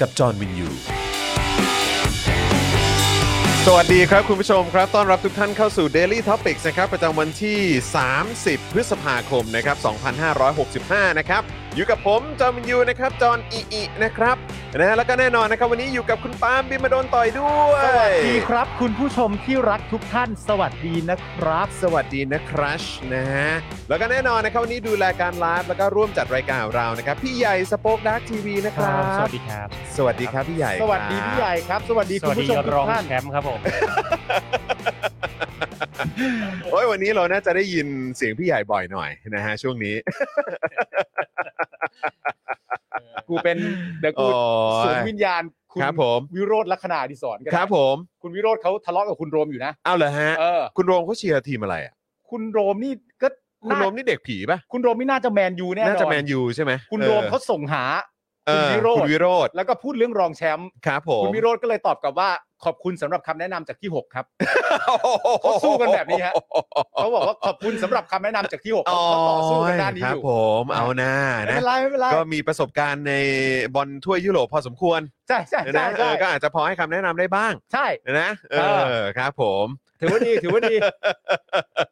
กับจอห์นวินยู สวัสดีครับ คุณผู้ชมครับ ต้อนรับทุกท่านเข้าสู่ Daily Topics นะครับ ประจำวันที่ 30 พฤษภาคมนะครับ 2565 นะครับ อยู่กับผมจอมยูนะครับ จอนอีอีนะครับนะฮะแล้วก็แน่นอนนะครับ วันนี้อยู่กับคุณปาล์มบิมมาโดนต่อยด้วย สวัสดีครับ คุณผู้ชมที่รักทุกท่าน สวัสดีนะครับ สวัสดีนะครัชนะฮะแล้วก็แน่นอนนะครับวันนี้ดูแลการไลฟ์แล้วก็ร่วมจัดรายการของเรานะครับ พี่ใหญ่สป็อคดักทีวีนะครับ สวัสดีครับ สวัสดีครับพี่ใหญ่ สวัสดีพี่ใหญ่ครับ สวัสดี ส คุณ วัสดี ผู้ชมทุ รอง กท่าน แชมป์ครับผม โอ้ยวันนี้เราน่าจะได้ยินเสียงพี่ใหญ่บ่อยหน่อยนะฮะช่วง นี้ กู เป็นเดี๋ยวกู โอ้ สวม ย วิญญาณคุณ ครับผม วิโรธลักษณะดิสอนกันนะครับ ผม คุณวิโรธเขาทะเลาะกับคุณโรมอยู่นะ เอาเหรอฮะ เออ คุณโรมเขาเชียร์ทีมอะไรอ่ะ คุณโรมนี่ก็ คุณ น่า โรมนี่เด็กผีป่ะ คุณโรมไม่น่าจะแมนยูแน่นอน น่าจะแมนยูใช่ไหม คุณโรมเขาส่งหา เออ คุณวิโรจน์ คุณวิโรธ แล้วก็พูดเรื่องรองแชมป์ ครับผม คุณวิโรธก็เลยตอบกลับว่า ขอบคุณสำหรับคำแนะนำจากที่หกครับ เขาสู้กันแบบนี้ฮะ เขาบอกว่าขอบคุณสำหรับคำแนะนำจากที่หกเขาเขาต่อสู้กันด้านนี้ ค อ รับ ยู่ ผมเอาหน้านะไม่เป็นไรไม่เป็นไร ก็มีประสบการณ์ในบอลถ้วยยุโรปพอสมควร ใช่ใช่ใช่ นะเอ ใช่ อก็อาจจะพอให้คำแนะนำได้บ้าง ใช่ นะเอ เอ อ อ ครับ ผม ถือว่าดีถือว่าดี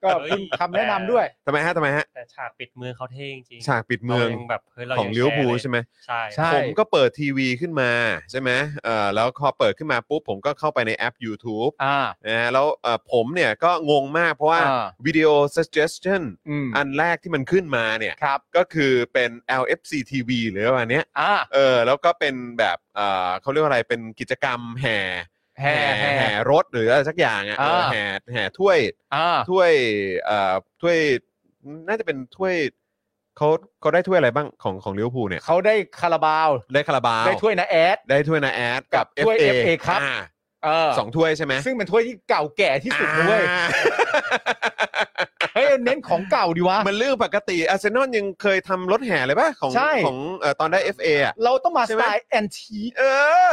ก็ เฮ้คุยณคำแนะนำด้วย ทำไมฮะทำไมฮะ แต่ฉากปิดเมืองเขาเท่จริงๆ ฉากปิดเมือง รายังแบบเฮ้ยเรา ของ ยัง ลิเวอร์พูล แช ใช่ไหม ใช่ ใช่ ผมก็เปิดทีวีขึ้นมาใช่ไหมเออแล้วพอเปิดขึ้นมาปุ๊บผมก็เข้าไปในแอป YouTube อ่า นะฮะแล้วเอ่อผมเนี่ยก็งงมากเพราะว่า อ่า วิดีโอ suggestion อืม อันแรกที่มันขึ้นมาเนี่ย ครับ ก็คือเป็น LFC TV หรือประมาณเนี้ย อ่า เออแล้วก็เป็นแบบเอ่อเขาเรียกว่าอะไรเป็นกิจกรรมแห่ แห่แห่ แห่รถหรืออะไรสักอย่างอ่ะ อ่า เออแห่แห่ถ้วย อ่า ถ้วยเอ่อถ้วยน่าจะเป็นถ้วยเขาเขาได้ถ้วยอะไรบ้างของของลิเวอร์พูลเนี่ย เขาได้คาราบาว ได้คาราบาว ได้ถ้วยนะแอด ได้ถ้วยนาแอดกับ กับถ้วย FA FA ครับ อ่า เออ สองถ้วยใช่ไหม ซึ่งเป็นถ้วยที่เก่าแก่ที่สุดนะเว้ย อ่า เฮ้ยเน้นของเก่าดีวะ มันเรื่องปกติอาร์เซนอลยังเคยทำรถแห่เลยป่ะ ของ ใช่ ของเออตอนได้ FA อ่ะ เราต้องมา ใช่ ส ไหม ไตล์แอนที เอ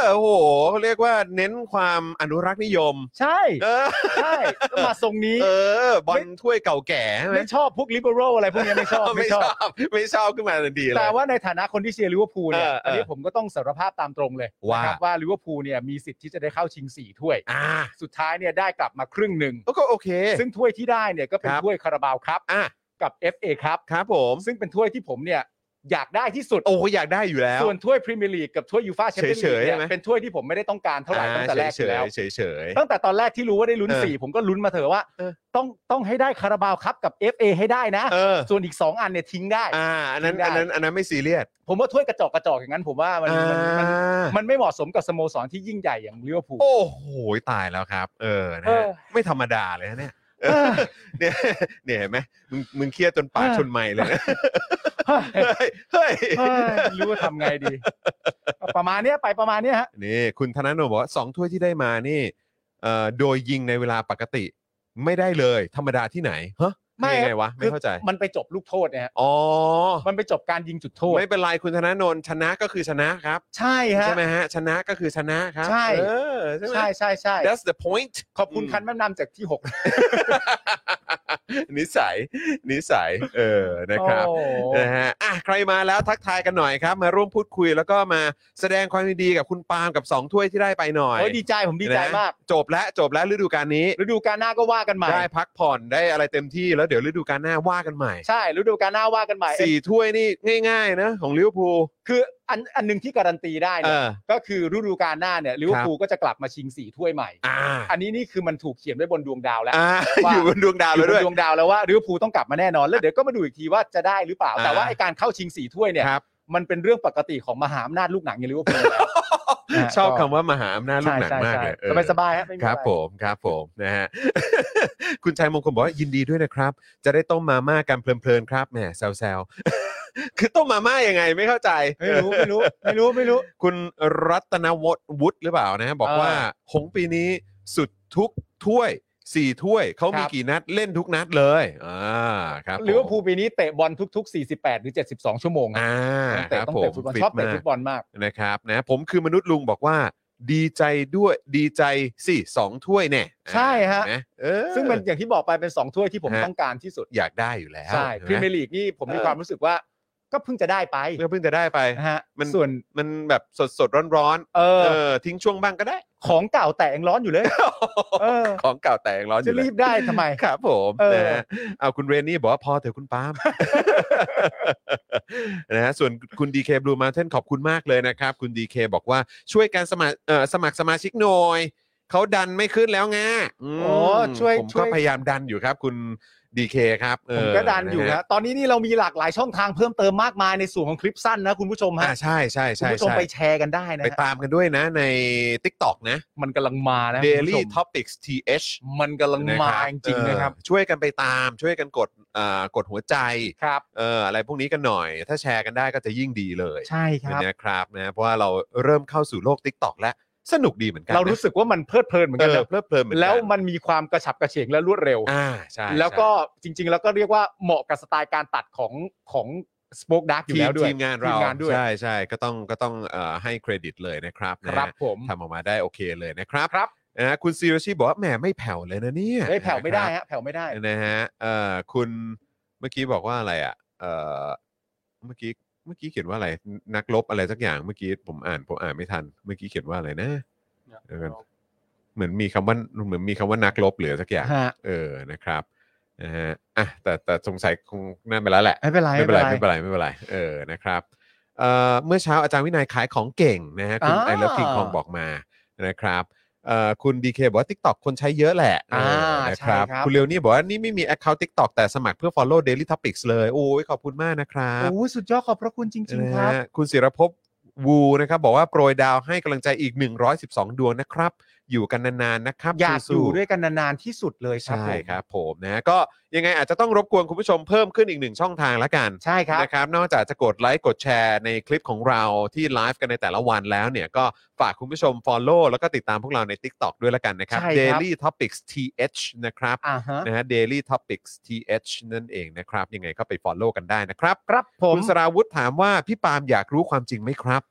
อโอ้โหเขาเรียกว่าเน้นความอนุรักษ์นิยม ใช่ เออ ใช่ต้องมาทรงนี้ เออบอลถ้วยเก่าแก่ใช่ไหม ไม่ชอบพวกลิเบอรัลอะไรพวกเนี้ยไม่ชอบ ไม่ ไม่ ช ชอ อบ บ ไม่ชอบขึ้นมาทันทีเล แต่ ย ว่าในฐานะคนที่เชียร์ลิเวอร์พูลเนี่ย เออเอออั อันนี้ผมก็ต้องสารภาพตามตรงเลย ว่า นะครับว่าลิเวอร์พูลเนี่ยมีสิทธิ์ที่จะได้เข้าชิงสี่ถ้วย อ่า สุดท้ายเนี่ยได้กลับมาครึ่งหนึ่ง ก็โอเค ซึ่งถ้วยที่ได้เนี่ยก็เป็น ครับ ถ้วยคาราบาวครับ อ่ะ กับ FA ครับ ครับผม ซึ่งเป็นถ้วยที่ผมเนี่ยอยากได้ที่สุด โอ้โหอยากได้อยู่แล้ว ส่วนถ้วยพรีเมียร์ลีกกับถ้วยยูฟ่าแชมเปี้ยน เฉ ลีก ยๆใช่ เนี่ย ไหม เป็นถ้วยที่ผมไม่ได้ต้องการเท่าไหร่ตั้งแต่แรกอ เฉ ยู่ ย แล้ว เฉยเฉย ตั้งแต่ตอนแรกที่รู้ว่าได้ลุ้น เออ สี่ผมก็ลุ้นมาเถอะว่า เออ ต้องต้องให้ได้คาราบาวครับกับ FA ให้ได้นะ เออ ส่วนอีกสองอันเนี่ยทิ้งได้ อ่าอันนั้น ได้ อันนั้นอันนั้นไม่ซีเรียส ผมว่าถ้วยกระจอกกระจอกอย่างนั้นผมว่ามัน อ่ มันมันา มันไม่เหมาะสมกับสโมสรที่ยิ่งใหญ่อย่างลิเวอร์พูล โอ้โหตายแล้วครับ เออนะ เอ ฮะ อ ไม่ธรรมดาเลยนะเนี่ย เออ เนี่ยเนี่ยเห็นไหมมึงมึงเครียดจนปาก เออ ชนไม้เลยนะเฮ้ยเฮ้ย เฮ้ยไม่รู้ว่าทำไงดี ประมาณเนี้ยไปประมาณเนี้ยฮะ นี่คุณธนาโนบอกว่าสองถ้วยที่ได้มานี่เอ่อโดยยิงในเวลาปกติ ไม่ได้เลย ธรรมดาที่ไหนฮะ ไม่ ยังไงวะ ไม่เข้าใจ มันไปจบลูกโทษนะฮะ อ๋อ มันไปจบการยิงจุดโทษ ไม่เป็นไรคุณธนาโนนชนะก็คือชนะครับ ใช่ฮะ ใช่ไหมฮะ ชนะก็คือชนะครับ ใช่ เออใช่ไหม ใช่ใช่ใช่ That's the point ขอบคุณคันแนะนำจากที่หก นิสัยนิสัยเออนะครับ โอ้ นะฮะอ่ะใครมาแล้วทักทายกันหน่อยครับ มาร่วมพูดคุยแล้วก็มาแสดงความยินดีกับคุณปาล์มกับ 2 ถ้วยที่ได้ไปหน่อย โอ้ยดีใจผมดีใจมาก จบแล้วจบแล้วฤดูกาลนี้ ฤดูกาลหน้าก็ว่ากันใหม่ ได้พักผ่อนได้อะไรเต็มที่แล้วเดี๋ยวฤดูกาลหน้าว่ากันใหม่ ใช่ฤดูกาลหน้าว่ากันใหม่ สี่ถ้วยนี่ง่าย ๆ นะ ของลิเวอร์พูล คือ อันอันหนึ่งที่การันตีได้ เอ เนี่ย อ ก็คือฤดูกาลหน้าเนี่ยลิเวอร์พูลก็จะกลับมาชิงสี่ถ้วยใหม่ อ่า อันนี้นี่คือมันถูกเขียนไว้บนดวงดาวแล้ว อ่า ว่า อยู่บนดวงดาว อ แล้วยู่บ ด้วย นดวงดาวแล้วว่าลิเวอร์พูลต้องกลับมาแน่นอนแล้วเดี๋ยวก็มาดูอีกทีว่าจะได้หรือเปล่า แต่ว่า อ่า ไอการเข้าชิงสี่ถ้วยเนี่ย ครับ มันเป็นเรื่องปกติของมหาอำนาจลูกหนังอย่างลิเวอร์พูลแล้วนะฮะ ชอบ ก็ คำว่ามหาอำนาจลูกหนัง ใช่ใช่ มากเลย ใช่ เออ สบายสบายๆฮะไม่มี ครับ อะไ ผมครับผมนะ ฮะ คุณชัยมงคลบอกว่ายินดีด้วยนะครับ จะได้ต้มมาม่ากันเพลินๆครับแหมแซวๆ คือต้มมาม่ายังไงไม่เข้าใจ ไม่รู้ไม่รู้ไม่รู้ไม่รู้ คุณรัตนวฒน์วุฒิหรือเปล่านะ บอก เออ ว่าหงส์ปีนี้สุดทุกถ้วยสี่ถ้วยเขามี ครับ กี่นัดเล่นทุกนัดเลยอ่าครับผม ลิเวอร์พูลปีนี้เตะบอลทุก ๆ 48 หรือ 72 ชั่วโมงฮะ อ่า ต้อง ค เตะ รับ ต้อผมงเตะฟุตบอล ฟิ ช ต อบเตะ มา ฟุ ก ตบอลมาก นะครับนะผมคือมนุษย์ลุงบอกว่าดีใจด้วยดีใจสิสองถ้วยแน่ ใช่ฮะ เห็นไหมเออ ซึ่งมันอย่างที่บอกไปเป็น 2 ถ้วยที่ผม ฮะ ต้องการที่สุด อยากได้อยู่แล้ว ใช่ เห็น พ ไหม รีเมียร์ลีกนี่ผมมี เออ ความรู้สึกว่าก็เพิ่งจะได้ไป ก็เพิ่งจะได้ไป นะฮะ มัน ส่วน มันแบบสดสดร้อนร้อน เอ ๆ อ เออ ทิ้งช่วงบ้างก็ได้ ของเก่าแตกยังร้อนอยู่เลย เออ ของเก่าแต่ยังร้อนอ จะ ยู่เลย รีบได้ทำไม ครับผม เออ นะฮะเอาคุณเรนนี่บอกว่าพอเถอะคุณ ปาล์ม นะฮะส่วนคุณดีเคบลูมาเทนขอบคุณมากเลยนะครับ คุณดีเคบอกว่าช่วยการสมัครเอ่อสมัครสมาชิกหน่อยเขาดันไม่ขึ้นแล้วไงอืม โอ้ช่วย ผม ช่ ก็ วย พยายามดันอยู่ครับ คุณดีเคครับเอ ผมก็ดันอยู่ ฮ นะตอนนี้นี่เรามีหลากหลายช่องทางเพิ่มเติมมากมายในส่วนของคลิปสั้นนะคุณผู้ชมฮะ อ่าใช่ใช่ คุณ ใช่ ผู้ชม ใช่ ไปแชร์กันได้นะ ไป ฮะ ตามกันด้วยนะใน Tik t o อกนะ มันกำลังมานะคุณผู้ช Daily ม Topics TH มันกำลังมา คบ จริงๆนะครับ เออช่วยกันไปตามช่วยกันกดอ่ากดหัวใจ ครับ เอออะไรพวกนี้กันหน่อย ถ้าแชร์กันได้ก็จะยิ่งดีเลย ใช่ครับ นะครับนะเพราะว่าเราเริ่มเข้าสู่โลก Tik t o อกแล้วสนุกดีเหมือนกัน เรารู้สึกว่ามันเพลิดเพลินเหมือน เอ กัน อ นะ เพลิดเพลินเหมือนกัน แล้วมันมีความกระฉับกระเฉงและรวดเร็ว อ่าใช่ แล้วก็จริง ๆ แล้วก็เรียกว่าเหมาะกับสไตล์การตัดของของสป o อ e ดาร์กอยู่ ทีม แล้วด้วย ทีมงานเรา ทีมงานด้วย ใช่ใช่ก็ต้องก็ต้องเอ่อให้เครดิตเลยนะครับนะ ค ฮะ รับผม ทำออกมาได้โอเคเลยนะครับ ครับ นะฮะคุณซีรชีบอกว่าแหมไม่แผ่วเลยนะเนี่ย เฮ้ยแผ่วไม่ นะ ได้ ครับ ฮะแผ่วไม่ได้ นะฮะเอ่อคุณเมื่อกี้บอกว่าอะไรอ่ะเอ่อเมื่อกี้เมื่อกี้เขียนว่าอะไรนักลบอะไรสักอย่างเมื่อกี้ผมอ่านผมอ่านไม่ทัน เมื่อกี้เขียนว่าอะไรนะ เดี๋ยวก่อน เหมือนมีคำว่าเหมือนมีคำว่านักลบเหลือสักอย่าง ฮะ เออนะครับนะฮะอ่ะแต่แต่สงสัยคงนั่นไปแล้วแหละ ไม่เป็นไร ไม่เป็นไรไม่เป็นไรไม่เป็นไรเออนะครับเอ่อเมื่อเช้าอาจารย์วินัยขายของเก่งนะฮะคุณ อ่า ไอเลิฟคิงคองบอกมานะครับเอ่อคุณดีเคบอกว่า TikTok คนใช้เยอะแหละเออ อ่า นะ ใช่ ค ครั รับ บคุณเรียวนี่บอกว่า นี่ไม่มี Account TikTok แต่สมัครเพื่อ Follow Daily Topics เลย โอ้ยขอบคุณมากนะครับ โอ้ยสุดยอดขอบพระคุณจริง ๆ ครับ นะฮะคุณศิรภพวูนะครับ บอกว่าโปรยดาวให้กำลังใจอีก 112 ดวงนะครับ อยู่กันนานๆนะครับ อยากอ สู้ ยู่ ๆ ด้วยกันนานๆที่สุดเลยครับ ใช่ ผม ครับผมนะก็ยังไงอาจจะต้องรบกวนคุณผู้ชมเพิ่มขึ้นอีกหนึ่งช่องทางละกัน ใช่ครับ นะครับ นอกจากจะกดไลค์กดแชร์ในคลิปของเราที่ไลฟ์กันในแต่ละวันแล้วเนี่ยก็ฝากคุณผู้ชม Follow แล้วก็ติดตามพวกเราใน TikTok ด้วยละกันนะครับ ใช่ครับ Daily Topics TH นะครับ อ่าฮะ นะฮะ Daily Topics TH นั่นเองนะครับ ยังไงก็ไป Follow กันได้นะครับ ครับผม คุณสราวุธถามว่าพี่ปาล์มอยากรู้ความจริงไหมครับ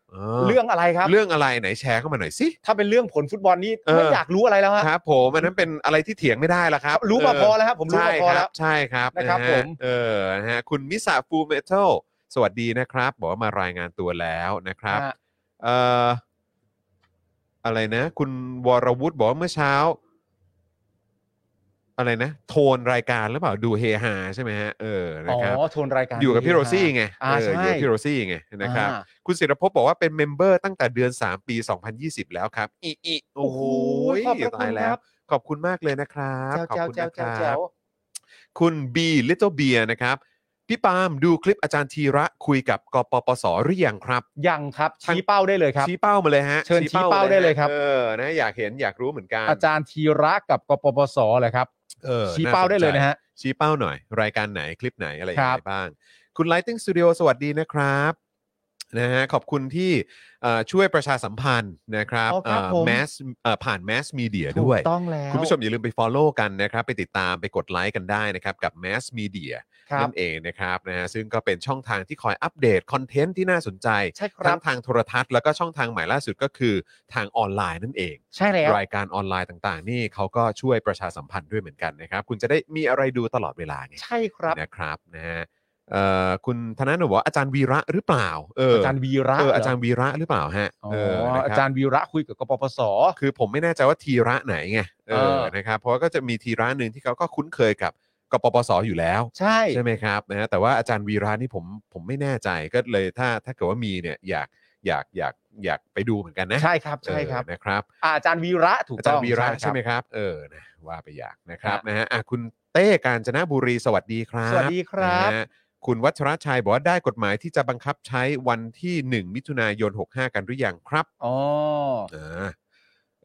า เรื่องอะไรครับ เรื่องอะไรไหนแชร์เข้ามาหน่อยสิ ถ้าเป็นเรื่องผลฟุตบอลนี่ เออ ไม่อยากรู้อะไรแล้วฮะ ครับผมอันนั้นเป็นอะไรที่เถียงไม่ได้ละครับ รู้มาพอแล้วครับผมรู้ ใช่ มาพอ ค แล้ รั ว บใช่ครับ นะครับ ฮ ผม เออนะฮะคุณมิสาฟูเมทัลสวัสดีนะครับ บอกว่ามารายงานตัวแล้วนะครับ ฮะ เอ่ออะไรนะ คุณวรวุฒิบอกว่าเมื่อเช้า อะไรนะ โทนรายการหรือเปล่าดูเฮฮาใช่ไหมฮะเออ อ๋ นะครับ อโทนรายการ อยู่กับพี่ ดี โรซี่ ฮะ ไง อ่า เอออใช่ยู่กับพี่โรซี่ไงนะครับ อ่า คุณศิรภพบอกว่าเป็นเมมเบอร์ตั้งแต่เดือน 3 ปี 2020 แล้วครับ อีอีโอ้โห ขอบพระคุณ ตายแล้ คว รับ ขอบคุณมากเลยนะครับขอบ แจ๋ว คุณ แจ๋ว นะค แจ๋วแจ๋ รับ ว คุณ B Little Beer นะครับ พี่ปาล์มดูคลิปอาจารย์ธีระคุยกับกปปสหรือยังครับ ยังครับชี้เป้าได้เลยครับ ชี้เป้ามาเลยฮะ เชิญชี้เป้าได้เลยครับ เออนะอยากเห็นอยากรู้เหมือนกัน อาจารย์ธีระกับกปปสเลยครับ เออ ชี้ น่สนใจ เป้าได้เลยนะฮะ ชี้เป้าหน่อย รายการไหนคลิปไหนอะไรอย่า ค ง รัไรบบ้าง คุณ Lighting Studio สวัสดีนะครับนะฮะขอบคุณที่เอ่อช่วยประชาสัมพันธ์นะครับ อ๋อครับ เอ่อ ผม mass เอ่อผ่าน mass media ถู ด้ ก วย ต้องแล้ว คุณผู้ชมอย่าลืมไป follow กันนะครับ ไปติดตามไปกดไลค์กันได้นะครับ กับ mass media ครับ นั่นเองนะครับนะฮะซึ่งก็เป็นช่องทางที่คอยอัปเดตคอนเทนต์ที่น่าสนใจ ใช่ครับ ทั้งทางโทรทัศน์แล้วก็ช่องทางใหม่ล่าสุดก็คือทางออนไลน์นั่นเอง ใช่แล้ว รายการออนไลน์ต่างๆ นี่เขาก็ช่วยประชาสัมพันธ์ด้วยเหมือนกันนะครับ คุณจะได้มีอะไรดูตลอดเวลาไง ใช่ครับ นะครับนะฮะเอ่อคุณธนาหนูบอกว่าอาจารย์วีระหรือเปล่าเออ อา อา จารย์วีระ เออ เห อาจารย์วีระหรือเปล่าฮะ อ๋อ เออนะคอาบ จารย์วีระคุยกับกปปส คือผมไม่แน่ใจว่าทีระไหนไงเอ เอ อ อ นะครับเพราะว่าก็จะมีทีระหนึ่งที่เขาก็คุ้นเคยกับกปปสอยู่แล้ว ใช่ ใช่ไหมครับนะฮะแต่ว่าอาจารย์วีระนี่ผมผมไม่แน่ใจก็เลยถ้าถ้าเกิดว่ามีเนี่ยอยาก อยากอยากอยากไปดูเหมือนกันนะ ใช่ครับใช่ครับ เออนะครับ อ่าอาจารย์วีระถูก อา ต้ จาร อง ย์วีระ ค ใช่ บ ไหมครับ เออนะว่าไปอยากนะครับ ฮะ นะฮะอ่ะคุณเต้การจนบุรีสวัสดีครับ สวัสดีครับ นะฮะคุณวัชรชัยบอกว่าได้กฎหมายที่จะบังคับใช้วันที่ 1 มิถุนายน 65 กันหรือยังครับ อ๋อ อ่า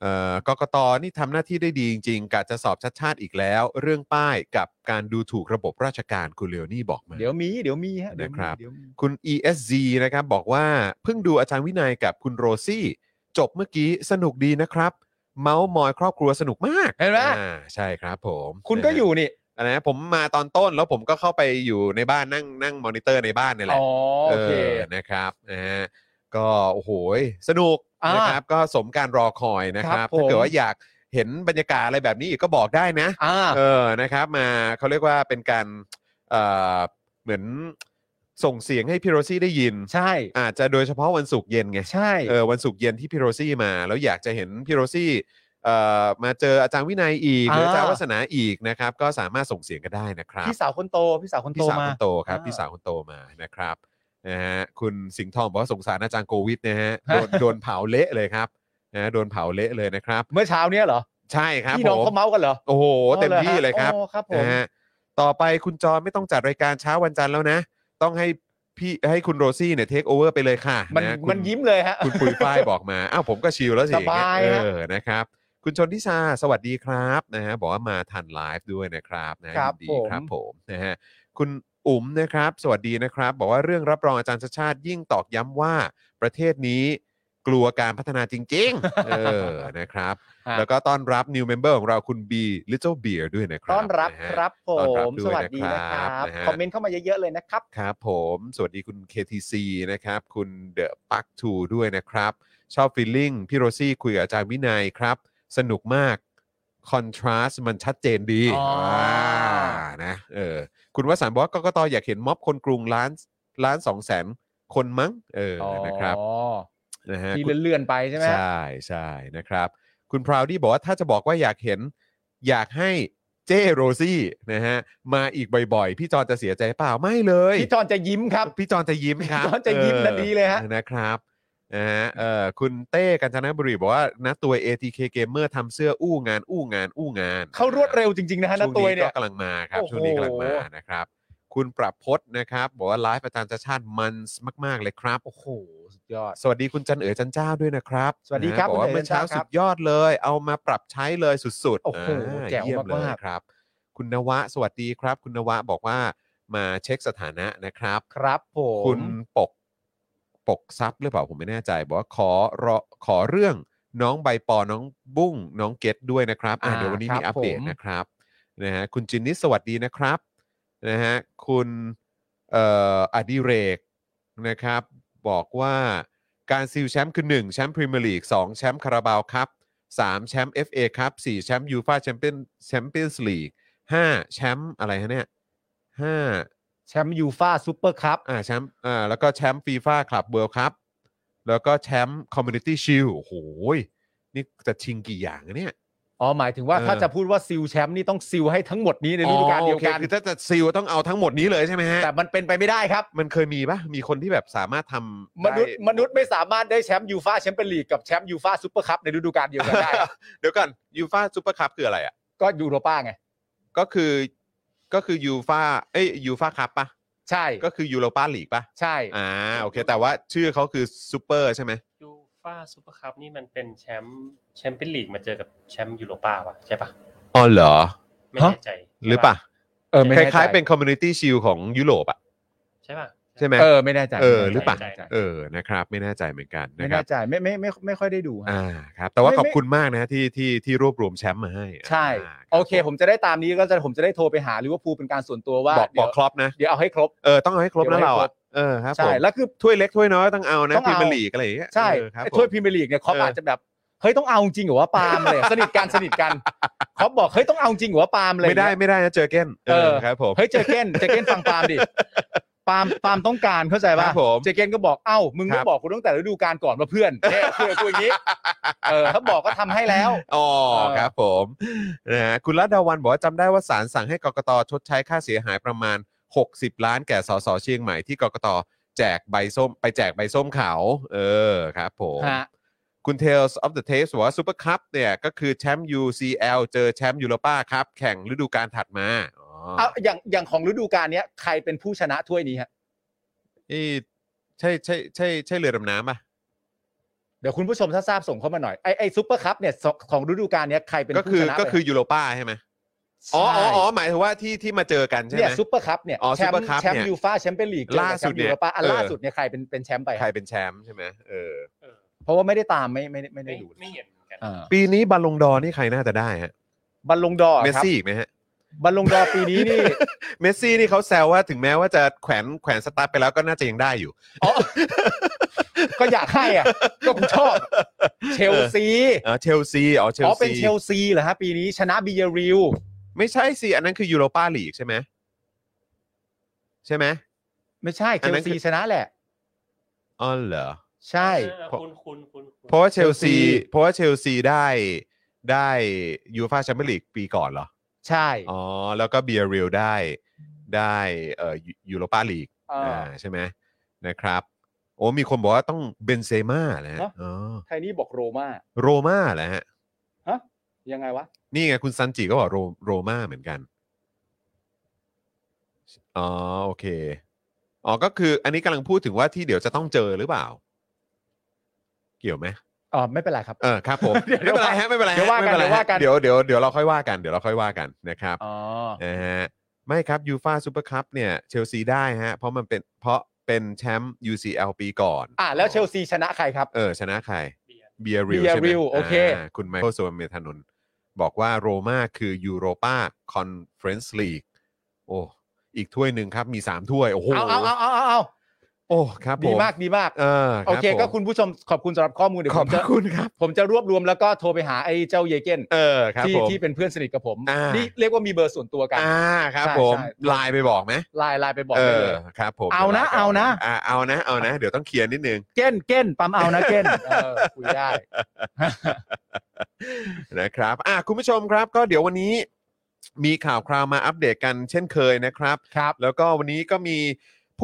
เอ่อกกตนี่ทำหน้าที่ได้ดีจริงๆกะจะสอบชัดชาติอีกแล้ว เรื่องป้ายกับการดูถูกระบบราชการคุณเลโอนี่บอกมา เดี๋ยวมีเดี๋ยวมีฮะเดี๋ยวนะมีครับ เดี๋ยวมี คุณ ESG นะครับบอกว่าเพิ่งดูอาจารย์วินัยกับคุณโรซี่ จบเมื่อกี้สนุกดีนะครับ เมาส์มอยครอบครัวสนุกมาก เห็นไหม อ่าใช่ครับผม คุณก็อยู่นี่ อะไรนะผมมาตอนต้นแล้วผมก็เข้าไปอยู่ในบ้านนั่งนั่งมอนิเตอร์ในบ้านนี่แหละ อ๋อโอเค นะครับนะฮะก็โอ้โหยสนุก อ่าน นะครับ ก็สมการรอคอยนะค ค รั รั บบ ผม ถ้าเกิดว่าอยากเห็นบรรยากาศอะไรแบบนี้อีกก็บอกได้นะ อ่า เออ นะครับ มาเขาเรียกว่าเป็นการเอ่อเหมือนส่งเสียงให้พี่โรซี่ได้ยิน ใช่ อาจจะโดยเฉพาะวันศุกร์เย็นไง ใช่ เออ วันศุกร์เย็นที่พี่โรซี่มา แล้วอยากจะเห็นพี่โรซี่เอ่อมาเจออาจารย์วินัยอีก หรืออา อาจารย์วัฒนาอีกนะครับ ก็สามารถส่งเสียงกันได้นะครับ พี่สาวคนโตพี่สาวคนโต พี่สาว มา คนโตครับ อ่า พี่สาวคนโตมานะครับ นะฮะ คุณสิงห์ทองบอกว่าสงสารอาจารย์โควิดนะฮะ โดน โดนเผาเละเลยครับ นะ โดนเผาเละเลยนะครับ เมื่อเช้าเนี้ยเหรอ ใช่ครับ พี่น้อง ผม เขาเมาส์กันเหรอ โอ้โห โอ้ เต็มที่เลยครับ โอ้ครับผม นะฮะต่อไปคุณจอนไม่ต้องจัดรายการเช้าวันจันทร์แล้วนะ ต้องให้พี่ให้คุณโรซี่เนี่ยเทคโอเวอร์ไปเลยค่ะ มัน นะคุณ มันยิ้มเลยฮะ คุณปุยฝ้ายบอกมา อ้าวผมก็ชิลแล้วสิ สบาย องเงี้ ฮะ เออนะครับ คุณชนทิชาสวัสดีครับนะฮะบอกว่ามาทันไลฟ์ด้วยนะครับนะฮะ ครับ ยินดี ผม ครับผมนะฮะคุณอุ๋มนะครับ สวัสดีนะครับ บอกว่าเรื่องรับรองอาจารย์ชาติชาติยิ่งตอกย้ำว่าประเทศนี้กลัวการพัฒนาจริงๆเออนะครับ ฮะ แล้วก็ต้อนรับ new member ของเราคุณ B Little Beer ด้วยนะครับ ต้อนรับ ะฮะ ครับผ ต้อนรับ ม ด้วย สวัสดีนะครับ นะครับนะฮะ คอมเมนต์เข้ามาเยอะๆเลยนะครับ ครับผมสวัสดีคุณ KTC นะครับ คุณ The p a r k 2ด้วยนะครับ ชอบฟีลลิ่งพี่โรซี่คุยกับอาจารย์วินัยครับ สนุกมากคอนทราส t มันชัดเจนดี อ๋ออ่ านะเออคุณวสันต์บอกว่ากกตอยากเห็นม็อบคนกรุงล้านล้านสองแสนคนมั้งเออนะครับ อ๋อ นะฮะ ที่เลื่อนๆไปใช่ไหม ใช่ใช่นะครับ คุณพราวดี้บอกว่าถ้าจะบอกว่าอยากเห็นอยากให้เจ้โรซี่นะฮะมาอีกบ่อยๆ พี่จอนจะเสียใจเปล่าไม่เลย พี่จอนจะยิ้มครับ พี่จอนจะยิ้มครับ พี่จอนจะยิ้ม เออ นะดีเลยฮะ นะครับนะฮะเออคุณเต้กัญจนบุรีบอกว่านะตัว ATK Gamer ทำเสื้ออู้งานอู้งานอู้งาน เขารวดเร็วจริงๆนะฮะ ช่ นาว ง ตั นี้ วเนี่ย ก็กำลังมาครับ โอ้โห ช่วงนี้กำลังมานะครับ คุณประพจน์นะครับ บอกว่าไลฟ์ประจานชาติมันมาก ๆ เลยครับ โอ้โหสุดยอด สวัสดีคุณจันเอ๋อจันเจ้าด้วยนะครับ สวัสดีครับ นะบอกว่า คุณเมื่อเอ๋เช้า จันสุเจ้าครับ ดยอดเลย เอามาปรับใช้เลยสุดๆ โอ้โห า แจ๋ว เยี่ยเลย มากๆ ครับ คุณนวะสวัสดีครับ คุณนวะบอกว่ามาเช็คสถานะนะครับ ครับผม คุณปกปกซับหรือเปล่าผมไม่แน่ใจ บอกว่าขอรอขอเรื่องน้องใบปอน้องบุ้งน้องเกตด้วยนะครับอ่า อ่า เดี๋ยววันนี้ ครับ มีอัปเดต ผม นะครับนะฮะคุณจินนิสสวัสดีนะครับนะฮะคุณเอ่ออดิเรกนะครับ บอกว่าการซีลแชมป์คือ 1 แชมป์พรีเมียร์ลีก 2 แชมป์คาราบาวครับ 3 แชมป์ FA ครับ4แชมป์ยูฟาแชมเปี้ยนแชมเปี้ยนส์ลีก5แชมป์อะไรฮะเนี่ย5 แชมป์ยูฟ่าซูเปอร์คัพ อ่าแชมป์อ่าแล้วก็แชมป์ฟีฟ่าคลับเวิลด์ครับ แล้วก็แชมป์คอมมูนิตี้ชิลโอ้โหยนี่จะชิงกี่อย่างอะเนี่ย อ๋อหมายถึงว่า เออ ถ้าจะพูดว่าซิลแชมป์นี่ต้องซิลให้ทั้งหมดนี้ในฤดูกาลเดียวกัน อ๋อโอคคือถ้าจะซิลต้องเอาทั้งหมดนี้เลยใช่ไหมฮะ แต่มันเป็นไปไม่ได้ครับ มันเคยมีปะมีคนที่แบบสามารถทำ มนุษย์ ได้ มนุษย์ไม่สามารถได้แชมป์ยูฟ่าแชมเปี้ยนลีกกับแชมป์ ยูฟ่าซูเปอร์คัพในฤดูกาลเดียวกันได้ เดี๋ยวก่อนยูฟ่าซูเปอร์คัพคืออะไรอ่ะ ก็ยูโรป้าไง ก็คือก็คือยูฟ่าเอ้ยยูฟ่าคัพปะ ใช่ ก็คือยูโรปาลีกปะ ใช่ อ่าโอเค แต่ว่าชื่อเขาคือซูเปอร์ใช่ไหม ยูฟ่าซูเปอร์คัพนี่มันเป็นแชมป์แชมเปี้ยนลีกมาเจอกับแชมป์ยูโรป้าป่ะใช่ป่ะ อ๋อเหรอ ไม่แน่ใจ หรือปะ เออไม่ ค แน่ใจ ล้ายๆเป็นคอมมูนิตี้ชิลของยุโรปอ่ะ ใช่ป่ะ ใช่ไหม เออไม่แน่ใจ เออหรือเปล่า ไม่แน่ใจ เออ นะครับ ไม่แน่ใจเหมือนกัน ไม่ นะครั แน่ บ ใจไม่ไม่ไม่ไม่ค่อยได้ดูฮะ อ่า ครับ แต่ว่า ไม่ ขอบ ไม่ คุณมากนะที่ที่ที่รวบรวมแชมป์มาให้ ใช่ ารับ โอเค ผมจะได้ตามนี้ก็จะผมจะได้โทรไปหาลิเวอร์พูลเป็นการส่วนตัวว่า บอกบอกครอปนะ เดี๋ยวเอาให้ครบ เออ ต้องเอาให้ครบ เดี๋ นะ ยวให้ เรา คร อ่ะ บ เออ ครับ ใช่ ผม แล้วคือ ถ้วยเล็กถ้วยน้อยต้องเอานะ ต้อง พรี เอา เมียร์ลีกอะไรอย่างเงี้ย ใช่ เออครับ ไอ้ ผม ถ้วยพรีเมียร์ลีกเนี่ยคอป เอออ อาจจะแบบเฮ้ยต้องเอาจริงเหรอวะปาล์มเลย สนิทกันสนิทกันคอปบอกเฮ้ยต้องเอาจริงเหรอวะปาล์มเลย ไม่ได้ไม่ได้นะเจอเก้นเออ เออ ครับผม เฮ้ยเจเกนเจเกนฟังปาล์มดิปาล์มปาล์มต้องการเข้าใจป่ะ ครับผม เจเกนก็บอกเอ้ามึง ครับก็บอกกูตั้งแต่ฤดูกาลก่อนว่าเพื่อนเนี่ยคือกูอย่างนี้เออถ้าบอกก็ทำให้ แล้ว อ๋อ เออ ครับผมนะฮะคุณรัตดาวันบอกว่าจำได้ว่าศาลสั่งให้กกตชดใช้ค่าเสียหายประมาณ 60 ล้านแก่สสเชียงใหม่ที่กกต แจกใบส้ม ไปแจกใบส้มขาวเออครับผม ฮะ คุณ Tales of the Tapes บอกว่าซูเปอร์คัพเนี่ยก็คือแชมป์ UCL เจอแชมป์ยูโรป้าครับแข่งฤดูกาลถัดมาอ๋อ เอาอย่างอย่างของฤดูกาลเนี้ยใครเป็นผู้ชนะถ้วยนี้ฮะ นี่ใช่ใช่ใช่ใช่เรือดำน้ำป่ะ เดี๋ยวคุณผู้ชมถ้าทราบส่งเข้ามาหน่อยไอไอซุปเปอร์คัพเนี่ยของฤดูกาลเนี้ยใครเป็น ก็ ผู้ คือ ชนะ ก็คือ ไป ยูโรป้าใช่ไหมอ๋ออ๋ออ๋อหมายถึงว่าที่ที่มาเจอกันใช่ เนี่ ไห ย ม ซุปเปอร์คัพเนี่ย อ๋อ แชม Super Cup ป์แชมป์ เนี่ย ยูฟ่าแชมเปี้ยนลีก ล่าสุดเนี่ย ยูโรปาอัน เออ ล่าสุดเนี่ยใครเป็นเป็นแชมป์ไป ใครเป็นแชมป์ใช่ไหมเออ เออ เพราะว่าไม่ได้ตามไม่ไม่ไม่ได้ ไม่ ดูเลย ไม่เห็นเหมือนกัน อ่า ปีนี้บอลลงดอนี่ใครน่าจะได้ฮะ บอลลงดอร์ เมส ครับ ซี่อีกไหมฮะ บอลลงดอร์ปีนี้นี่ เมสซี่นี่เขาแซวว่าถึงแม้ว่าจะแขวนแขวนสตาร์ทไปแล้วก็น่าจะยังได้อยู่ ก็อยากให้ อ่ะก็ผมชอบเชลซี เออเชลซีอ๋อเชล อ๋อเป็น ซี เชลซีเหรอฮะปีนี้ชนะบีเยริล ไม่ใช่สิอันนั้นคือยูโรป้าลีกใช่ไหมใช่ไหม ไม่ใช่ อั เช น ล นั้นคือซีชนะแหละ อ๋อเหรอ ใช่ เออคุณคุณคุณคุณ เพราะว่าเชลซี Chelsea เพราะว่าเชลซีได้ได้ยูฟาแชมเปี้ยนลีกปีก่อนเหรอ ใช่ อ๋อ แล้วก็เบียร์เรียลได้ได้เอ่อยูโรปาลีก อ่า ใช่ไหมนะครับ โอ้มีคนบอกว่าต้องเบนเซม่านะฮะ เนอะ อ๋อ ไทยนี่บอกโรม่า โรม่าแหละฮะ ยังไงวะ นี่ไงคุณซันจิก็บอกโรโรม่าเหมือนกัน อ๋อโอเค อ๋อก็คืออันนี้กำลังพูดถึงว่าที่เดี๋ยวจะต้องเจอหรือเปล่า เกี่ยวไหม อ๋อ ไม่เป็นไรครับ เออครับผม เดี๋ ไม่ ยว เป็นไรฮะไม่เป็นไรฮะ เดี๋ยวว่ากัน ไม่ป็ไร เดี๋ยวว่ากัน เดี๋ยวเดี๋ยวเดี๋ยวเราค่อยว่ากันเดี๋ยวเราค่อยว่ากันนะครับ อ๋อ นะฮะไม่ครับยูฟาซูเปอร์คัพเนี่ยเชลซีได้ฮะเพราะมันเป็นเพราะเป็นแชมป์ UCL ปีก่อน อ่ะ แล้วเชลซีชนะใครครับ เออชนะใคร เบียร์ เบียริล Beer ใช่ไหม Real โอเค าคุณไมเคิลโซเมธานนท์บอกว่าโรม่าคือยูโรปาคอนเฟ e รนซ์ลีกโอ้อีกถ้วยหนึ่งครับมี 3 ถ้วย โอ้โห เอาเอาเอาเอาเอาเอา โอ้ครับผม ดีมากดีมาก เออ โอ รับ เค ผม ก็คุณผู้ชมขอบคุณสำหรับข้อมูลเดี๋ยว ขอ ผ บ ม พ จะ ระคุณครับ ผมจะรวบรวมแล้วก็โทรไปหาไอ้เจ้าเยเกน เออครับ ที่ ผม ที่เป็นเพื่อนสนิทกับผม อ่านี่ นี่เรียกว่ามีเบอร์ส่วนตัวกัน อ่าครับ ใช่ ผม ใช่ ไลน์ไปบอกไหม ไลน์ไลน์ไปบอกได้เลย เออครับผม เอานะ ดี๋ยว เอานะ อ่เอานะเอานะ เดี๋ยวต้องเคลียร์นิดนึง เก้นเก้นปั๊มเอานะเก้ นเออคุยได้ นะครับอ่ะคุณผู้ชมครับ ก็เดี๋ยววันนี้มีข่าวคราวมาอัปเดตกันเช่นเคยนะครับ ครับ แล้วก็วันนี้ก็มี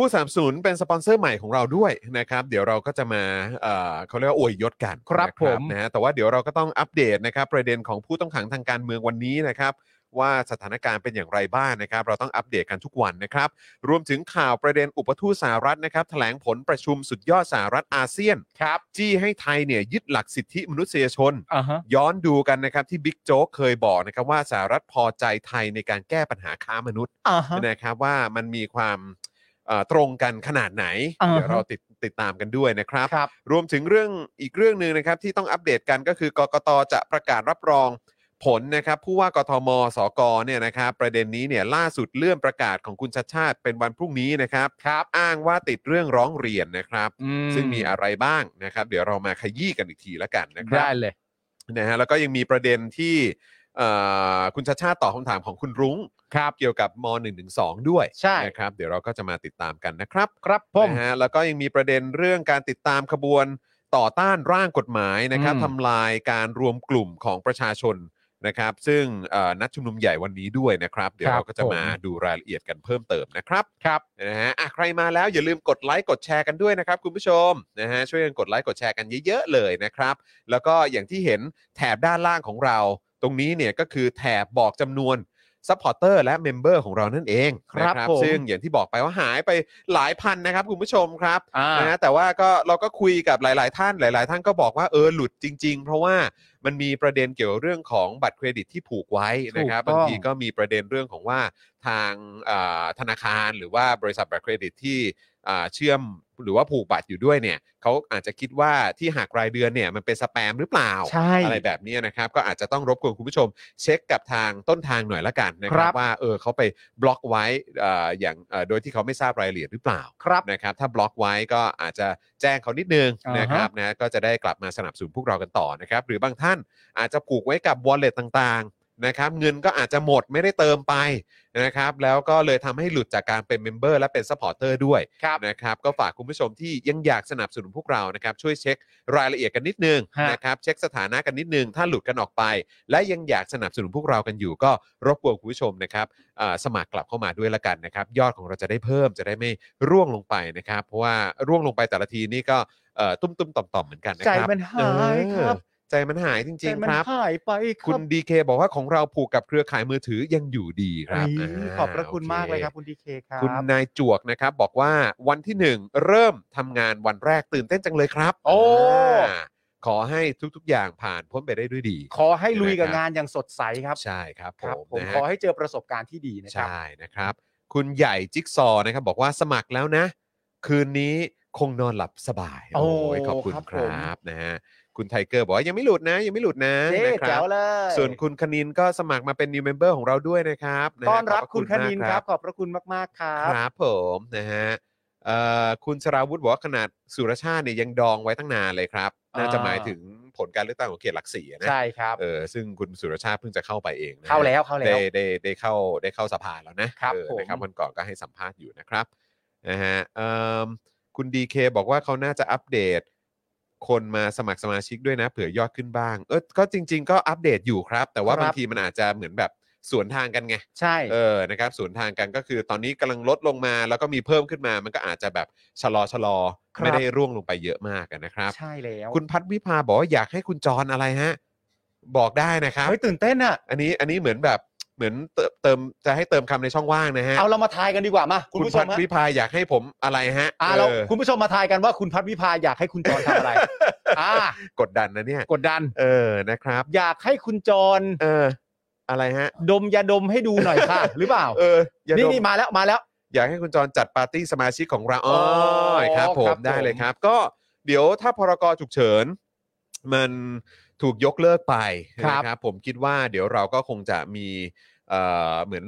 ผู้สนับสนุนเป็นสปอนเซอร์ใหม่ของเราด้วยนะครับ เดี๋ยวเราก็จะมาเอ่อเขาเรียกว่าอวยยศกัน ครับ นะ ผม นะฮะแต่ว่าเดี๋ยวเราก็ต้องอัปเดตนะครับ ประเด็นของผู้ต้องขังทางการเมืองวันนี้นะครับ ว่าสถานการณ์เป็นอย่างไรบ้างนะครับ เราต้องอัปเดตกันทุกวันนะครับ รวมถึงข่าวประเด็นอุปทูตสหรัฐนะครับแถลงผลประชุมสุดยอดสหรัฐอาเซียน ครับ จี้ให้ไทยเนี่ยยึดหลักสิทธิมนุษยชน อ่าฮะ ย้อนดูกันนะครับที่บิ๊กโจ๊กเคยบอกนะครับว่าสหรัฐพอใจไทยในการแก้ปัญหาค้ามนุษย์ อ่าฮะ นะครับว่ามันมีความเอ่อตรงกันขนาดไหน อ่าฮะ เดี๋ยวเราติดติดตามกันด้วยนะครับ ครับ รวมถึงเรื่องอีกเรื่องหนึ่งนะครับที่ต้องอัปเดตกันก็คือกกตจะประกาศรับรองผลนะครับผู้ว่ากทมสกเนี่ยนะครับประเด็นนี้เนี่ยล่าสุดเลื่อนประกาศของคุณชัดชาติเป็นวันพรุ่งนี้นะครับครับอ้างว่าติดเรื่องร้องเรียนนะครับ อื ซึ่งมีอะไรบ้างนะครับ เดี๋ยวเรามาขยี้กันอีกทีละกันนะครับ ได้เลย นะฮะแล้วก็ยังมีประเด็นที่เอ่อคุณชาชาติตอบคำถามของคุณรุ้งครับเกี่ยวกับม .112 ด้วย ใช่ นะครับเดี๋ยวเราก็จะมาติดตามกันนะครับ ครับผม นะฮะแล้วก็ยังมีประเด็นเรื่องการติดตามขบวนต่อต้านร่างกฎหมายนะครับ อืม ทำลายการรวมกลุ่มของประชาชนนะครับ ซึ่งเอ่อนัดชุมนุมใหญ่วันนี้ด้วยนะครับ เดี๋ยวเราก็จะมาดูรายละเอียดกันเพิ่มเติมนะครับ ครับ นะฮะอ่ะใครมาแล้วอย่าลืมกดไลค์กดแชร์กันด้วยนะครับ คุณผู้ชมนะฮะช่วยกันกดไลค์กดแชร์กันเยอะๆเลยนะครับ แล้วก็อย่างที่เห็นแถบด้านล่างของเรา ตรงนี้เนี่ยก็คือแถบบอกจำนวนซัพพอร์เตอร์และเมมเบอร์ของเรานั่นเอง ครับ นะ ผม ซึ่งอย่างที่บอกไปว่าหายไปหลายพันนะครับ คุณผู้ชมครับ อ่า นะฮะแต่ว่าก็เราก็คุยกับหลาย ๆ ท่านหลาย ๆ ท่านก็บอกว่าเออหลุดจริง ๆ เพราะว่ามันมีประเด็นเกี่ยวกับเรื่องของบัตรเครดิตที่ผูกไว้นะครับ ถูกต้ บา องง ทีก็มีประเด็นเรื่องของว่า ทางเอ่อธนาคารหรือว่าบริษัทบัตรเครดิตที่อ่าเชื่อมหรือว่าผูกบัตรอยู่ด้วยเนี่ยเขาอาจจะคิดว่าที่หักรายเดือนเนี่ยมันเป็นสแปมหรือเปล่า ใช่ อะไรแบบนี้นะครับ ก็อาจจะต้องรบกวนคุณผู้ชม เช็คกับทางต้นทางหน่อยละกันนะค ครั รับบ ว่าเออเขาไปบล็อกไว้อ่าอย่างเอ่อโดยที่เขาไม่ทราบรายละเอียดหรือเปล่า ครับ นะครับถ้าบล็อกไว้ก็อาจจะแจ้งเขานิดนึง อ่าฮะ นะครับนะก็จะได้กลับมาสนับสนุนพวกเรากันต่อนะครับ หรือบางท่านอาจจะผูกไว้กับ wallet ต่าง นะครับเงินก็อาจจะหมดไม่ได้เติมไปนะครับแล้วก็เลยทำให้หลุดจากการเป็นเมมเบอร์และเป็นซัพพอร์เตอร์ด้วย ครับ นะครับก็ฝากคุณผู้ชมที่ยังอยากสนับสนุนพวกเรานะครับช่วยเช็ครายละเอียดกันนิดนึง ฮะ นะครับเช็คสถานะกันนิดนึง ถ้าหลุดกันออกไป และยังอยากสนับสนุนพวกเรากันอยู่ ก็รบกวนคุณผู้ชมนะครับ เอ่อสมัครกลับเข้ามาด้วยละกันนะครับ ยอดของเราจะได้เพิ่มจะได้ไม่ร่วงลงไปนะครับ เพราะว่าร่วงลงไปแต่ละทีนี่ก็เอ่อตุ้มตุ้มๆต่อมต่อมๆเหมือนกันนะ ใจ ครับ มันหายครับ เออใจมันหายจริง แต่ ๆ มัน ครับ หายไปรับ คุณดีเคบอกว่าของเราผูกกับเครือข่ายมือถือยังอยู่ดีครับ อุ๊ย า ขอบพระคุณมากเลยครับ โอ คุณดีเคครับเคุณนายจวกนะครับ บอกว่าวันที่หนึ่งเริ่มทำงานวันแรกตื่นเต้นจังเลยครับ โอ้ อ่าขอให้ทุกๆอย่างผ่านพ้นไปได้ด้วยดี ขอให้ลุยกับ นะครับ งานอย่างสดใสครับ ใช่ครับผ ครับ ม ผม นะฮะ ขอให้เจอประสบการณ์ที่ดีนะครับ ใช่นะครับ คุณใหญ่จิ๊กซอว์นะครับ บอกว่าสมัครแล้วนะ คืนนี้คงนอนหลับสบาย โอ้ ยขอบคุณ ครับ ค ผม รับนะฮะคุณไทเกอร์บอกว่ายังไม่หลุดนะ ยังไม่หลุดนะ เจ๊ นะค แจ๋ รับ วเลย ส่วนคุณคณินก็สมัครมาเป็น new member ของเราด้วยนะครับะฮะ ต้อนรับ ขพะ คุณคณิน มาก ครับ ขอบพระคุณมากๆครั ค บ รับผมนะฮะเอ่อคุณสราวุธบอกว่าขนาดสุรชาติเนี่ยยังดองไว้ตั้งนานเลยครับน่าจะ อ่า หมายถึงผลการเลือกตั้งของเขตหลักสี่อะนะ ใช่ครับ เออซึ่งคุณสุรชาติเพิ่งจะเข้าไปเองนะฮะ เข้าแล้วเข้าแล้ ได้ ว ได้ได้เข้าได้เข้าสภาแล้วนะครับ เออ ผม นะครับวันก่อนก็ให้สัมภาษณ์อยู่นะครับนะฮะเอิ่มคุณดีเคบอกว่าเขาน่าจะอัปเดต คนมาสมัครสมาชิกด้วยนะเผื่อยอดขึ้นบ้างเออก็จริง ๆ ก็อัปเดตอยู่ครับ แต่ว่าบางทีมันอาจจะเหมือนแบบสวนทางกันไง ใช่ เออนะครับสวนทางกันก็คือตอนนี้กำลังลดลงมา แล้วก็มีเพิ่มขึ้นมา มันก็อาจจะแบบชะลอชะลอ ครับ ไม่ได้ร่วงลงไปเยอะมากอะนะครับ ใช่แล้ว คุณพัฒวิภาบอกว่าอยากให้คุณจรอะไรฮะ บอกได้นะครับ เฮ้ยตื่นเต้นอ่ะ อันนี้อันนี้เหมือนแบบเหมือนเติมเติมจะให้เติมคำในช่องว่างนะฮะ เอาเรามาทายกันดีกว่ามาคุณผู้ช พั ม ฒ ฮะ วิภาอยากให้ผมอะไรฮะ อ่าเรา เออ คุณผู้ชมมาทายกันว่าคุณพัฒวิภาอยากให้คุณจร ทำอะไร อ่าก ดดันนะเนี่ย กดดัน เออนะครับ อยากให้คุณจร เออ อะไรฮะ ดมยาดมให้ดูหน่อย ค่ะ หรือเปล่า เอออย่าด นี่ ม นี่มาแล้วมาแล้ว อยากให้คุณจรจัดปาร์ตี้สมาชิกของเราอ๋อ อ๋อ ครับผ ครั ม บ ได้เลย ผม ครับ ก็เดี๋ยวถ้าพรกฉุกเฉิน มันถูกยกเลิกไปนะครับ ผมคิดว่าเดี๋ยวเราก็คงจะมีเอ่อเหมือน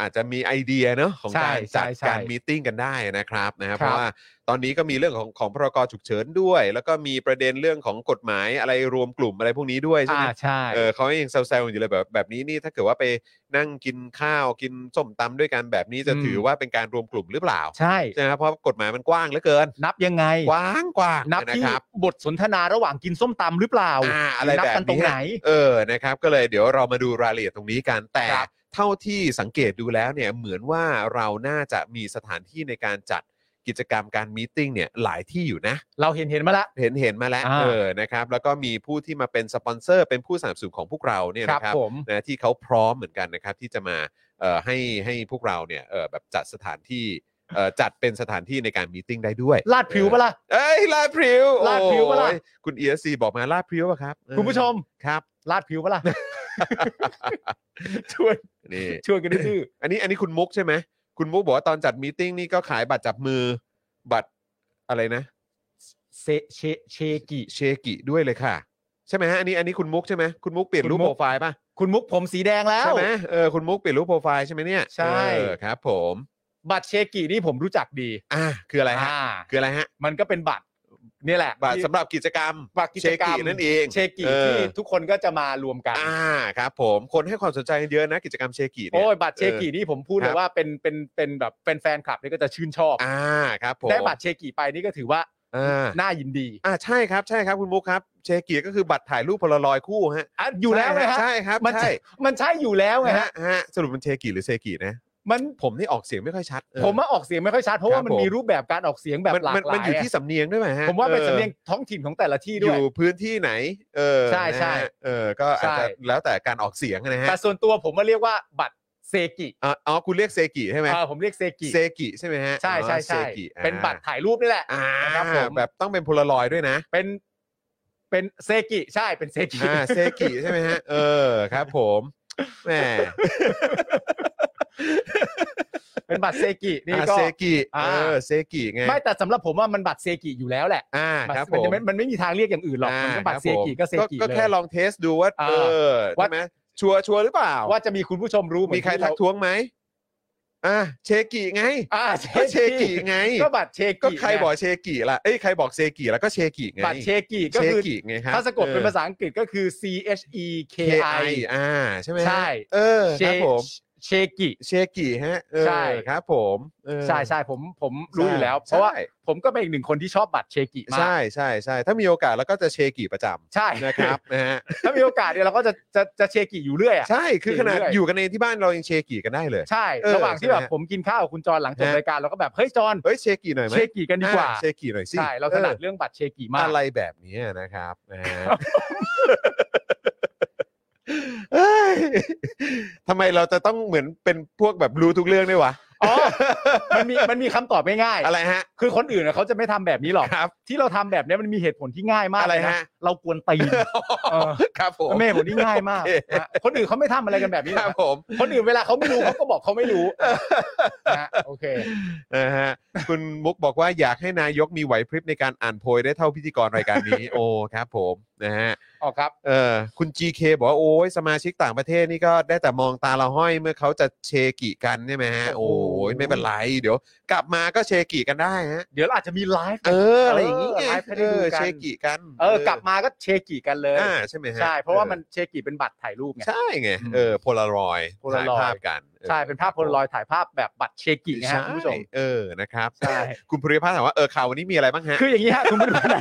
อาจจะมีไอเดียเนาะของ ใช่ การจัด ใช่ใช่ การมีตติ้งกันได้นะครับนะครับ ครับ เพราะว่าตอนนี้ก็มีเรื่องของของพรกฉุกเฉินด้วย แล้วก็มีประเด็นเรื่องของกฎหมายอะไรรวมกลุ่มอะไรพวกนี้ด้วยใช่ไห อ่าม ใช่ เออเขายังแซวๆกันอยู่เลยแบบแบบนี้นี่ถ้าเกิดว่าไปนั่งกินข้าวกินส้มตำด้วยกันแบบนี้จะ อืม ถือว่าเป็นการรวมกลุ่มหรือเปล่า ใช่ ใช่ไหมครับเพราะกฎหมายมันกว้างเหลือเกิน นับยังไง กว้างกว้าง นับ นะ ที่ ครับ บทสนทนาระหว่างกินส้มตำหรือเปล่า อ่าอะไร นั แบบ กันตรง นี้ ไหน เออนะครับ ก็เลยเดี๋ยวเรามาดูรายละเอียดตรงนี้กันแต่ ครับ เท่าที่สังเกตดูแล้วเนี่ยเหมือนว่าเราน่าจะมีสถานที่ในการจัดกิจกรรมการมีตติ้งเนี่ยหลายที่อยู่นะ เราเห็นเห็นมาละ เห็นเห็นมาแล้ว อ่า เออนะครับ แล้วก็มีผู้ที่มาเป็นสปอนเซอร์เป็นผู้สนับสนุนของพวกเราเนี่ยนะครับ ผม นะที่เขาพร้อมเหมือนกันนะครับที่จะมาเอ่อให้ให้พวกเราเนี่ยเอ่อแบบจัดสถานที่เอ่อจัดเป็นสถานที่ในการมีตติ้งได้ด้วย ลาดผิวปะล่ะ เอ้ยลาดพริ้ว ลาดพริ้วปะล่ะ โอ้ยคุณเอซีบอกมาลาดพริ้วป่ะครับเออ คุณผู้ชม ครับ ลาดผิวปะ ล่ะ ช่วย นี่ ช่วยกันดื้อ อันนี้อันนี้คุณมุกใช่ไหมคุณมุกบอกว่าตอนจัดมีตติ้งนี่ก็ขายบัตรจับมือบัตรอะไรนะ ๆเซเชเชกิ เชกิด้วยเลยค่ะ ใช่ไหมฮะอันนี้อันนี้คุณมุกใช่ไหมคุณมุกเปลี่ยน คุณ รูป มุก โปรไฟล์ป่ะ คุณมุกผมสีแดงแล้ว ใช่ไหมเออคุณมุกเปลี่ยนรูปโปรไฟล์ใช่ไหมเนี่ย ใช่ เออครับ ผม บัตรเชกินี่ผมรู้จักดี อ่ะคืออะไรฮะ อ่า คืออะไรฮะ มันก็เป็นบัตรเนี่ยแหละ บัตรสำหรับกิจกรรม บัตรกิจกรรม เชนั่นเอง เชกิ เออที่ทุกคนก็จะมารวมกัน อ่าครับผมคนให้ความสนใจกันเยอะนะกิจกรรมเชกิเนี่ โอ้ ย ยบัตรเชกินี่ผมพูดคเลรั ย บ ว่าเป็นเป็นเป็นแบบเป็นแฟนคลับนี่ก็จะชื่นชอบ อ่าครับผม ได้บัตรเชกิไปนี่ก็ถือว่า อ่า น่ายินดี อ่าใช่ครับใช่ครับคุณมุกครับเชกิก็คือบัตรถ่ายรูปพลลอยด์คู่ฮะ อ่ะอยู่แล้วไงฮะ ใช่ครับ มัน ใช่ มันใช่อยู่แล้วไง ฮะ ฮะ ฮะสรุปมันเชกิหรือเชกินะ มัน ผมนี่ออกเสียงไม่ค่อยชัดเออ ผมว่าออกเสียงไม่ค่อยชัดเพราะ ครั ว่า บ มัน ผม มีรูปแบบการออกเสียงแบบ มัน หลาก มัน หลาย มันอยู่ที่สำเนียงด้วยไหมฮะ ผมว่าเป็น ออ สำเนียงท้องถิ่นของแต่ละที่ อ ด้วย ยู่พื้นที่ไหน เออ ใช่ใช่ นะฮะเออก็อาจจะ ใช่ แล้วแต่การออกเสียงนะฮะ แต่ส่วนตัวผมว่าเรียกว่าบัตรเซกิ อ่ะอ๋อคุณเรียกเซกิใช่ไหม เออผมเรียกเซกิ เซกิใช่ไหมฮะ ใช่ใช่ใช่ อ๋อเซกิอ่า เป็นบัตรถ่ายรูปนี่แหละ อ่า นะครับผม แบบต้องเป็นพลลอยด์ด้วยนะ เป็นเป็นเซกิใช่เป็นเซกิ อ่าเซกิใช่ไหมฮะ เออครับ ผมแหม เป็นบัตรเซกิ นี่ อ่า ก็ เซกิ อ่า เออเซกิไง ไม่แต่สำหรับผมว่ามันบัตรเซกิอยู่แล้วแหละ อ่า บัต ครับ ร ผ มัน ม จะไม่มันไม่มีทางเรียกอย่างอื่นหรอก อ่า มันก็บัต ค ร บ เซกิ ผม ก็เซกิ ก็ เลย แค่ลองเทสดูว่า อ่า เออ ว่า ใช่ไหมชัวร์ชัวร์หรือเปล่า ว่าจะมีคุณผู้ชมรู้เห มี อน ใคร ที่ ทัก เา ท้วงไหม อ่ะเชกิไง อ่า ก็เชกิไง ก็บัตรเชกิ ก็ใครบอก ไง เชกิละเอ้ยใครบอกเซกิแล้วก็เชกิไง บัตรเชกิก็ เช คือ กิไงครับ ถ้าสะกดเป็นภา ออ ษาอังกฤษก็คือ C H E K KI I อ่าใช่ไหมฮะ ใช่ เออครับผม เชกิ เชกิฮะเออ ใช่ ครับผมเออ ใช่ใช่ผมผมรู้ ใช่ อยู่แล้ว ใช่ เพราะว่าผมก็เป็นอีกหนึ่งคนที่ชอบบัตรเชกิมาก ใช่ใช่ใช่ถ้ามีโอกาสแล้วก็จะเชกิประจ ใช่ ำนะครับนะฮะ ถ้ามีโอกาสเนี่ยเราก็จะจะจะเชกิอยู่เรื่อยอ่ะ ใช่คือขนาด เรื่อยๆ อยู่กันเองที่บ้านเรายังเชกิกันได้เลย ใช่ เออ ระหว่างที่แบบ ใช่ไหม ผมกินข้าวกับคุณจรหลังจบ ฮะ รายการเราก็แบบเฮ้ยจร เฮ้ยเชกิหน่อยไหม เชกิกันดีกว่า อ่ะเชกิหน่อยสิ ใช่เราถนัด ออ เรื่องบัตรเชกิมาก อะไรแบบนี้นะครับนะฮะเอ้ยทำไมเราจะต้องเหมือนเป็นพวกแบบรู้ทุกเรื่องด้วยวะ อ๋อ มันมีมันมีคำตอบง่ายๆ อะไรฮะ คือคนอื่นน่ะเขาจะไม่ทำแบบนี้ หรอก ครับ ที่เราทำแบบเนี้ยมันมีเหตุผลที่ง่ายมาก อะไร น ฮะ เรากวนตีนเออ ครับผม มันมีเหตุผลที่ง่ายมาก โอเค นะคนอื่นเขาไม่ทำอะไรกันแบบนี้คหรอ รับ ก ผม คนอื่นเวลาเขาไม่รู้เขาก็บอกเขาไม่รู้นะฮะโอเค นะฮะคุณมุกบอกว่าอยากให้นายกมีไหวพริบในการอ่านโพยได้เท่าพิธีกรรายการนี้ โอ้ครับผมนะฮะ ออกครับ เออคุณ GK บอกว่าโอ้ยสมาชิกต่างประเทศนี่ก็ได้แต่มองตาเราห้อยเมื่อเขาจะเชกิกันใช่ไหมฮะ โอ้ยไม่เป็นไร เดี๋ยว กลับมาก็เชกิกันได้ฮะ เดี๋ยวเราอาจจะมีไลฟ์ เอออะไรอย่างงี้ไง เออไลฟ์ให้ได้ เอ ดู อ กัน เชกิกัน เออกลับมาก็เชกิกันเลย อ่าใช่ไหมฮะ ใช่ เพราะว่ามันเชกิเป็นบัตรถ่ายรูปไง ใช่ไง อืม เออโพลารอย โพลารอยด์ ภาพกันออ ใช่ เป็นภาพโพลารอยด์ถ่ายภาพแบบบัตรเชกินะฮะคุณผู้ชม ใช่เออนะครับ ใช่ คุณภูริพัฒน์ถามว่าเออข่าววันนี้มีอะไรบ้างฮะ คืออย่างนี้ฮะคุณผู้ชมนะ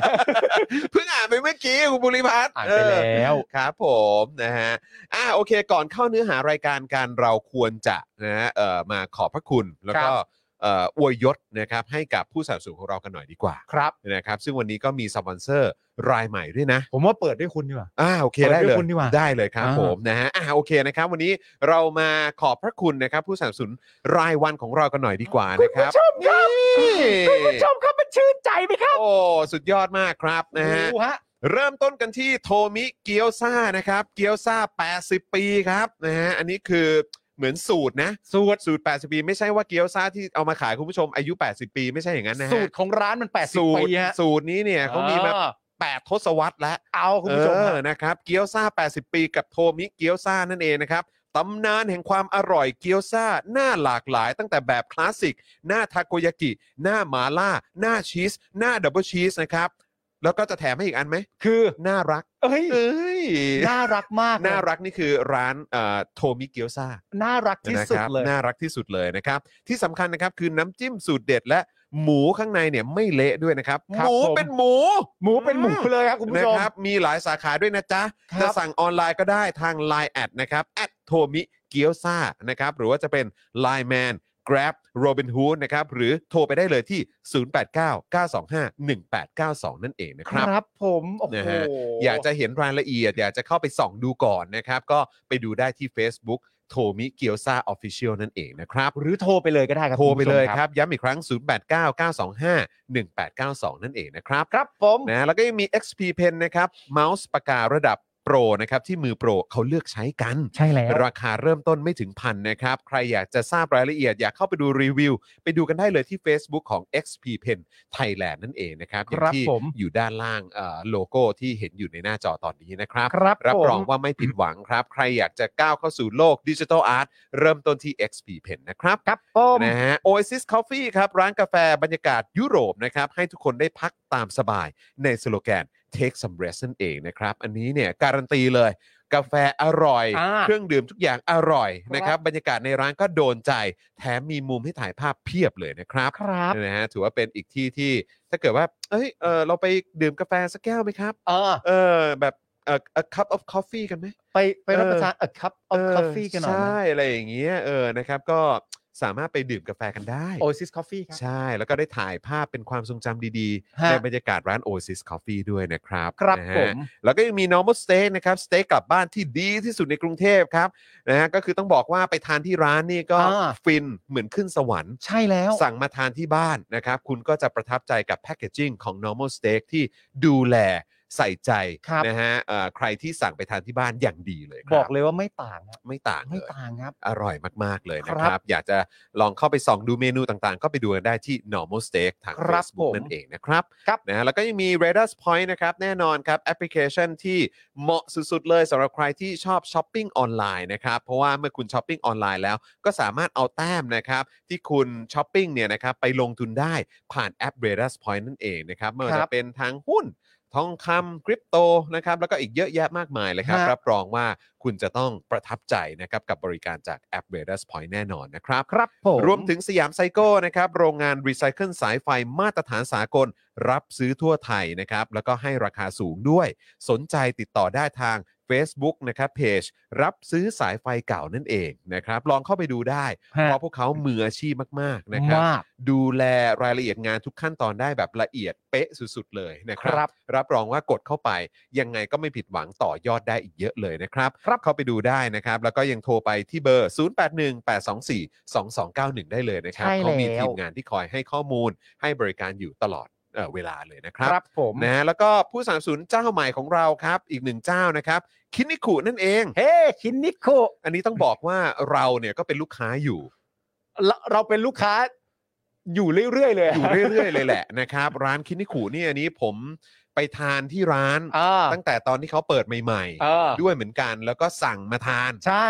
เพิ่งอ่านไปเมื่อกี้คุณบุริพัฒน์ อ่านไปแล้ว เออครับผมนะฮะอ่าโอเค ก่อนเข้าเนื้อหารายการการเราควรจะนะฮะเอ่อมาขอบพระคุณแล้วก็เอ่ออวยยศนะครับให้กับผู้สนับสนุนของเรากันหน่อยดีกว่า ครับ นะครับซึ่งวันนี้ก็มีสปอนเซอร์รายใหม่ด้วยนะ ผมว่าเปิดด้วยคุณดีกว่า อ่าโอเค เปิด ได้ ด้วย เลย คุณดีกว่า ได้เลยครับ อ่า ผมนะฮะอ่าโอเคนะครับวันนี้เรามาขอบพระคุณนะครับผู้สนับสนุนรายวันของเรากันหน่อยดีกว่า คุณ นะค ผู้ รับ ชมครับ นี่ คุณผู้ชมครับมันชื่นใจไหมครับ โอ้สุดยอดมากครับนะฮะ ดูฮะ เริ่มต้นกันที่โทมิเกียวซานะครับ เกียวซา80 ปีครับนะฮะอันนี้คือเหมือนสูตรนะ สูตรสูตร 80 ปีไม่ใช่ว่าเกียวซาที่เอามาขายคุณผู้ชมอายุ 80 ปีไม่ใช่อย่างนั้นนะฮะ สูตรของร้านมัน สูตร80ปีฮะ สูตรนี้เนี่ยเขามีมา อ่ 8 ทศวรรษแล้ว เอาคุณผู้ชม เอ ฮะ อนะครับ เกียวซา80 ปีกับโทมิเกียวซานั่นเองนะครับตำนานแห่งความอร่อยเกียวซาหน้าหลากหลาย ตั้งแต่แบบคลาสสิก หน้าทาโกยากิ หน้าหมาล่า หน้าชีส หน้าดับเบิลชีสนะครับแล้วก็จะแถมให้อีกอันไหม คือ น่ารัก เอ้ย เอ้ย น่ารักมากเลย น่ารักนี่คือร้านเอ่อโทมิเกียวซา น่ารักที่ นะ สุ ค ด รับ เลย น่ารักที่สุดเลยนะครับ ที่สำคัญนะครับคือน้ำจิ้มสูตรเด็ดและหมูข้างในเนี่ยไม่เละด้วยนะครับ ครับ หมู ผม เป็นหมู หมูเป็นหมูเลยครับคุณผู้ นะ ชม ครับ มีหลายสาขาด้วยนะจ๊ะ ครับ จะสั่งออนไลน์ก็ได้ทาง Line แอดนะครับแอดโทมิเกียวซานะครับ หรือว่าจะเป็น Line Man Grab Robin Hood นะครับ หรือโทรไปได้เลยที่ 0899251892 นั่นเองนะค ครับ รับผม โอ้โห นะฮะ อยากจะเห็นรายละเอียด อยากจะเข้าไปส่องดูก่อนนะครับ ก็ไปดูได้ที่ Facebook โทมิเกียวซาออฟฟิเชียลนั่นเองนะครับ หรือโทรไปเลยก็ได้ครับ โทรไปเลย ณ ครับ ย้ำอีกครั้ง 0899251892 นั่นเองนะครับ ผู้ชมครับ ครับผม นะแล้วก็ยังมี XP Pen นะครับเมาส์ปากการะดับโปรนะครับ ที่มือโปรเขาเลือกใช้กัน ใช่แล้ว ราคาเริ่มต้นไม่ถึงพันนะครับ ใครอยากจะทราบรายละเอียดอยากเข้าไปดูรีวิว ไปดูกันได้เลยที่ Facebook ของ XP Pen Thailand นั่นเองนะครับอย่าง ครับ ที่ ผม อยู่ด้านล่างเอ่อโลโก้ที่เห็นอยู่ในหน้าจอตอนนี้นะครับ ครับ รับรอง ผม ว่าไม่ผิดหวังครับ ใครอยากจะก้าวเข้าสู่โลกดิจิทัลอาร์ตเริ่มต้นที่ XP Pen นะครับ ครับผม นะฮะ Oasis Coffee ครับ ร้านกาแฟบรรยากาศยุโรปนะครับ ให้ทุกคนได้พักตามสบายในสโลแกน Take some rest นั่นเองนะครับ อันนี้เนี่ย การันตีเลย กาแฟอร่อย อ่า เครื่องดื่มทุกอย่างอร่อยนะค ครั รับ บ บรรยากาศในร้านก็โดนใจ แถมมีมุมให้ถ่ายภาพเพียบเลยนะครับ ครับ นะฮะถือว่าเป็นอีกที่ที่ถ้าเกิดว่า เอ้ยเออเราไปดื่มกาแฟสักแก้วไหมครับ เออ เออแบบเออ a cup of coffee กันไหม ไปไปรับ เออ ประทาน a cup เอ of อ coffee กันหน่อย ใช่ นะ อะไรอย่างเงี้ยเออนะครับก็สามารถไปดื่มกาแฟกันได้ Oasis Coffee ครับ ใช่แล้วก็ได้ถ่ายภาพเป็นความทรงจำดีๆฮะในบรรยากาศร้าน Oasis Coffee ด้วยนะครับ ครับ นะฮะ ผม แล้วก็ยังมี normal steak นะครับสเต็กกลับบ้านที่ดีที่สุดในกรุงเทพครับนะฮะก็คือต้องบอกว่าไปทานที่ร้านนี่ก็ อ่า ฟินเหมือนขึ้นสวรรค์ ใช่แล้ว สั่งมาทานที่บ้านนะครับ คุณก็จะประทับใจกับแพคเกจจิ้งของ normal steak ที่ดูแล ใส่ใจ ครับ นะฮะเอ่อใครที่สั่งไปทานที่บ้านอย่างดีเลยค บ รั อกเลยว่าไม่ต่างครับ ไม่ต่าง ไม่ เลย ต่างครับ อร่อยมาก ๆ เลยนะค ครั รับ บ อยากจะลองเข้าไปส่องดูเมนูต่างๆ ก็ไปดูกันได้ที่ normal steak ทาง ครับ Facebook ผม นั่นเองนะครับ ครับ นะฮะแล้วก็ยังมี r a d a r Point นะครับ แน่นอนครับ แอปพลิเคชันที่เหมาะสุด ๆ เลยสำหรับใครที่ชอบช้อปปิ้งออนไลน์นะครับ เพราะว่าเมื่อคุณช้อปปิ้งออนไลน์แล้ว ก็สามารถเอาแต้มนะครับ ที่คุณช้อปปิ้งเนี่ยนะครับไปลงทุนได้ผ่านแอป r a d a r Point นั่นเองนะครับไม่ว่าจะเป็นทางหุ้น ทองคำคริปโตนะครับแล้วก็อีกเยอะแยะมากมายเลยครับ ฮะ รับรองว่าคุณจะต้องประทับใจนะครับกับบริการจากแอป r a d a r Point แน่นอนนะครับ ครับผม รวมถึงสยามไซโก้นะครับโรงงานรีไซเคิลสายไฟมาตรฐานสากล รับซื้อทั่วไทยนะครับ แล้วก็ให้ราคาสูงด้วย สนใจติดต่อได้ทาง Facebook นะครับเพจรับซื้อสายไฟเก่านั่นเองนะครับ ลองเข้าไปดูได้ ฮะ เพราะพวกเขามืออาชีพมาก ๆ นะครับ มาก ดูแลรายละเอียดงานทุกขั้นตอนได้แบบละเอียดเป๊ะสุด ๆ เลยนะครั ครับ บ รับรองว่ากดเข้าไป ยังไงก็ไม่ผิดหวังต่อยอดได้อีกเยอะเลยนะครับ ครับ เข้าไปดูได้นะครับ แล้วก็ยังโทรไปที่เบอร์ 0818242291 ได้เลยนะครับ ใช่ เขามี แล้ว ทีมงานที่คอยให้ข้อมูลให้บริการอยู่ตลอดเอ่อเวลาเลยนะค ครับ รับผม นะฮะแล้วก็ผู้สนับสนุนเจ้าใหม่ของเราครับ อีกหนึ่งเจ้านะครับคินิคุนั่นเอง เฮ้ชินนิโค อันนี้ต้องบอกว่าเราเนี่ยก็เป็นลูกค้าอยู่ เราเราเป็นลูกค้าอยู่เรื่อยๆเลย อยู่เรื่อยๆเลยแหละนะครับ ร้านคินิคุเนี่ยอันนี้ผมไปทานที่ร้าน อ่า ตั้งแต่ตอนที่เขาเปิดใหม่ เออ ๆ ด้วยเหมือนกันแล้วก็สั่งมาทาน ใช่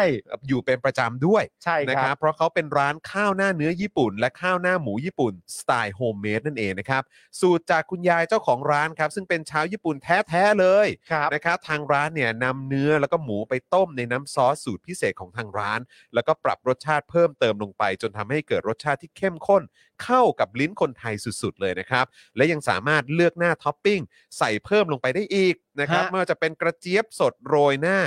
อยู่เป็นประจำด้วย ใช่ นะ ค ค รั รับ บ เพราะเขาเป็นร้านข้าวหน้าเนื้อญี่ปุ่น และข้าวหน้าหมูญี่ปุ่นสไตล์โฮมเมดนั่นเองนะครับ สูตรจากคุณยายเจ้าของร้านครับ ซึ่งเป็นชาวญี่ปุ่นแท้ๆเลย ครับ นะครับทางร้านเนี่ยนำเนื้อแล้วก็หมูไปต้มในน้ำซอสสูตรพิเศษของทางร้าน แล้วก็ปรับรสชาติเพิ่มเติมลงไป จนทำให้เกิดรสชาติที่เข้มข้น เข้ากับลิ้นคนไทยสุดๆเลยนะครับ และยังสามารถเลือกหน้าท็อปปิ้งใส่เพิ่มลงไปได้อีกนะครับ ฮะ ไม่ว่าจะเป็นกระเจี๊ยบสดโรยหน้า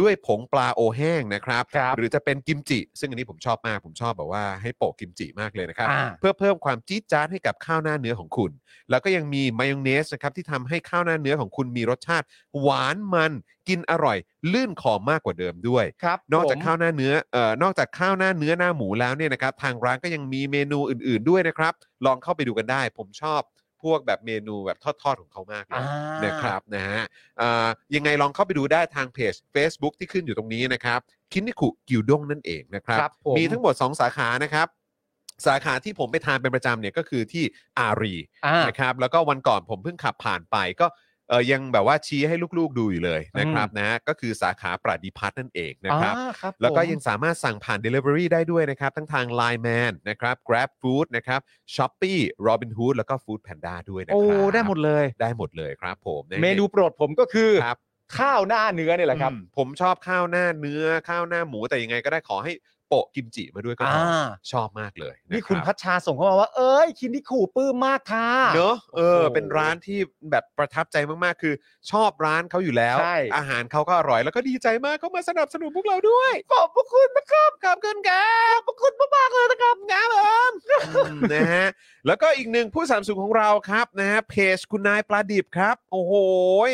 ด้วยผงปลาโอแห้งนะครับ ครับ หรือจะเป็นกิมจิ ซึ่งอันนี้ผมชอบมากผมชอบแบบว่าให้โปะกิมจิมากเลยนะครับ อ่า เพื่อเพิ่มความจี๊ดจ๊าดให้กับข้าวหน้าเนื้อของคุณ แล้วก็ยังมีมายองเนสนะครับที่ทำให้ข้าวหน้าเนื้อของคุณมีรสชาติหวานมันกินอร่อย ลื่นคอมากกว่าเดิมด้วย ครับ นอกจาก ผม ข้าวหน้าเนื้อเอ่อนอกจากข้าวหน้าเนื้อหน้าหมูแล้วเนี่ยนะครับทางร้านก็ยังมีเมนูอื่น ๆด้วยนะครับ ลองเข้าไปดูกันได้ ผมชอบพวกแบบเมนูแบบทอดๆของเขามากเลย อ่าน นะครับนะฮะเอ่อยังไงลองเข้าไปดูได้ทางเพจ Facebook ที่ขึ้นอยู่ตรงนี้นะครับคินิคุกิวด้งนั่นเองนะครับ ครับผม มีทั้งหมด 2 สาขานะครับ สาขาที่ผมไปทานเป็นประจำเนี่ยก็คือที่อารี อ่า นะครับแล้วก็วันก่อนผมเพิ่งขับผ่านไปก็เออยังแบบว่าชี้ให้ลูกๆดูอยู่เลยนะครับนะฮะก็คือสาขาปราดิพัฒน์นั่นเองนะครับ อ่าครับ แล้วก็ ผม ยังสามารถสั่งผ่าน Delivery ได้ด้วยนะครับ ทั้งทาง Line Man นะครับ Grab Food นะครับ Shopee Robin Hood แล้วก็ Food Panda ด้วยนะครั โอ้ได้หมดเลย ได้หมดเลยครับผมนะ เมนูโปรดผมก็คือ ครับ ข้าวหน้าเนื้อเนี่ยแหละครับ อืมผมชอบข้าวหน้าเนื้อข้าวหน้าหมูแต่ยังไงก็ได้ขอให้โปะกิมจิมาด้วยก็พอ อ่า ชอบมากเลยะ นี่คุณ รับ พัชชาส่งเข้ามาว่า เอ้ยคินที่ขู่ปลื้มมากค่ะ เนอะเออ โอ้โห เป็นร้านที่แบบประทับใจมากๆ คือชอบร้านเขาอยู่แล้ว ใช่ อาหารเขาก็อร่อยแล้วก็ดีใจมากเขามาสนับสนุนพวกเราด้วย ขอบพระคุณนะครับ ขอบคุณครับขอบคุณมากๆเลยนะครับงามเอิมนะฮะ แล้วก็อีกหนึ่งผู้สามสูงของเราครับนะฮะเพจคุณนายปลาดิบครับ โอ้โหย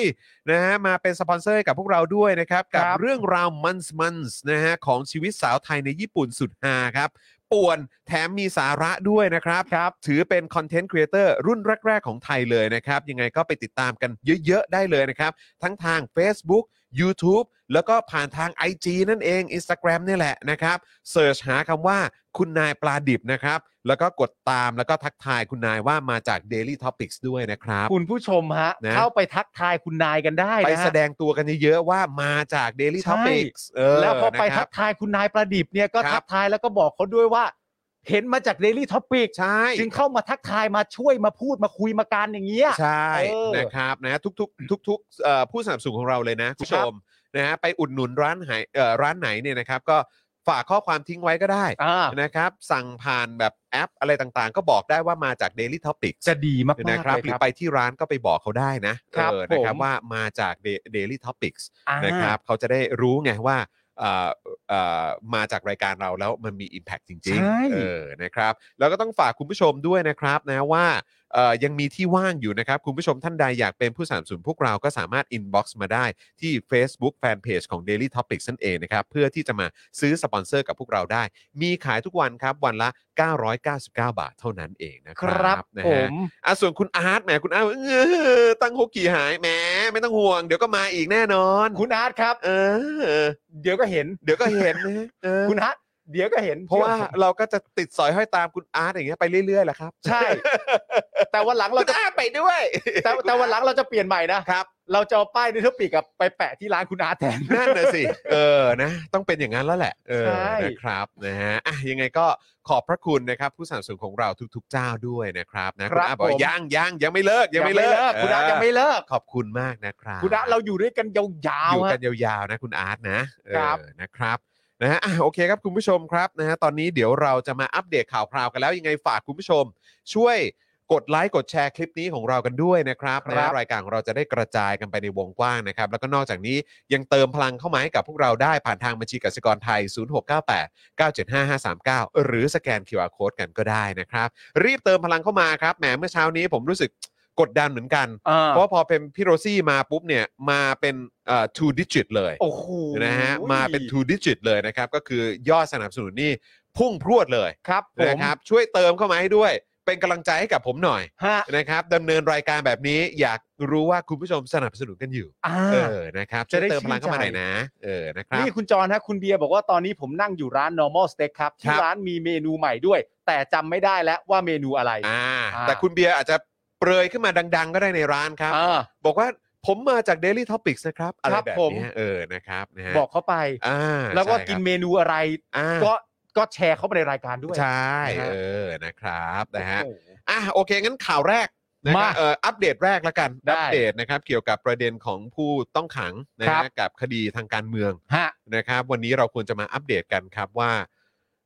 นะฮะมาเป็นสปอนเซอร์ให้กับพวกเราด้วยนะครับ กับ ครับ เรื่องราวมันส์มันส์นะฮะของชีวิตสาวไทยในญี่ปุ่นสุดฮาครับ ป่วนแถมมีสาระด้วยนะครับ ครับ ถือเป็นคอนเทนต์ครีเอเตอร์รุ่นแรก ๆ ของไทยเลยนะครับ ยังไงก็ไปติดตามกันเยอะ ๆ ได้เลยนะครับ ทั้งทาง Facebook YouTube แล้วก็ผ่านทาง IG นั่นเอง Instagram นี่แหละนะครับเสิร์ชหาคำว่าคุณนายปลาดิบนะครับ แล้วก็กดตามแล้วก็ทักทายคุณนายว่ามาจาก Daily Topics ด้วยนะครับ คุณผู้ชมฮะ นะ เข้าไปทักทายคุณนายกันได้นะฮะ ไปแสดงตัวกันเยอะๆว่ามาจาก Daily ใช่ Topics เออ แล้วพอไป นะค ทั รับ กทายคุณนายประดิษฐ์เนี่ยก็ ครับ ทักทายแล้วก็บอกเขาด้วยว่า เห็นมาจาก Daily Topic ใช่ จึงเข้ามาทักทายมาช่วยมาพูดมาคุยมาการอย่างเงี้ย ใช่ เออ นะครับนะทุกๆทุกๆเอ่อผู้สนับสนุนของเราเลยนะคุณผู้ชมนะฮะไปอุดหนุนร้านไหนเอ่อร้านไหนเนี่ยนะครับก็ฝากข้อความทิ้งไว้ก็ได้ อ่า นะครับสั่งผ่านแบบแอปอะไรต่างๆ ก็บอกได้ว่ามาจาก Daily Topic จะดีมากๆ นะ เลย ครับหรือไปที่ร้านก็ไปบอกเขาได้นะครับเออนะครับ ผม ว่ามาจาก Da- Daily Topics อ่า นะครับเขาจะได้รู้ไงว่าเอ่อเอ่อมาจากรายการเราแล้วมันมี Impact จริง ใช่ ๆเออนะครับแล้วก็ต้องฝากคุณผู้ชมด้วยนะครับนะว่า เอ่อยังมีที่ว่างอยู่นะครับ คุณผู้ชมท่านใดอยากเป็นผู้สนับสนุนพวกเราก็สามารถ inbox มาได้ที่ Facebook Fanpage ของ Daily Topics นั่นเองนะครับ เพื่อที่จะมาซื้อสปอนเซอร์กับพวกเราได้ มีขายทุกวันครับ วันละ 999 บาทเท่านั้นเองนะค ค รั รับ นะ ผ ฮะ ม อ่ะส่วนคุณอาร์ตแหมคุณอาร์ตเออตั้งฮกกี่หายแหมไม่ต้องห่วง เดี๋ยวก็มาอีกแน่นอน คุณอาร์ตครับ เออ เดี๋ยวก็เห็น เดี๋ยวก็เห็นนะเออ คุณอาร์ตเดี๋ยวก็เห็น เพราะว่าเราก็จะติดสอยห้อยตามคุณอาร์ตอย่างเงี้ยไปเรื่อยๆแหละครับ ใช่ แต่วันหลังเราจะ อาร์ตไปด้วย แต่แต่วันหลังเราจะเปลี่ยนใหม่นะครับ เราจะเอาป้ายดิจิทัลปีกับไปแปะที่ร้านคุณอาร์ตแทน นั่นน่ะสิ เออ นะ ต้องเป็นอย่างนั้นแล้วแหละ เออ ใช่ นะครับ นะฮะ อ่ะ ยังไงก็ขอบพระคุณนะครับ ผู้สนับสนุนของเราทุกๆเจ้าด้วยนะครับนะคุณอาร์ตบอกว่ายังยังยังไม่เลิกยังไม่เลิก คุณอาร์ตยังไม่เลิก ขอบคุณมากนะครับ คุณอาร์ตเราอยู่ด้วยกันยาว อยู่ ๆ กั ฮะ นยาวๆนะคุณอาร์ตนะครับ เออนะครับนะฮะอ่ะโอเคครับคุณผู้ชมครับนะฮะตอนนี้เดี๋ยวเราจะมาอัปเดตข่าวคราวกันแล้วยังไงฝากคุณผู้ชม ช่วยกดไลค์กดแชร์คลิปนี้ของเรากันด้วยนะครับนะฮะรายการของเราจะได้กระจายกันไปในวงกว้างนะครับ แล้วก็นอกจากนี้ยังเติมพลังเข้ามาให้กับพวกเราได้ผ่านทางบัญชีกสิกรไทย 0698 975539 หรือสแกน QR Code กันก็ได้นะครับ รีบเติมพลังเข้ามาครับแหมเมื่อเช้านี้ผมรู้สึกกดดันเหมือนกัน อ่า เพราะพอเป็นพี่โรซี่มาปุ๊บเนี่ยมาเป็นเอ่อ two digit เลย โอ้โห นะฮะมาเป็น two digit เลยนะครับ ก็คือยอดสนับสนุนนี่พุ่งพรวดเลย ครับผ นะ ม ครับช่วยเติมเข้ามาให้ด้วย เป็นกำลังใจให้กับผมหน่อย ฮะ นะครับดำเนินรายการแบบนี้อยากรู้ว่าคุณผู้ชมสนับสนุนกันอยู่ อ่า เออนะครับช่วยเติมพลังเข้ามาหน่อยนะ เออนะครับ นี่คุณจรฮะคุณเบียร์บอกว่าตอนนี้ผมนั่งอยู่ร้าน normal steak ครับ ค ที่ รับ ร้านมีเมนูใหม่ด้วย แต่จำไม่ได้แล้วว่าเมนูอะไร อ่า อ่า แต่คุณเบียร์อาจจะเปรยขึ้นมาดัง ๆ ก็ได้ในร้านครับ อ่า บอกว่าผมมาจาก Daily Topics นะครับอะไร ครับ แบบ ผม เนี้ยเออนะครับนะฮะ บอกเขาไป อ่า แล้วก็ ใช่ครับ กินเมนูอะไร อ่า ก็ก็แชร์เข้าไปในรายการด้วย ใช่ นะฮะ เออนะครับนะฮะ โอ้โห อ่ะโอเค งั้นข่าวแรกนะครับ มา เอ่ออัปเดตแรกละกัน ได้ อัปเดตนะครับเกี่ยวกับประเด็นของผู้ต้องขังนะ ครั ฮะ บ กับคดีทางการเมือง ฮะ นะครับ วันนี้เราควรจะมาอัปเดตกันครับว่า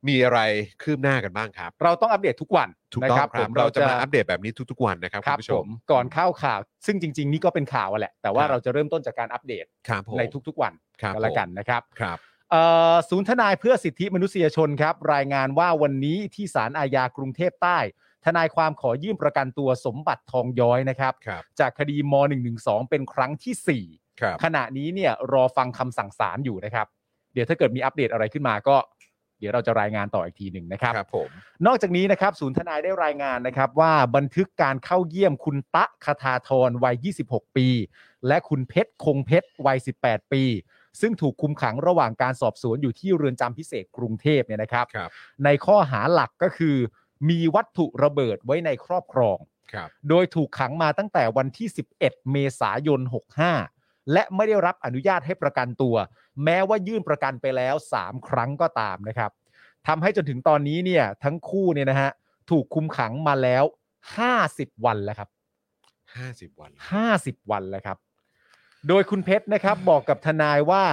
มีอะไรคืบหน้ากันบ้างครับ เราต้องอัปเดตทุกวัน ถูก นะ ต้องคครัรับบ ผม เราจะมาอัปเดตแบบนี้ทุกๆวันนะครับ ค คุ รับ ณผู้ช ผม มก่อนเข้าข่าว ซึ่งจริง ๆ นี่ก็เป็นข่าวแหละ แต่ว่า ครับ เราจะเริ่มต้นจากการอัปเดต ครับผม ในทุกๆวัน ครับ กันละกันนะครับ ครับ เอ่อศูนย์ทนายเพื่อสิทธิมนุษยชนครับ รายงานว่าวันนี้ที่ศาลอาญากรุงเทพใต้ ทนายความขอยื่นประกันตัวสมบัติทองย้อยนะครับ ครับ จากคดีม .112 เป็นครั้งทีสี่ ครับ 4 ขณะนี้เนี่ยรอฟังคำสั่งศาลอยู่นะครับ เดี๋ยวถ้าเกิดมีอัปเดตอะไรขึ้นมาก็ เดี๋ยวเราจะรายงานต่ออีกทีหนึ่งนะครับ ครับผม นอกจากนี้นะครับศูนย์ทนายได้รายงานนะครับ ว่าบันทึกการเข้าเยี่ยมคุณตะคทาธรวัย 26 ปี และคุณเพชรคงเพชรวัย 18 ปี ซึ่งถูกคุมขังระหว่างการสอบสวนอยู่ที่เรือนจำพิเศษกรุงเทพเนี่ยนะครับ ครับ ในข้อหาหลักก็คือ มีวัตถุระเบิดไว้ในครอบครอง ครับ โดยถูกขังมาตั้งแต่วันที่ 11 เมษายน 65 และไม่ได้รับอนุญาตให้ประกันตัว แม้ว่ายื่นประกันไปแล้ว 3 ครั้งก็ตามนะครับทำให้จนถึงตอนนี้เนี่ยทั้งคู่เนี่ยนะฮะถูกคุมขังมาแล้ว 50 วันแล้วครับ 50 วัน 50 วันแล้วครับ โดยคุณเพชรนะครับบอกกับทนายว่า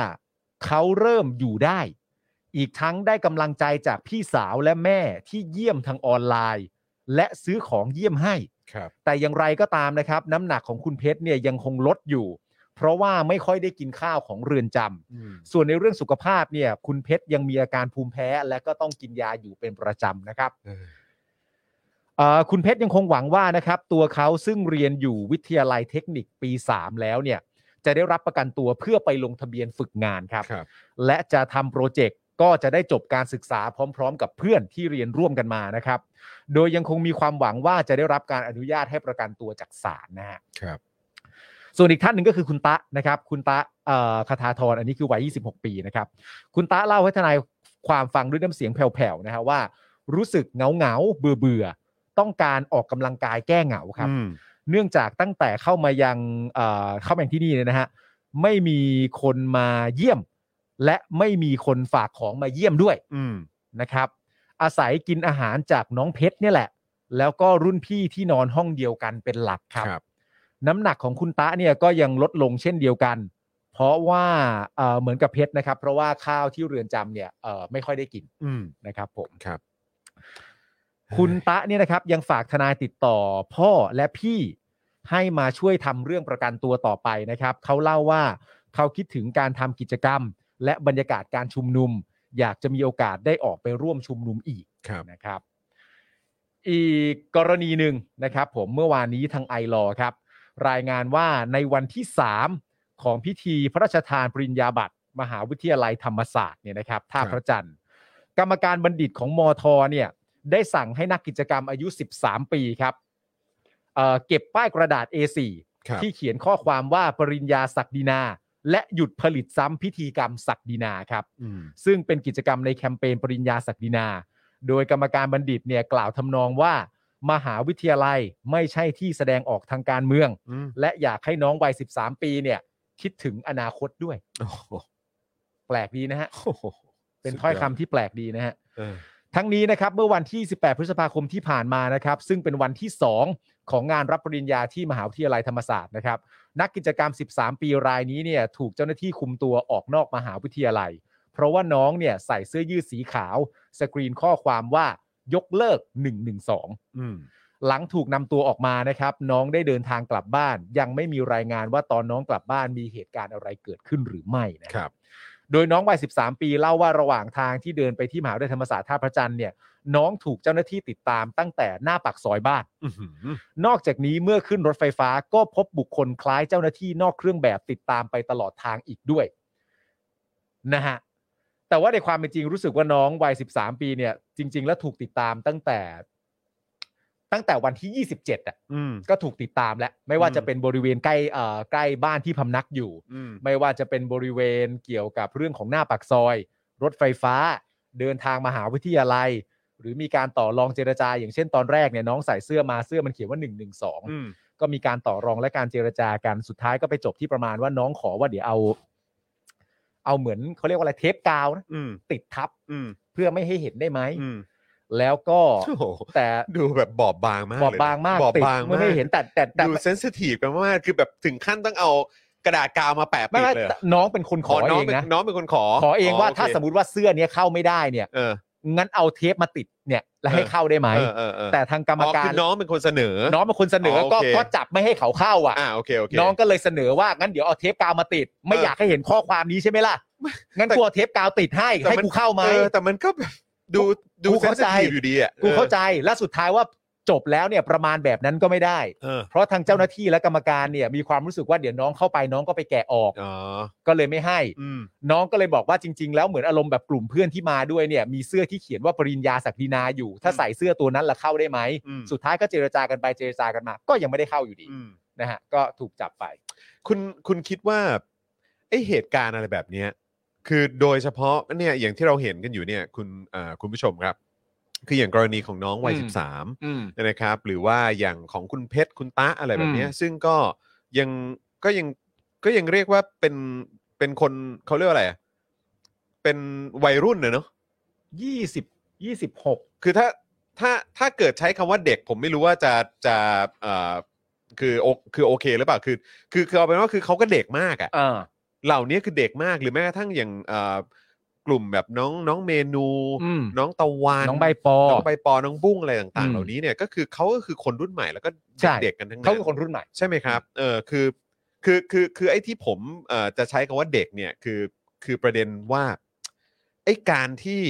เขาเริ่มอยู่ได้ อีกทั้งได้กำลังใจจากพี่สาวและแม่ที่เยี่ยมทางออนไลน์ และซื้อของเยี่ยมให้ ครับ แต่อย่างไรก็ตามนะครับ น้ำหนักของคุณเพชรเนี่ยยังคงลดอยู่ เพราะว่าไม่ค่อยได้กินข้าวของเรือนจำ อืม ส่วนในเรื่องสุขภาพเนี่ย คุณเพชรยังมีอาการภูมิแพ้และก็ต้องกินยาอยู่เป็นประจำนะครับ เออ เอ่อคุณเพชรยังคงหวังว่านะครับ ตัวเขาซึ่งเรียนอยู่วิทยาลัยเทคนิคปี 3 แล้วเนี่ย จะได้รับประกันตัวเพื่อไปลงทะเบียนฝึกงานครับ ครับ และจะทำโปรเจกต์ก็จะได้จบการศึกษาพร้อม ๆ กับเพื่อนที่เรียนร่วมกันมานะครับ โดยยังคงมีความหวังว่าจะได้รับการอนุญาตให้ประกันตัวจากศาลนะฮะ ครับ ส่วนอีกท่านหนึ่งก็คือคุณตะนะครับ คุณตะเอ่อคาทาธรอันนี้คือวัย 26 ปีนะครับ คุณตะเล่าให้ทนายความฟังด้วยน้ำเสียงแผ่วๆนะฮะว่า รู้สึกเงาเงาเบื่อเบื่อๆ ต้องการออกกำลังกายแก้เหงาครับ อืม เนื่องจากตั้งแต่เข้ามายังเอ่อเข้ามาอย่างที่นี่เนี่ยนะฮะไม่มีคนมาเยี่ยม และไม่มีคนฝากของมาเยี่ยมด้วย อืม นะครับอาศัยกินอาหารจากน้องเพชรเนี่ยแหละ แล้วก็รุ่นพี่ที่นอนห้องเดียวกันเป็นหลักครับ น้ำหนักของคุณตะเนี่ยก็ยังลดลงเช่นเดียวกัน เพราะว่าเอ่อเหมือนกับเพชรนะครับ เพราะว่าข้าวที่เรือนจำเนี่ยเอ่อไม่ค่อยได้กิน อืม นะครับผม ครับ คุณตะเนี่ยนะครับยังฝากทนายติดต่อพ่อและพี่ให้มาช่วยทำเรื่องประกันตัวต่อไปนะครับเขาเล่าว่าเขาคิดถึงการทำกิจกรรม และบรรยากาศการชุมนุม อยากจะมีโอกาสได้ออกไปร่วมชุมนุมอีก ครับ นะครับ อีกกรณีหนึ่งนะครับผมเมื่อวานนี้ทางไอรอว์ครับ รายงานว่าในวันที่ 3 ของพิธีพระราชทานปริญญาบัตรมหาวิทยาลัยธรรมศาสตร์เนี่ยนะครับท่าพระจันทร์กรรมการบัณฑิตของมทเนี่ยได้สั่งให้นักกิจกรรมอายุ 13 ปีครับเอ่อเก็บป้ายกระดาษ A4 ครับ ที่เขียนข้อความว่าปริญญาศักดินา และหยุดผลิตซ้ำพิธีกรรมศักดินาครับ อืม ซึ่งเป็นกิจกรรมในแคมเปญปริญญาศักดินา โดยกรรมการบัณฑิตเนี่ยกล่าวทำนองว่า มหาวิทยาลัยไม่ใช่ที่แสดงออกทางการเมือง อืม และอยากให้น้องวัย 13 ปีเนี่ย คิดถึงอนาคตด้วย โอ้โห แปลกดีนะฮะ โอ้โห เป็นถ้อยคำที่แปลกดีนะฮะ เออ ทั้งนี้นะครับ เมื่อวันที่ 18 พฤษภาคมที่ผ่านมานะครับ ซึ่งเป็นวันที่ 2 ของงานรับปริญญาที่มหาวิทยาลัยธรรมศาสตร์นะครับ นักกิจกรรม 13 ปีรายนี้เนี่ยถูกเจ้าหน้าที่คุมตัวออกนอกมหาวิทยาลัย เพราะว่าน้องเนี่ยใส่เสื้อยืดสีขาว สกรีนข้อความว่ายกเลิก 112 อืม หลังถูกนำตัวออกมานะครับ น้องได้เดินทางกลับบ้าน ยังไม่มีรายงานว่าตอนน้องกลับบ้านมีเหตุการณ์อะไรเกิดขึ้นหรือไม่นะครับ โดยน้องวัย 13 ปีเล่าว่าระหว่างทางที่เดินไปที่มหาวิทยาลัยธรรมศาสตร์ท่าพระจันทร์เนี่ยน้องถูกเจ้าหน้าที่ติดตามตั้งแต่หน้าปากซอยบ้าน อื้อหือน อกจากนี้เมื่อขึ้นรถไฟฟ้าก็พบบุคคลคล้ายเจ้าหน้าที่นอกเครื่องแบบติดตามไปตลอดทางอีกด้วยนะฮะแต่ว่าในความเป็นจริงรู้สึกว่าน้องวัย 13 ปีเนี่ย จริง ๆ แล้วถูกติดตามตั้งแต่ ตั้งแต่วันที่ 27อ่ะ อืม ก็ถูกติดตามแล้วไม่ว่า อืม จะเป็นบริเวณใกล้เอ่อใกล้บ้านที่พำนักอยู่ อืม ไม่ว่าจะเป็นบริเวณเกี่ยวกับเรื่องของหน้าปากซอย รถไฟฟ้า เดินทางมหาวิทยาลัย หรือมีการต่อรองเจรจา อย่างเช่นตอนแรกเนี่ยน้องใส่เสื้อมาเสื้อมันเขียนว่า 1 1 อืม 2 ก็มีการต่อรองและการเจรจากันสุดท้ายก็ไปจบที่ประมาณว่าน้องขอว่าเดี๋ยวเอา เอาเหมือนเขาเรียกว่าอะไรเทปกาวนะ อืม ติดทับ อืม เพื่อไม่ให้เห็นได้ไหม อืม แล้วก็ โอ้โห แต่ ดูแบบบอบบางมาก บ เลย อบ นะ บางมาก บอบบางมาติดไม่ ก ให้เห็นแต่แต่แต่ ดูเซนซิทีฟกันมากคือแบบถึงขั้นต้องเอากระดาษกาวมาแปะ ไม่ ปิด ไม่ เลย แต่น้องเป็นคนขอ น้ เอ อง ง เป็น นะ น้องเป็นคนขอ ขอเองว่าถ้า โค สมมติว่าเสื้อเนี้ยเข้าไม่ได้เนี่ย เออ งั้นเอาเทปมาติดเนี่ยแล้วให้ เออ เข้าได้ไหม เออเออเออ แต่ทางกรรม อ๋อ การ คือน้องเป็นคนเสนอ น้องเป็นคนเสนออ อ ก็ โอเค ก็จับไม่ให้เขาเข้าอ่ะ อ่าโอเคโอเค น้องก็เลยเสนอว่างั้นเดี๋ยวเอาเทปกาวมาติด ไม่ เอออยอากให้เห็นข้อความนี้ใช่ไหมล่ะงั้น แต่ กลัวเทปกาวติดให้ แต่ ให้ น กูเข้าไหม เออแต่มันก็แบบดูดู กู เซน เข้า ซิ ใจ ทีฟอยู่ดีอ่ะ กูเข้า อ ใจและสุดท้ายว่าจบแล้วเนี่ยประมาณแบบนั้นก็ไม่ได้ อเออ เพราะทางเจ้าหน้าที่และกรรมการเนี่ยมีความรู้สึกว่าเดี๋ยวน้องเข้าไปน้องก็ไปแกะออก อ๋อ ก็เลยไม่ให้ อืม น้องก็เลยบอกว่าจริง ๆ แล้วเหมือนอารมณ์แบบกลุ่มเพื่อนที่มาด้วยเนี่ยมีเสื้อที่เขียนว่าปริญญาศักดินาอยู่ ถ้าใส่เสื้อตัวนั้นละเข้าได้ไหม อืม สุดท้ายก็เจรจากันไปเจรจากันมา ก็ยังไม่ได้เข้าอยู่ดี อืม นะฮะก็ถูกจับไป คุณคุณคิดว่าไอเหตุการณ์อะไรแบบเนี้ยคือโดยเฉพาะเนี่ยอย่างที่เราเห็นกันอยู่เนี่ยคุณอ่าคุณผู้ชมครับ คืออย่างกรณีของน้องวัย อืม สิบสาม อืม นะครับหรือว่าอย่างของคุณเพชรคุณตะอะไรแบบเนี้ย อืม ซึ่งก็ยังก็ยังก็ยังเรียกว่าเป็นเป็นคนเขาเรียกว่าอะไรอะเป็นวัยรุ่นเนอะเนอะ ยี่สิบยี่สิบหก คือถ้าถ้าถ้าเกิดใช้คำว่าเด็ก ผมไม่รู้ว่าจะจะเอ่อคือโอคือโอเคหรือเปล่าคือคือคือเอาเป็นว่าคือเขาก็เด็กมากอะ อ่า เหล่านี้คือเด็กมากหรือแม้กระทั่งอย่างเอ่อกลุ่มแบบน้องน้องเมนู อืม น้องตะวัน น้องใบปอ น้องใบปอ น้องบุ้งอะไรต่างๆอืม เหล่านี้เนี่ยก็คือเขาก็คือคนรุ่นใหม่แล้วก็ ใช่ เด็กๆกันทั้งนั้น เขาคือคนรุ่นใหม่ ใช่ไหมครับ เออคือ คือ คือ คือไอ้ที่ผมเอ่อจะใช้คำว่าเด็กเนี่ยคือ คือประเด็นว่าไอ้การที่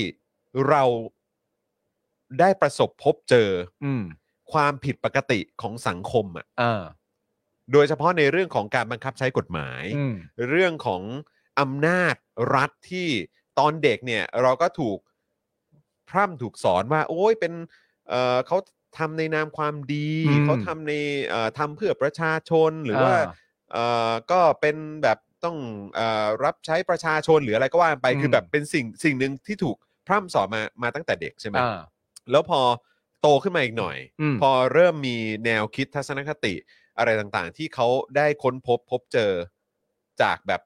เราได้ประสบพบเจออ อืม ความผิดปกติของสังคมอ่ะ อ่า โดยเฉพาะในเรื่องของการบังคับใช้กฎหมาย อืม เรื่องของอำนาจรัฐที่ตอนเด็กเนี่ยเราก็ถูกพร่ำถูกสอนว่า โอ้ยเป็นเอ่อเขาทำในนามความดี อืม เขาทำในเอ่อทำเพื่อประชาชนหรือว่า อ่ เอ่อก็เป็นแบบต้องเออรับใช้ประชาชนหรืออะไรก็ว่าไป อืม คือแบบเป็นสิ่งสิ่งหนึ่งที่ถูกพร่ำสอนมามาตั้งแต่เด็กใช่ไหม อ่า แล้วพอโตขึ้นมาอีกหน่อย อืม พอเริ่มมีแนวคิดทัศนคติอะไรต่างๆ ที่เขาได้ค้นพบพบเจอจากแบบ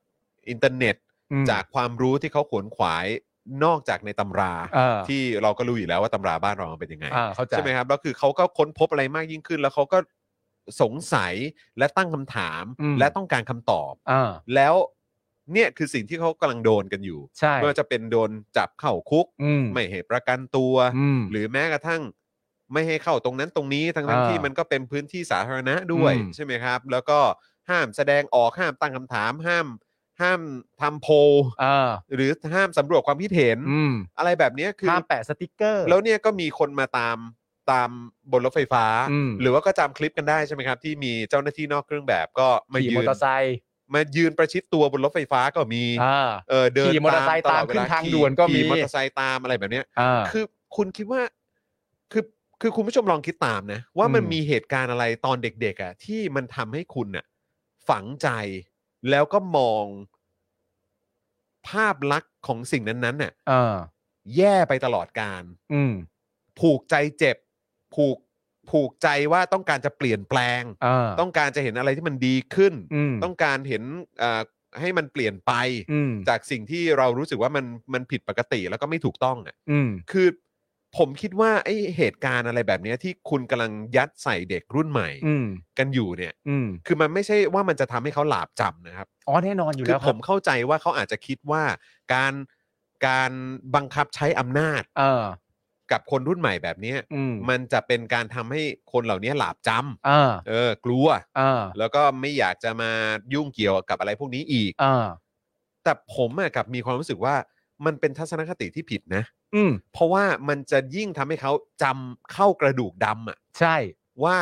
อินเทอร์เน็ต ม จากความรู้ที่เขาขวนขวายนอกจากในตำรา อ่า ที่เราก็รู้อยู่แล้วว่าตำราบ้านเรามันเป็นยังไง อ่าเข้าใจ ใช่ไหมครับแล้วคือเขาก็ค้นพบอะไรมากยิ่งขึ้น แล้วเขาก็สงสัยและตั้งคำถามและต้องการคำตอบ อ่า แล้วเนี่ยคือสิ่งที่เขากำลังโดนกันอยู่ ใช่ ไม่ว่าจะเป็นโดนจับเข้าคุก อืม ไม่เหตุประกันตัว อืม หรือแม้กระทั่งไม่ให้เข้าตรงนั้นตรงนี้ทั้งๆ อ่า ที่มันก็เป็นพื้นที่สาธารณะด้วย อืม ใช่ไหมครับ แล้วก็ห้ามแสดงออกห้ามตั้งคำถาม ห้ามห้ามทำโพล อ่า หรือห้ามสำรวจความคิดเห็น อืม อะไรแบบเนี้ยคือ ข้ามแปะสติกเกอร์ แล้วเนี่ยก็มีคนมาตาม ตามบนรถไฟฟ้า อืม หรือว่าก็จำคลิปกันได้ใช่ไหมครับที่มีเจ้าหน้าที่นอกเครื่องแบบก็มา ขี่ ยื มอน เตอร์ไซค์ มายืนประชิดตัวบนรถไฟฟ้าก็มี อ่า เออเดิน ขี่มอเตอร์ไซค์ ลด ตาม เว ขึ้ ล นทาง ขี่ ด่วนก็มี ขี่มอเตอร์ไซค์ตามอะไรแบบเนี้ย อ่า คือคุณคิดว่าคือคือคุณผู้ชมลองคิดตามนะ ว่ามัน อืม มีเหตุการณ์อะไรตอนเด็กๆอ่ะที่มันทำให้คุณอ่ะฝังใจแล้วก็มอง ภาพลักษณ์ของสิ่งนั้นๆน่ะ อ่า แย่ไปตลอดการ อืม ผูกใจเจ็บ ผูกผูกใจว่าต้องการจะเปลี่ยนแปลง อ่า ต้องการจะเห็นอะไรที่มันดีขึ้น อืม ต้องการเห็นเอ่อให้มันเปลี่ยนไป อืม จากสิ่งที่เรารู้สึกว่ามันมันผิดปกติแล้วก็ไม่ถูกต้องอ่ะ อืม คือผมคิดว่าไอ้เหตุการณ์อะไรแบบเนี้ยที่คุณกำลังยัดใส่เด็กรุ่นใหม่ อืม กันอยู่เนี่ย อืม คือมันไม่ใช่ว่ามันจะทำให้เขาหลาบจำนะครับ อ๋อแน่นอนอยู่ คื แล้วค ผ รับ มเข้าใจว่าเขาอาจจะคิดว่าการการบังคับใช้อำนาจ เออ กับคนรุ่นใหม่แบบเนี้ย อืม มันจะเป็นการทำให้คนเหล่านี้หลาบจำ อ่า เออกลัว อ่า แล้วก็ไม่อยากจะมายุ่งเกี่ยวกับอะไรพวกนี้อีก อ่า แต่ผมอะกลับมีความรู้สึกว่ามันเป็นทัศนคติที่ผิดนะ อืม เพราะว่ามันจะยิ่งทำให้เขาจำเข้ากระดูกดำอะ ใช่ ว่า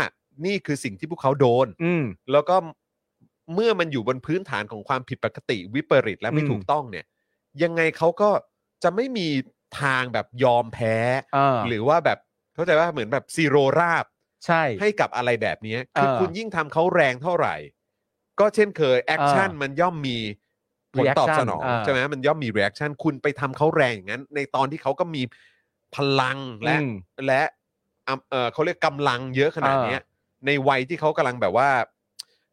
นี่คือสิ่งที่พวกเขาโดน อืม แล้วก็เมื่อมันอยู่บนพื้นฐานของความผิดปกติวิปริตและไม่ อืม ถูกต้องเนี่ย ยังไงเขาก็จะไม่มีทางแบบยอมแพ้ อ่า หรือว่าแบบเข้าใจว่าเหมือนแบบซีโรราบ ใช่ ให้กับอะไรแบบเนี้ยคือ เออ คุณยิ่งทำเขาแรงเท่าไหร่ ก็เช่นเคยแอคชั่น เออ มันย่อมมีผลตอบ reaction สนอง เออ ใช่ไหมมันย่อมมี reaction คุณไปทำเขาแรงอย่างนั้น ในตอนที่เขาก็มีพลังและ อืม และอ่ำเอ่อเขาเรียกกำลังเยอะขนาดเนี้ย ในวัยที่เขากำลังแบบว่า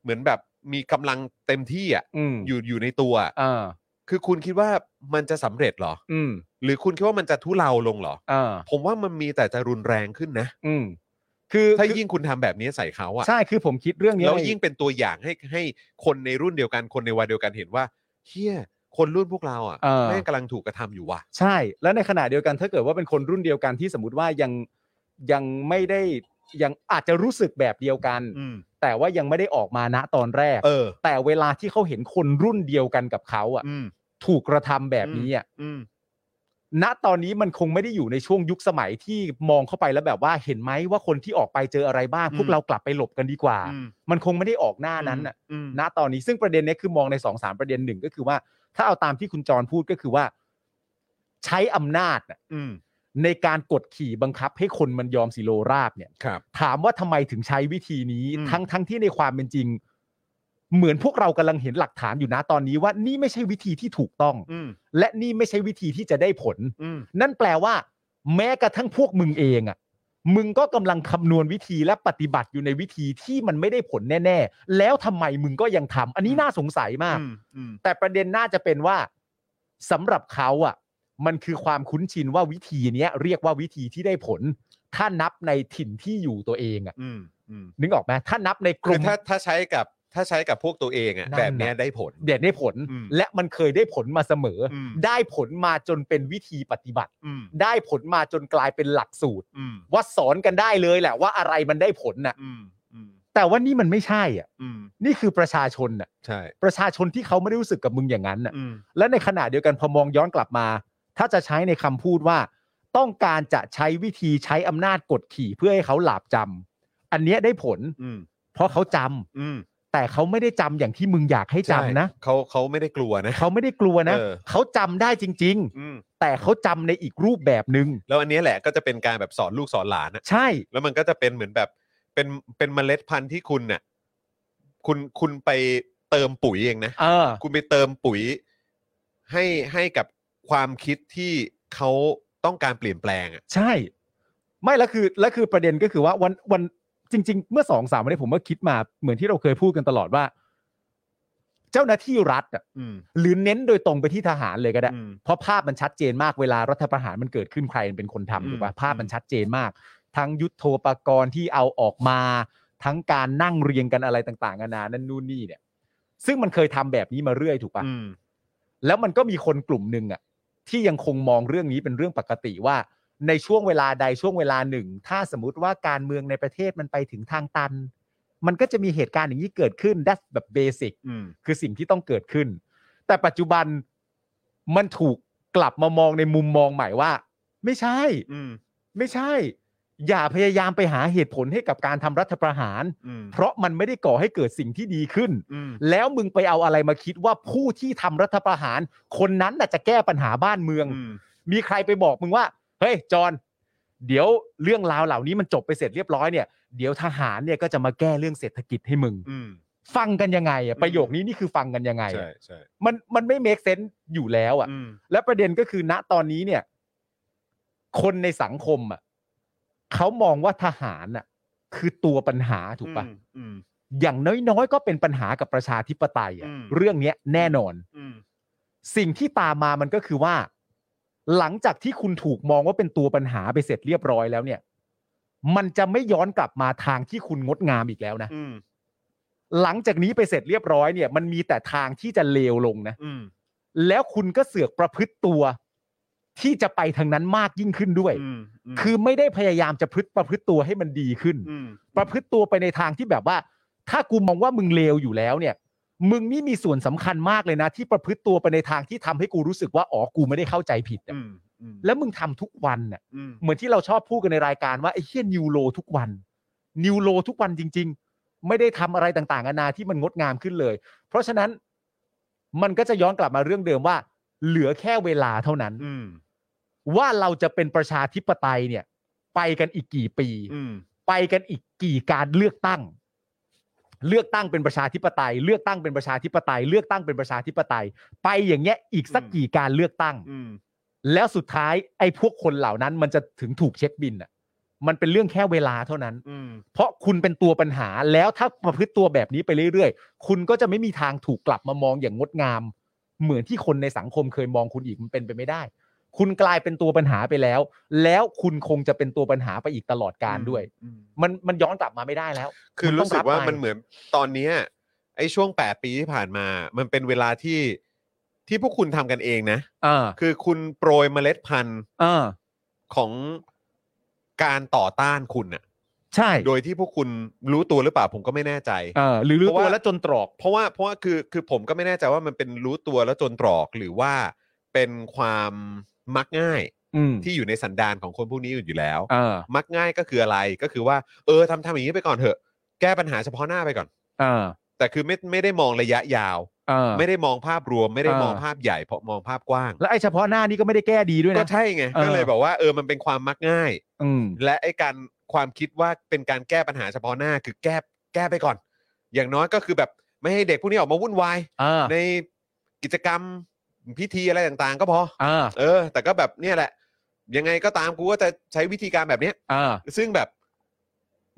เหมือนแบบมีกำลังเต็มที่อ่ะ อืม อยู่อยู่ในตัวอะ อ่า คือคุณคิดว่ามันจะสำเร็จเหรอ อืม หรือคุณคิดว่ามันจะทุเลาลงเหรอ อ่า ผมว่ามันมีแต่จะรุนแรงขึ้นนะ อืมคือ ถ้ายิ่งคุณทำแบบนี้ใส่เขาอ่ะ ใช่คือผมคิดเรื่องนี้ แล้วยิ่งเป็นตัวอย่างให้ให้คนในรุ่นเดียวกันคนในวัยเดียวกันเห็นว่าเฮียคนรุ่นพวกเราอ่ะ เออ แม่งกำลังถูกกระทำอยู่ว่ะ ใช่ แล้วในขณะเดียวกันถ้าเกิดว่าเป็นคนรุ่นเดียวกันที่สมมติว่ายังยังไม่ได้ยังอาจจะรู้สึกแบบเดียวกัน อืม แต่ว่ายังไม่ได้ออกมาณตอนแรก เออ แต่เวลาที่เขาเห็นคนรุ่นเดียวกันกับเขาอ่ะ อืม ถูกกระทำแบบนี้อ่ะ อืม ณตอนนี้มันคงไม่ได้อยู่ในช่วงยุคสมัยที่มองเข้าไปแล้วแบบว่าเห็นไหมว่าคนที่ออกไปเจออะไรบ้าง อืม พวกเรากลับไปหลบกันดีกว่า อืม มันคงไม่ได้ออกหน้านั้นอ่ะ อืม ณตอนนี้ซึ่งประเด็นเนี้ยคือมองในสองสามประเด็นหนึ่งก็คือว่า ถ้าเอาตามที่คุณจรพูดก็คือว่า ใช้อำนาจน่ะ อืม ในการกดขี่บังคับให้คนมันยอมสิโลราบเนี่ย ครับ ถามว่าทำไมถึงใช้วิธีนี้ อืม ทั้งทั้งที่ในความเป็นจริง เหมือนพวกเรากำลังเห็นหลักฐานอยู่นะตอนนี้ว่านี่ไม่ใช่วิธีที่ถูกต้อง อืม และนี่ไม่ใช่วิธีที่จะได้ผล อืม นั่นแปลว่า แม้กระทั่งพวกมึงเองอะ่ะ มึงก็กำลังคำนวณวิธีและปฏิบัติอยู่ในวิธีที่มันไม่ได้ผลแน่ ๆ แล้วทำไมมึงก็ยังทำอันนี้น่าสงสัยมาก อืมอืม แต่ประเด็นน่าจะเป็นว่าสำหรับเขาอะ่ะ มันคือความคุ้นชินว่าวิธีเนี้ยเรียกว่าวิธีที่ได้ผล ถ้านับในถิ่นที่อยู่ตัวเองอะ่ะ อืมอืม นึกออกไหมถ้านับในก คื ลุ่ อ ม ถ้าถ้าใช้กับถ้าใช้กับพวกตัวเองอ่ะ นั่น แบบเนี้ย น่ะ ได้ผล เด็ดได้ผล อืม และมันเคยได้ผลมาเสมออ ม ได้ผลมาจนเป็นวิธีปฏิบัติ อืม ได้ผลมาจนกลายเป็นหลักสูตร อืม ว่าสอนกันได้เลยแหละว่าอะไรมันได้ผลน่ะ อืมอืม แต่ว่านี่มันไม่ใช่อ่ะ อืม นี่คือประชาชนน่ะ ใช่ ประชาชนที่เขาไม่ได้รู้สึกกับมึงอย่างนั้นน่ะ อืม และในขณะเดียวกันพอมองย้อนกลับมา ถ้าจะใช้ในคำพูดว่า ต้องการจะใช้วิธีใช้อำนาจกดขี่เพื่อให้เขาหลาบจำอันเนี้ยได้ผล อืม เพราะเขาจำ อืม แต่เขาไม่ได้จำอย่างที่มึงอยากให้จำนะ ใช่เขาเขาไม่ได้กลัวนะ เขาไม่ได้กลัวนะ เออ เขาจำได้จริง อืม ๆ แต่เขาจำในอีกรูปแบบหนึ่ง แล้วอันเนี้ยแหละก็จะเป็นการแบบสอนลูกสอนหลานอะ ใช่ แล้วมันก็จะเป็นเหมือนแบบเป็นเป็นเมล็ดพันธุ์ที่คุณน่ะคุณคุณไปเติมปุ๋ยเองนะ เออ คุณไปเติมปุ๋ย ให้ให้กับความคิดที่เขาต้องการเปลี่ยนแปลงอ่ะ ใช่ ไม่แล้วคือแล้วคือประเด็นก็คือว่าวันวันจริง ๆ เมื่อสองสามวันนี้ผมก็คิดมาเหมือนที่เราเคยพูดกันตลอดว่า เจ้าหน้าที่รัฐอะ อืม หรือเน้นโดยตรงไปที่ทหารเลยก็ได้ อืม เพราะภาพมันชัดเจนมากเวลารัฐประหารมันเกิดขึ้นใครเป็นคนทำถูกป่ะ อืม ภาพมันชัดเจนมาก ทั้งยุทโธปกรณ์ที่เอาออกมา ทั้งการนั่งเรียงกันอะไรต่างๆนานานั่นนู่นนี่เนี่ย ซึ่งมันเคยทำแบบนี้มาเรื่อยถูกป่ะ อืม แล้วมันก็มีคนกลุ่มหนึ่งอะที่ยังคงมองเรื่องนี้เป็นเรื่องปกติว่า ในช่วงเวลาใดช่วงเวลาหนึ่ง ถ้าสมมติว่าการเมืองในประเทศมันไปถึงทางตัน มันก็จะมีเหตุการณ์อย่างนี้เกิดขึ้น that's แบบเบสิก อืม คือสิ่งที่ต้องเกิดขึ้น แต่ปัจจุบันมันถูกกลับมามองในมุมมองใหม่ว่า ไม่ใช่ อืม ไม่ใช่ อย่าพยายามไปหาเหตุผลให้กับการทำรัฐประหาร อืม เพราะมันไม่ได้ก่อให้เกิดสิ่งที่ดีขึ้น อืม แล้วมึงไปเอาอะไรมาคิดว่าผู้ที่ทำรัฐประหาร คนนั้นน่ะจะแก้ปัญหาบ้านเมือง อืม มีใครไปบอกมึงว่า เฮ้ย จอห์นเดี๋ยวเรื่องราวเหล่านี้มันจบไปเสร็จเรียบร้อยเนี่ย เดี๋ยวทหารเนี่ยก็จะมาแก้เรื่องเศรษฐกิจให้มึง อืม ฟังกันยังไงอะ อืม ประโยคนี้นี่คือฟังกันยังไงอะ ใช่ใช่ มันมันไม่เมคเซนส์อยู่แล้วอะ อืม และประเด็นก็คือณตอนนี้เนี่ย คนในสังคมอะเขามองว่าทหารอะคือตัวปัญหาถูกปะ อืมอืม อย่างน้อยๆ ก็เป็นปัญหากับประชาธิปไตยอะ อืม เรื่องเนี้ยแน่นอน อืม สิ่งที่ตามมามันก็คือว่า หลังจากที่คุณถูกมองว่าเป็นตัวปัญหาไปเสร็จเรียบร้อยแล้วเนี่ย มันจะไม่ย้อนกลับมาทางที่คุณงดงามอีกแล้วนะ อืม หลังจากนี้ไปเสร็จเรียบร้อยเนี่ย มันมีแต่ทางที่จะเลวลงนะ อืม แล้วคุณก็เสือกประพฤติตัว ที่จะไปทางนั้นมากยิ่งขึ้นด้วย อืมม คือไม่ได้พยายามจะพฤติประพฤติตัวให้มันดีขึ้น ม ประพฤติตัวไปในทางที่แบบว่า ถ้ากูมองว่ามึงเลวอยู่แล้วเนี่ย มึงนี่มีส่วนสำคัญมากเลยนะ ที่ประพฤติตัวไปในทางที่ทำให้กูรู้สึกว่าอ๋อกูไม่ได้เข้าใจผิดอะ อืมอืม แล้วมึงทำทุกวันน่ะ อืม เหมือนที่เราชอบพูดกันในรายการว่าไอ้เฮี้ยนิวโลทุกวันนิวโลทุกวันจริง ๆ ไม่ได้ทำอะไรต่างๆนานาที่มันงดงามขึ้นเลย เพราะฉะนั้นมันก็จะย้อนกลับมาเรื่องเดิมว่า เหลือแค่เวลาเท่านั้น อืม ว่าเราจะเป็นประชาธิปไตยเนี่ย ไปกันอีกกี่ปี อืม ไปกันอีกกี่การเลือกตั้ง เลือกตั้งเป็นประชาธิปไตย เลือกตั้งเป็นประชาธิปไตย เลือกตั้งเป็นประชาธิปไตย ไปอย่างเงี้ยอีกสักกี่การเลือกตั้ง อืม แล้วสุดท้ายไอ้พวกคนเหล่านั้นมันจะถึงถูกเช็คบินอ่ะ มันเป็นเรื่องแค่เวลาเท่านั้น อืม เพราะคุณเป็นตัวปัญหาแล้วถ้าประพฤติตัวแบบนี้ไปเรื่อยๆ คุณก็จะไม่มีทางถูกกลับมามองอย่างงดงาม เหมือนที่คนในสังคมเคยมองคุณอีกมันเป็นไปไม่ได้ คุณกลายเป็นตัวปัญหาไปแล้ว แล้วคุณคงจะเป็นตัวปัญหาไปอีกตลอดการด้วย อืม มันมันย้อนกลับมาไม่ได้แล้ว คือ มันต้ รู้ ง สึกว่า บไป มันเหมือนตอนเนี้ยไอ้ช่วง 8 ปีที่ผ่านมา มันเป็นเวลาที่ที่พวกคุณทำกันเองนะ เออ คือคุณโปรยเมล็ดพันธุ์ เออ ของการต่อต้านคุณน่ะ ใช่ โดยที่พวกคุณรู้ตัวหรือเปล่าผมก็ไม่แน่ใจ เออหรือรู้ เพราะ ตัว ว่า แล้วจนตรอก เพราะว่าเพราะว่าคือคือผมก็ไม่แน่ใจว่ามันเป็นรู้ตัวแล้วจนตรอกหรือว่าเป็นความมักง่าย อืม ที่อยู่ในสันดานของคนพวกนี้อยู่แล้ว เออ มักง่ายก็คืออะไรก็คือว่า เออทำทำอย่างนี้ไปก่อนเถอะ แก้ปัญหาเฉพาะหน้าไปก่อน เออ แต่คือไม่ไม่ได้มองระยะยาว เออ ไม่ได้มองภาพรวมไม่ได้ เออ มองภาพใหญ่เพราะมองภาพกว้าง แล้วไอ้เฉพาะหน้านี่ก็ไม่ได้แก้ดีด้วย ก็ นะ ใช่ไง เออ ก็เลยบอกว่าเออมันเป็นความมักง่าย อืม และไอ้การความคิดว่าเป็นการแก้ปัญหาเฉพาะหน้าคือแก้แก้ไปก่อน อย่างน้อยก็คือแบบไม่ให้เด็กพวกนี้ออกมาวุ่นวาย เออ ในกิจกรรมพิธีอะไรต่างๆ ก็พอ เออ เออ แต่ก็แบบเนี่ยแหละ ยังไงก็ตามกูก็จะใช้วิธีการแบบเนี้ย เออ ซึ่งแบบ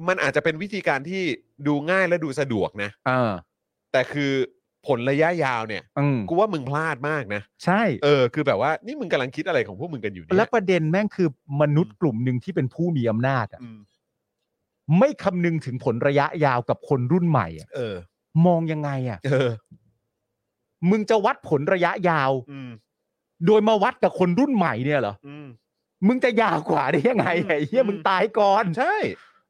มันอาจจะเป็นวิธีการที่ดูง่ายและดูสะดวกนะ เออ แต่คือผลระยะยาวเนี่ย อืม กูว่ามึงพลาดมากนะ ใช่ เออคือแบบว่านี่มึงกำลังคิดอะไรของพวกมึงกันอยู่เนี่ย และประเด็นแม่งคือมนุษย์กลุ่มหนึ่งที่เป็นผู้มีอำนาจอะ อืม ไม่คำนึงถึงผลระยะยาวกับคนรุ่นใหม่อะ เออ มองยังไงอ่ะ เออ มึงจะวัดผลระยะยาว อืม โดยมาวัดกับคนรุ่นใหม่เนี่ยเหรอ อืม มึงจะยาวกว่าได้ยังไงอะไอ้เหี้ย อืม มึงตายก่อน ใช่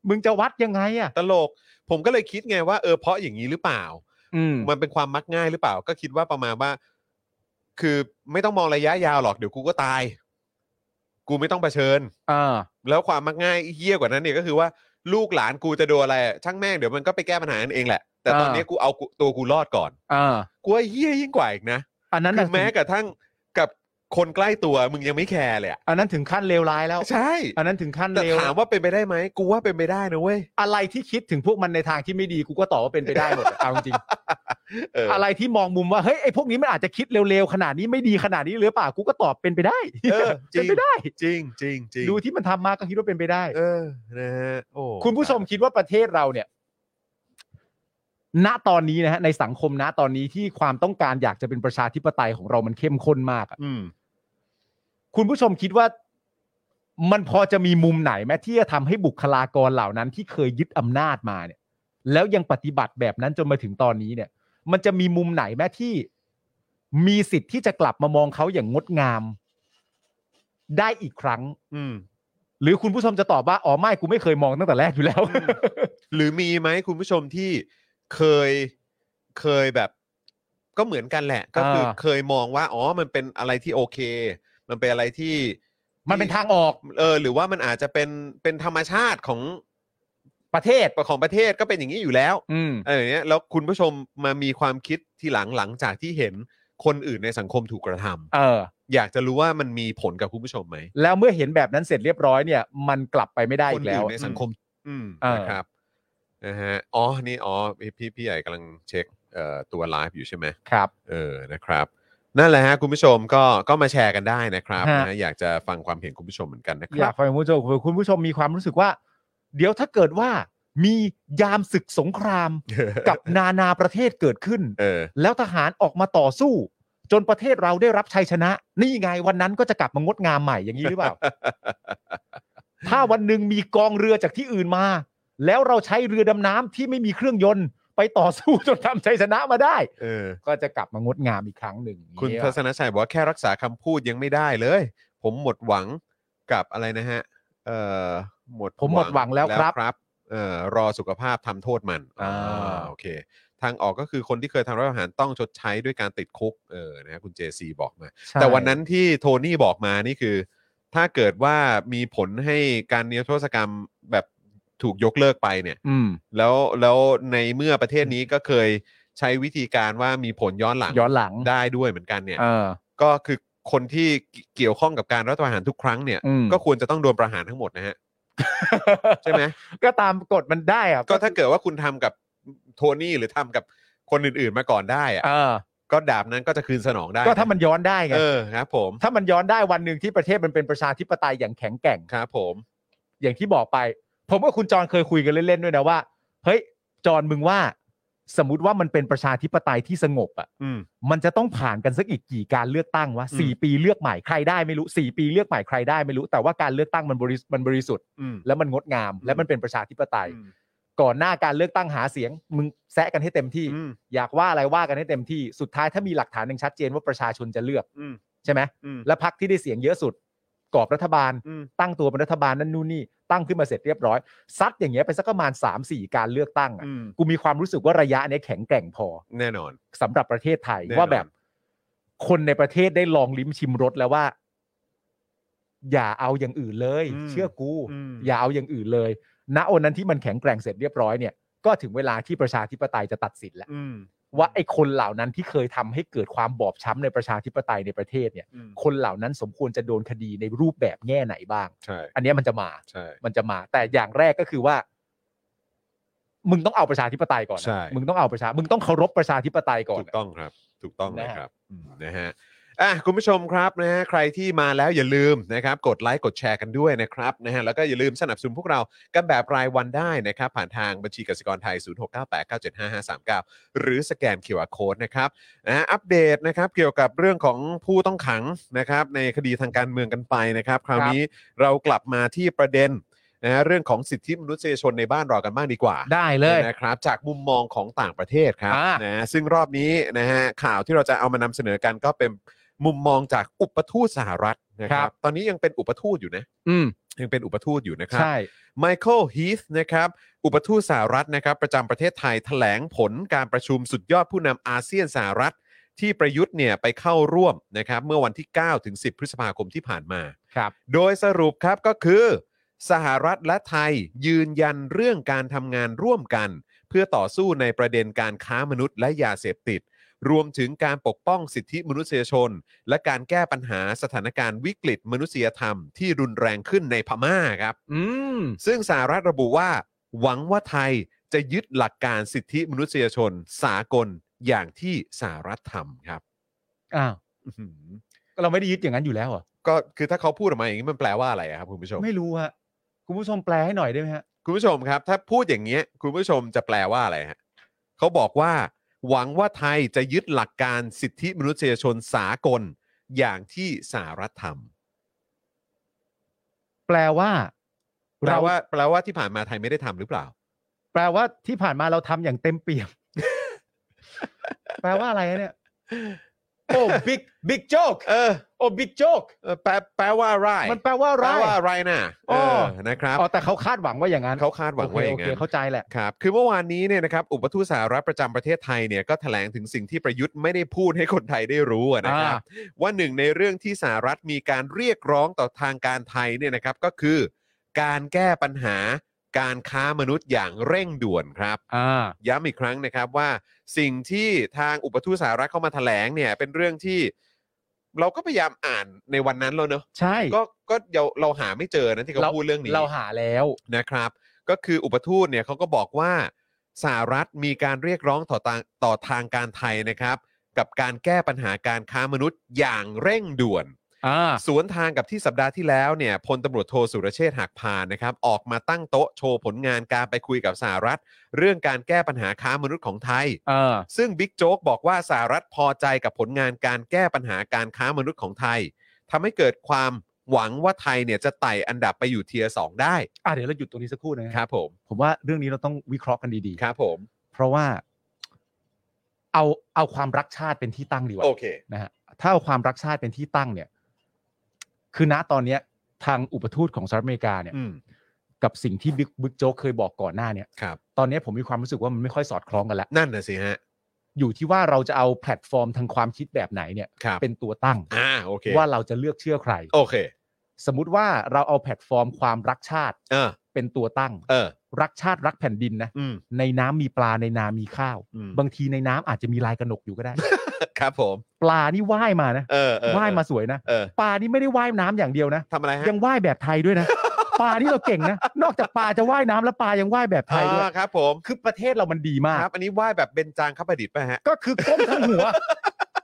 มึงจะวัดยังไงอ่ะ ตลก ผมก็เลยคิดไงว่าเออเพราะอย่างนี้หรือเปล่า อืม มันเป็นความมักง่ายหรือเปล่า ก็คิดว่าประมาณว่า คือไม่ต้องมองระยะยาวหรอกเดี๋ยวกูก็ตาย กูไม่ต้องเผชิญ อ่า แล้วความมักง่ายเฮี้ยกว่านั้นเนี่ยก็คือว่าลูกหลานกูจะโดนอะไรอะช่างแม่งเดี๋ยวมันก็ไปแก้ปัญหากันเองแหละ แต่ตอน อ่านี้ นี้กูเอากูตัวกูรอดก่อน อ่า กูว่าเฮี้ยยิ่งกว่าอีกนะ อันนั้น คื น่ะ อแม้กระทั่งกับคนใกล้ตัวมึงยังไม่แคร์เลยอะ อันนั้นถึงขั้นเลวร้ายแล้ว ใช่ อันนั้นถึงขั้น แต่ เลว ถามว่าเป็นไปได้ไหมกูว่าเป็นไปได้นะเว้ย อะไรที่คิดถึงพวกมันในทางที่ไม่ดีกูก็ตอบว่าเป็นไปได้หมด อะเอาจริง เออ ๆอะไรที่มองมุมว่าเฮ้ยไอ้พวกนี้มันอาจจะคิดเร็วๆขนาดนี้ไม่ดีขนาดนี้หรือเปล่ากูก็ตอบเป็นไปได้ เออจ ริเป็น ง ไปได้ จริงจริงจริง ดูที่มันทำมาก็คิดว่าเป็นไปได้ เออนะฮะโอ้ คุณผู้ชมคิดว่าประเทศเราเนี่ย ณตอนนี้นะฮะในสังคมณตอนนี้ที่ความต้องการอยากจะเป็นประชาธิปไตยของเรามันเข้มข้นมากอะ อืม คุณผู้ชมคิดว่ามันพอจะมีมุมไหนไหมที่จะทำให้บุคลากรเหล่านั้นที่เคยยึดอำนาจมาเนี่ย แล้วยังปฏิบัติแบบนั้นจนมาถึงตอนนี้เนี่ย มันจะมีมุมไหนไหมที่มีสิทธิ์ที่จะกลับมามองเขาอย่างงดงาม ได้อีกครั้ง อืม หรือคุณผู้ชมจะตอบว่าอ๋อไม่กูไม่เคยมองตั้งแต่แรกอยู่แล้ว อืม หรือมีไหมคุณผู้ชมที่เคยเคยแบบ ก็เหมือนกันแหละ ก็คืออา เคยมองว่า อ๋อมันเป็นอะไรที่โอเค มันเป็นอะไรที่ มันเป็นทางออก เออหรือว่ามันอาจจะเป็นเป็นธรรมชาติของ ประเทศ ของประเทศก็เป็นอย่างนี้อยู่แล้ว อืม อะไรอย่างเงี้ยแล้วคุณผู้ชมมามีความคิดทีหลังหลังจากที่เห็นคนอื่นในสังคมถูกกระทำ เออ อยากจะรู้ว่ามันมีผลกับคุณผู้ชมไหม แล้วเมื่อเห็นแบบนั้นเสร็จเรียบร้อยเนี่ย มันกลับไปไม่ได้ ค อี น กแล้ว อื่นในสังคม อืม เออ นะครับนะฮะอ๋อนี่อ๋อพี่พี่ใหญ่กำลังเช็คเอ่อตัวไลฟ์อยู่ใช่ไหม ครับ เออ นะครับ นั่นแหละฮะคุณผู้ชมก็ก็มาแชร์กันได้นะครับ ฮะ นะฮะอยากจะฟังความเห็นคุณผู้ชมเหมือนกันนะค อ รั ยา บ กฟังคุณผู้ชมคุณผู้ชมมีความรู้สึกว่า เดี๋ยวถ้าเกิดว่ามียามศึกสงคราม กับนานาประเทศเกิดขึ้น เออ แล้วทหารออกมาต่อสู้ จนประเทศเราได้รับชัยชนะ นี่ไงวันนั้นก็จะกลับมางดงามใหม่อย่างนี้หรื อเปล่า ถ้าวันหนึ่งมีกองเรือจากที่อื่นมา แล้วเราใช้เรือดำน้ำที่ไม่มีเครื่องยนต์ ไปต่อสู้ จนทำชัยชนะมาได้ เออ ก็จะกลับมางดงามอีกครั้งหนึ่ง คุณ เนี่ย ทัศนชัยบอกว่าแค่รักษาคำพูดยังไม่ได้เลย ผมหมดหวังกับอะไรนะฮะ เออหมด ผมหมดหวังแล้วครับ เออรอสุขภาพทำโทษมัน อ่า โอเค ทางออกก็คือคนที่เคยทำรัฐประหารต้องชดใช้ด้วยการติดคุก เออ นะฮะคุณเจซีบอกมา ใช่ แต่วันนั้นที่โทนี่บอกมานี่คือ ถ้าเกิดว่ามีผลให้การนิรโทษกรรมแบบถูกยกเลิกไปเนี่ย อืม แล้วแล้วในเมื่อประเทศนี้ก็เคยใช้วิธีการว่ามีผลย้อนหลัง ย้อนหลัง ได้ด้วยเหมือนกันเนี่ย เออ ก็คือคนที่เกี่ยวข้องกับการรัฐประหารทุกครั้งเนี่ย อืม ก็ ควรจะต้องโดนประหารทั้งหมดนะฮะ ใช่ไหม ก็ตามกฎมันได้อะ ก็ถ้าเกิดว่าคุณทำกับโทนี่หรือทำกับคนอื่นๆมาก่อนได้อะ เออ ก็ดาบนั้นก็จะคืนสนองได้ ก็ถ้ามันย้อนได้ไง เออครับ ผม ถ้ามันย้อนได้วันหนึ่งที่ประเทศมันเป็นประชาธิปไตยอย่างแข็งแกร่ง ครับผม อย่างที่บอกไป ผมกับคุณจรเคยคุยกันเล่นๆด้วยนะว่า เฮ้ยจรมึงว่า สมมติว่ามันเป็นประชาธิปไตยที่สงบอ่ะ อืม มันจะต้องผ่านกันสักอีกกี่การเลือกตั้งวะ อืม สี่ปีเลือกใหม่ใครได้ไม่รู้สี่ปีเลือกใหม่ใครได้ไม่รู้ แต่ว่าการเลือกตั้งมันบริสุทธิ์มันบริสุทธิ์ อืม และมันงดงาม และมันเป็นประชาธิปไตย อืม ก่อนหน้าการเลือกตั้งหาเสียง มึงแซะกันให้เต็มที่ อืม อยากว่าอะไรว่ากันให้เต็มที่สุดท้ายถ้ามีหลักฐานหนึ่งชัดเจนว่าประชาชนจะเลือก อืม ใช่ไหม อืม และพักที่ได้เสียงเยอะสุดกอบรัฐบาล อืม ตั้งตัวเป็นรัฐบาลนั่นนู่นนี่ตั้งขึ้นมาเสร็จเรียบร้อยซัดอย่างเงี้ยไปสักประมาณ 3 4 การเลือกตั้งอะ อืม กูมีความรู้สึกว่าระยะเนี้ยแข็งแกร่งพอ แน่นอน สำหรับประเทศไทย แน่นอน ว่าแบบ คนในประเทศได้ลองลิ้มชิมรสแล้วว่า อย่าเอาอย่างอื่นเลย เชื่อกู อย่าเอาอย่างอื่นเลยณวันนั้นที่มันแข็งแกร่งเสร็จเรียบร้อยเนี่ยก็ถึงเวลาที่ประชาธิปไตยจะตัดสินแล้ว อืม ว่าไอ้คนเหล่านั้นที่เคยทำให้เกิดความบอบช้ำในประชาธิปไตยในประเทศเนี่ย อืม คนเหล่านั้นสมควรจะโดนคดีในรูปแบบแง่ไหนบ้าง ใช่ อันเนี้ยมันจะมา ใช่ มันจะมา แต่อย่างแรกก็คือว่า มึงต้องเอาประชาธิปไตยก่อนนะ ใช่ มึงต้องเอาประชา มึงต้องเคารพประชาธิปไตยก่อน ถูกต้องครับ ถูกต้องนะนะฮะ ครับอืมนะฮะอ่ะคุณผู้ชมครับนะฮะใครที่มาแล้วอย่าลืมนะครับ กดไลค์กดแชร์กันด้วยนะครับนะฮะแล้วก็อย่าลืมสนับสนุนพวกเรากันแบบรายวันได้นะครับ ผ่านทางบัญชีกสิกรไทย 0698975539 หรือสแกน QR Code นะครับนะฮะอัปเดตนะครับเกี่ยวกับเรื่องของผู้ต้องขังนะครับในคดีทางการเมืองกันไปนะครับ คราว ครับ นี้เรากลับมาที่ประเด็นนะฮะเรื่องของสิทธิมนุษยชนในบ้านเรากันบ้างดีกว่า ได้เลย นะครับจากมุมมองของต่างประเทศครับ อ่าน นะซึ่งรอบนี้นะฮะข่าวที่เราจะเอามานำเสนอกันก็เป็นมุมมองจากอุปทูตสหรัฐนะครับ ตอนนี้ยังเป็นอุปทูตอยู่นะ อืม ยังเป็นอุปทูตอยู่นะครับ ใช่ ไมเคิลฮีธนะครับ อุปทูตสหรัฐนะครับ ประจำประเทศไทยแถลงผลการประชุมสุดยอดผู้นำอาเซียนสหรัฐ ที่ประยุทธ์เนี่ยไปเข้าร่วมนะครับ เมื่อวันที่ 9 ถึง 10 พฤษภาคมที่ผ่านมา ครับ โดยสรุปครับก็คือ สหรัฐและไทยยืนยันเรื่องการทำงานร่วมกัน เพื่อต่อสู้ในประเด็นการค้ามนุษย์และยาเสพติด รวมถึงการปกป้องสิทธิมนุษยชน และการแก้ปัญหาสถานการณ์วิกฤตมนุษยธรรมที่รุนแรงขึ้นในพม่าครับ อืม ซึ่งสหรัฐระบุว่า หวังว่าไทยจะยึดหลักการสิทธิมนุษยชน สากลอย่างที่สหรัฐทำครับ อ้าว อื้อหือ ก็เราไม่ได้ยึดอย่างนั้นอยู่แล้วเหรอ ก็คือถ้าเขาพูดออกมาอย่างนี้มันแปลว่าอะไรอะครับคุณผู้ชม ไม่รู้ฮะ คุณผู้ชมแปลให้หน่อยได้ไหมฮะ คุณผู้ชมครับ ถ้าพูดอย่างเงี้ย คุณผู้ชมจะแปลว่าอะไรฮะเขาบอกว่า หวังว่าไทยจะยึดหลักการสิทธิมนุษยชนสากล อย่างที่สหรัฐท แปลว่า ำแปลว่าแปลว่าที่ผ่านมาไทยไม่ได้ทำหรือเปล่า แปลว่า ที่ผ่านมาเราทำอย่างเต็มเปี่ยม แปลว่าอะไรฮะเนี่ย โอ้บิ๊กบิ๊กโจ๊ก เออ โอ้บิ๊กโจ๊ก เออแปลแปลว่าอะไร มันแปลว่า แปล ร้าย ว่าอะไรน่ะเอ อ๋ อ อ นะครับ อ๋อแต่เขาคาดหวังว่าอย่างนั้น เขาคาดหวังไว้อ โอย่าง เค นั้ โอน เคเข้าใจแหละ ครับ คือเมื่อวานนี้เนี่ยนะครับอุปทูตสหรัฐประจำประเทศไทยเนี่ยก็แถลงถึงสิ่งที่ประยุทธ์ไม่ได้พูดให้คนไทยได้รู้อะนะครับ ว่าหนึ่งในเรื่องที่สหรัฐมีการเรียกร้องต่อทางการไทยเนี่ยนะครับก็คือ การแก้ปัญหาการค้ามนุษย์อย่างเร่งด่วนครับ อ่า ย้ำอีกครั้งนะครับว่าสิ่งที่ทางอุปทูตสหรัฐเข้ามาแถลงเนี่ยเป็นเรื่องที่ เราก็พยายามอ่านในวันนั้นแล้วเนอะ ใช่ ก็ก็เดี๋ยวเราหาไม่เจอนะที่เขาพูดเรื่องนี้ เราหาแล้ว นะครับก็คืออุปทูตเนี่ยเขาก็บอกว่าสหรัฐมีการเรียกร้องต่อทางต่อทางการไทยนะครับ กับการแก้ปัญหาการค้ามนุษย์อย่างเร่งด่วน อ่า สวนทางกับที่สัปดาห์ที่แล้วเนี่ยพลตำรวจโทสุรเชษฐ์หักพานนะครับออกมาตั้งโต๊ะโชว์ผลงานการไปคุยกับสหรัฐ เรื่องการแก้ปัญหาค้ามนุษย์ของไทย เออ ซึ่งบิ๊กโจ๊กบอกว่าสหรัฐพอใจกับผลงานการแก้ปัญหาการค้ามนุษย์ของไทยทำให้เกิดความหวังว่าไทยเนี่ยจะไต่อันดับไปอยู่เทียร์สองได้ อ่ะเดี๋ยวเราหยุดตรงนี้สักครู่นะ ค ค รั รั บบ ผม ผมว่าเรื่องนี้เราต้องวิเคราะห์กันดี ครับผม ๆ เพราะว่าเอาเอาความรักชาติเป็นที่ตั้งดีกว่า โอเค นะฮะถ้าเอาความรักชาติเป็นที่ตั้งเนี่ย คือณตอนเนี้ย ทางอุปทูตของสหรัฐอเมริกาเนี่ย อืม กับสิ่งที่บิ๊กบิ๊กโจ๊กเคยบอกก่อนหน้าเนี่ย ครับ ตอนเนี้ยผมมีความรู้สึกว่ามันไม่ค่อยสอดคล้องกันแล้ว นั่นน่ะสิฮะ อยู่ที่ว่าเราจะเอาแพลตฟอร์มทางความคิดแบบไหนเนี่ย ครับ เป็นตัวตั้ง อ่า โอเค ว่าเราจะเลือกเชื่อใคร โอเค สมมติว่าเราเอาแพลตฟอร์มความรักชาติ เออ เป็นตัวตั้ง เออ รักชาติรักแผ่นดินนะ อืม ในน้ำมีปลาในนามีข้าว อืม บางทีในน้ำอาจจะมีลายกระหนกอยู่ก็ได้ ครับผม ปลานี่ว่ายมานะ เออเออ ว่ายมาสวยนะ เออ ปลานี่ไม่ได้ว่ายน้ำอย่างเดียวนะ ทำอะไรฮะ ยังว่ายแบบไทยด้วย นะ ปลาที่เราเก่งนะ นอกจากปลาจะว่ายน้ำแล้วปลายังว่ายแบบไทยด้วย อ่าครับผม คือประเทศเรามันดีมาก ครับ อันนี้ไหว้แบบเบญจางคประดิษฐ์ป่ะฮะ ก็คือก้มทั้ง หัว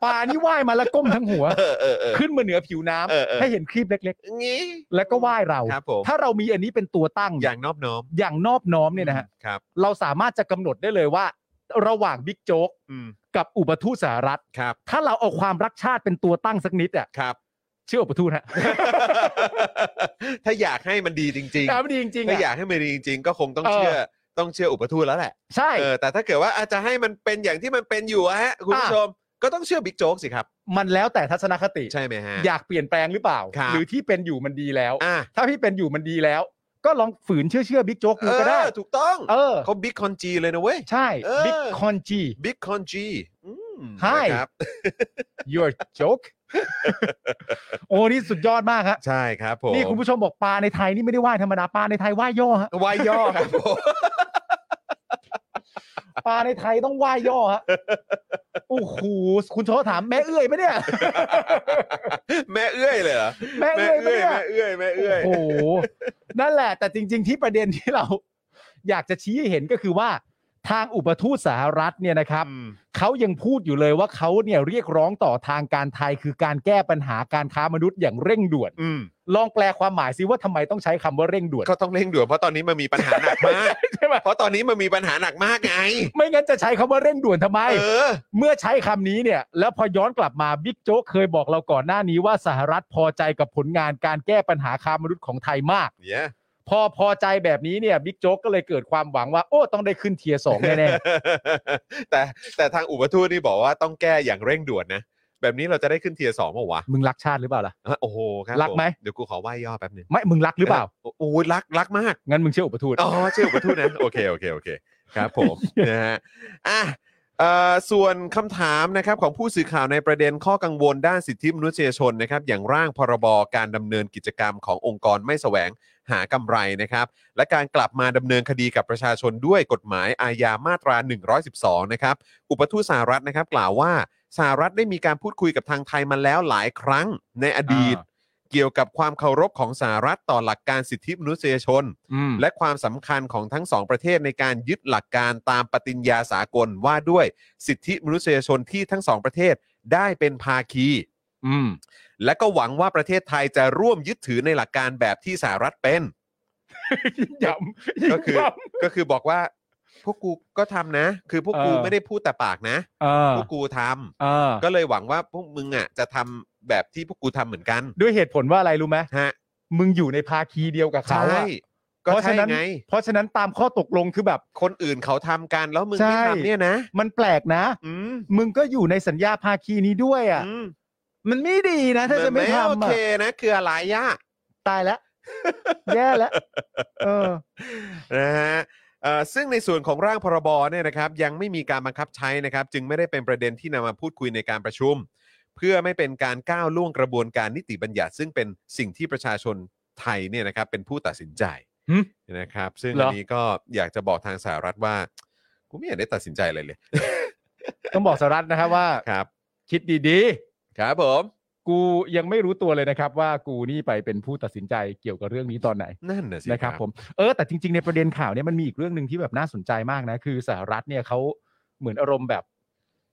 ปลานี่ว่ายมาแล้วก้มทั้งหัว เออเออเออ ขึ้นมาเหนือผิวน้ำ เออเออ ให้เห็นครีบเล็ก งี้ ๆ แล้วก็ว่ายเรา ครับผม ถ้าเรามีอันนี้เป็นตัวตั้ง อย่างนอบน้อม อย่างนอบน้อมเนี่ยนะฮะ ครับ เราสามารถจะกำหนดได้เลยว่า ระหว่างบิ๊กโจ๊ก อืม กับอุปทูตสหรัฐ ครับ ถ้าเราเอาความรักชาติเป็นตัวตั้งสักนิดอ่ะ ครับ เชื่ออุปทูตฮะ ถ้าอยากให้มันดีจริง แต่ไม่ดีจริง ๆ ๆ ถ้า อะ อยากให้มันดีจริง ๆ ก็คงต้องเชื่อ ต้องเชื่ออุปทูตแล้วแหละ ใช่ เออ แต่ถ้าเกิดว่าอาจจะให้มันเป็นอย่างที่มันเป็นอยู่อะฮะ คุณผู้ชม ก็ต้องเชื่อบิ๊กโจ๊กสิครับ มันแล้วแต่ทัศนคติ ใช่ไหมฮะ อยากเปลี่ยนแปลงหรือเปล่า ครับ หรือที่เป็นอยู่มันดีแล้ว อ่ะ ถ้าพี่เป็นอยู่มันดีแล้ว ก็ลองฝืนเชื่อเชื่อบิ๊กโจ๊กดูก็ได้ เออถูกต้อง เออ เขาบิ๊กคอนจีเลยนะเว้ย ใช่ เออ บิ๊กคอนจี บิ๊กคอนจีอืม Hi นะครับ your joke โอ้นี่สุดยอดมากฮะ ใช่ครับผม นี่คุณผู้ชมบอกปลาในไทยนี่ไม่ได้ว่ายธรรมดาปลาในไทยว่ายย่อฮะ วายย่อครับผม ปลาในไทยต้องว่ายย่อฮะโอ้โหคุณโชถามแม่เอื้อยไหมเนี่ย แม่เอื้อยเลยเหรอ แม่เอื้อยไหม แม่ เนี่ย เอื้อยแม่เอื้อย โอ้โหนั่นแหละ แต่จริง ๆ ที่ประเด็นที่เรา อยากจะชี้ให้เห็นก็คือว่า ทางอุปทูตสหรัฐเนี่ยนะครับ อืม เขายังพูดอยู่เลยว่าเขาเนี่ยเรียกร้องต่อทางการไทยคือการแก้ปัญหาการค้ามนุษย์อย่างเร่งด่วน อืม ลองแปลความหมายซิว่าทำไมต้องใช้คำว่าเร่งด่วน ก็ต้องเร่งด่วนเพราะตอนนี้มันมีปัญหาหนักมาก ใช่ไหม เพราะตอนนี้มันมีปัญหาหนักมากไง ไม่งั้นจะใช้คำว่าเร่งด่วนทำไม เออ เมื่อใช้คำนี้เนี่ย แล้วพอย้อนกลับมาบิ๊กโจ๊กเคยบอกเราก่อนหน้านี้ว่าสหรัฐพอใจกับผลงานการแก้ปัญหาค้ามนุษย์ของไทยมาก เนี่ย พอพอใจแบบนี้เนี่ยบิ๊กโจ๊กก็เลยเกิดความหวังว่าโอ้ต้องได้ขึ้นเทียร์สองแน่ แต่แต่ทางอุปทูตนี่บอกว่าต้องแก้อย่างเร่งด่วนนะ แบบนี้เราจะได้ขึ้นเทียร์สองเปล่าวะ ๆมึงรักชาติหรือเปล่าล่ะ อ่ะโอ้โหครับ รักไหม ผเดี๋ยวกูขอไหว้ย่อแป๊บหนึง ไม่มึงรักหรือเปล่า โอ้โหรักรักมาก งั้นมึงเชื่ออุปทูต อ๋อเชื่ออุปทูตนะ โอเค โอเค โอเคครับ ผม นะฮะอ่ะเอ่อส่วนคำถามนะครับของผู้สื่อข่าวในประเด็นข้อกังวลด้านสิทธิมนุษยชนนะครับ อย่างร่างพรบการดำเนินกิจกรรมขององค์กรไม่แสวงหากำไรนะครับ และการกลับมาดำเนินคดีกับประชาชนด้วยกฎหมายอาญามาตรา 112 นะครับ อุปทูตสหรัฐนะครับ กล่าวว่าสหรัฐได้มีการพูดคุยกับทางไทยมาแล้วหลายครั้งในอดีต อ่ เกี่ยวกับความเคารพของสหรัฐต่อหลักการสิทธิมนุษยชน อืม และความสำคัญของทั้งสองประเทศในการยึดหลักการตามปฏิญญาสากลว่าด้วยสิทธิมนุษยชนที่ทั้งสองประเทศได้เป็นภาคี อืม และก็หวังว่าประเทศไทยจะร่วมยึดถือในหลักการแบบที่สหรัฐเป็น ย้ำ ก็คือ ย้ำ ก็คือบอกว่าพวกกูก็ทำนะ คือพวกกู เออ ไม่ได้พูดแต่ปากนะ เออ พวกกูทำ เออ ก็เลยหวังว่าพวกมึงอ่ะจะทำแบบที่พวกกูทำเหมือนกัน ด้วยเหตุผลว่าอะไรรู้ไหม ฮะ มึงอยู่ในภาคีเดียวกับเขา ใช่ อะ ก็ เพราะ ใช่ ฉะนั้น ไง เพราะฉะนั้นตามข้อตกลงคือแบบ คนอื่นเขาทำกันแล้วมึง ใช่ ไม่ทำเนี่ยนะ มันแปลกนะ อืม มึงก็อยู่ในสัญญาภาคีนี้ด้วยอ่ะ อืม มันไม่ดีนะ ถ้าจะไม่ นโอ ทำอะ เคนะคืออะไรอะ ตายแล้วแย่แล้วเออ นะฮะเอ่อซึ่งในส่วนของร่างพรบเนี่ยนะครับยังไม่มีการบังคับใช้นะครับ จึงไม่ได้เป็นประเด็นที่นำมาพูดคุยในการประชุม เพื่อไม่เป็นการก้าวล่วงกระบวนการนิติบัญญัติ ซึ่งเป็นสิ่งที่ประชาชนไทยเนี่ยนะครับเป็นผู้ตัดสินใจ หึ นะครับ ซึ่ง เหร อั อ นนี้ก็อยากจะบอกทางสหรัฐว่ากูไม่อยากได้ตัดสินใจอะไร เลย ต้องบอกสหรัฐนะครับว่า ครับ คิดดี ครับผม ๆ กูยังไม่รู้ตัวเลยนะครับ ว่ากูนี่ไปเป็นผู้ตัดสินใจเกี่ยวกับเรื่องนี้ตอนไหน นั่นนะสิ นะครับผมเออแต่จริง ๆ ในประเด็นข่าวเนี่ยมันมีอีกเรื่องหนึ่งที่แบบน่าสนใจมากนะ คือสหรัฐเนี่ยเขาเหมือนอารมณ์แบบ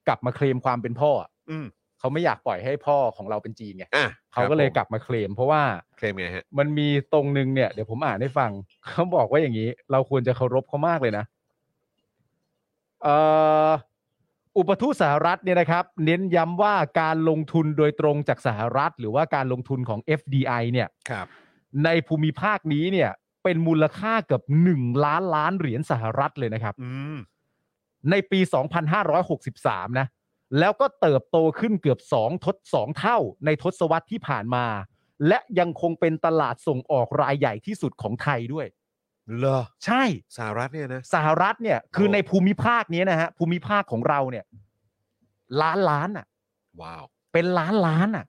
กลับมาเคลมความเป็นพ่ออะ อืม เขาไม่อยากปล่อยให้พ่อของเราเป็นจีนไง อ่ะ เขาก็เลย ครับผม กลับมาเคลม เพราะว่า เคลมไงฮะ มันมีตรงหนึงเนี่ยเดี๋ยวผมอ่านให้ฟัง เขาบอกว่าอย่างนี้ เราควรจะเคารพเขามากเลยนะเอ่ออุปทูตสหรัฐเนี่ยนะครับ เน้นย้ำว่าการลงทุนโดยตรงจากสหรัฐ หรือว่าการลงทุนของ FDI เนี่ย ครับ ในภูมิภาคนี้เนี่ยเป็นมูลค่าเกือบ1 ล้านล้านเหรียญสหรัฐเลยนะครับ อืม ในปี 2563 นะ แล้วก็เติบโตขึ้นเกือบ 2 ทด 2 เท่าในทศวรรษที่ผ่านมา และยังคงเป็นตลาดส่งออกรายใหญ่ที่สุดของไทยด้วย เหรอ ใช่ สหรัฐเนี่ยนะ สหรัฐเนี่ยคือ โอ้ ในภูมิภาคนี้นะฮะภูมิภาคของเราเนี่ย ล้านล้านอ่ะ ว้าว เป็นล้านล้านอ่ะ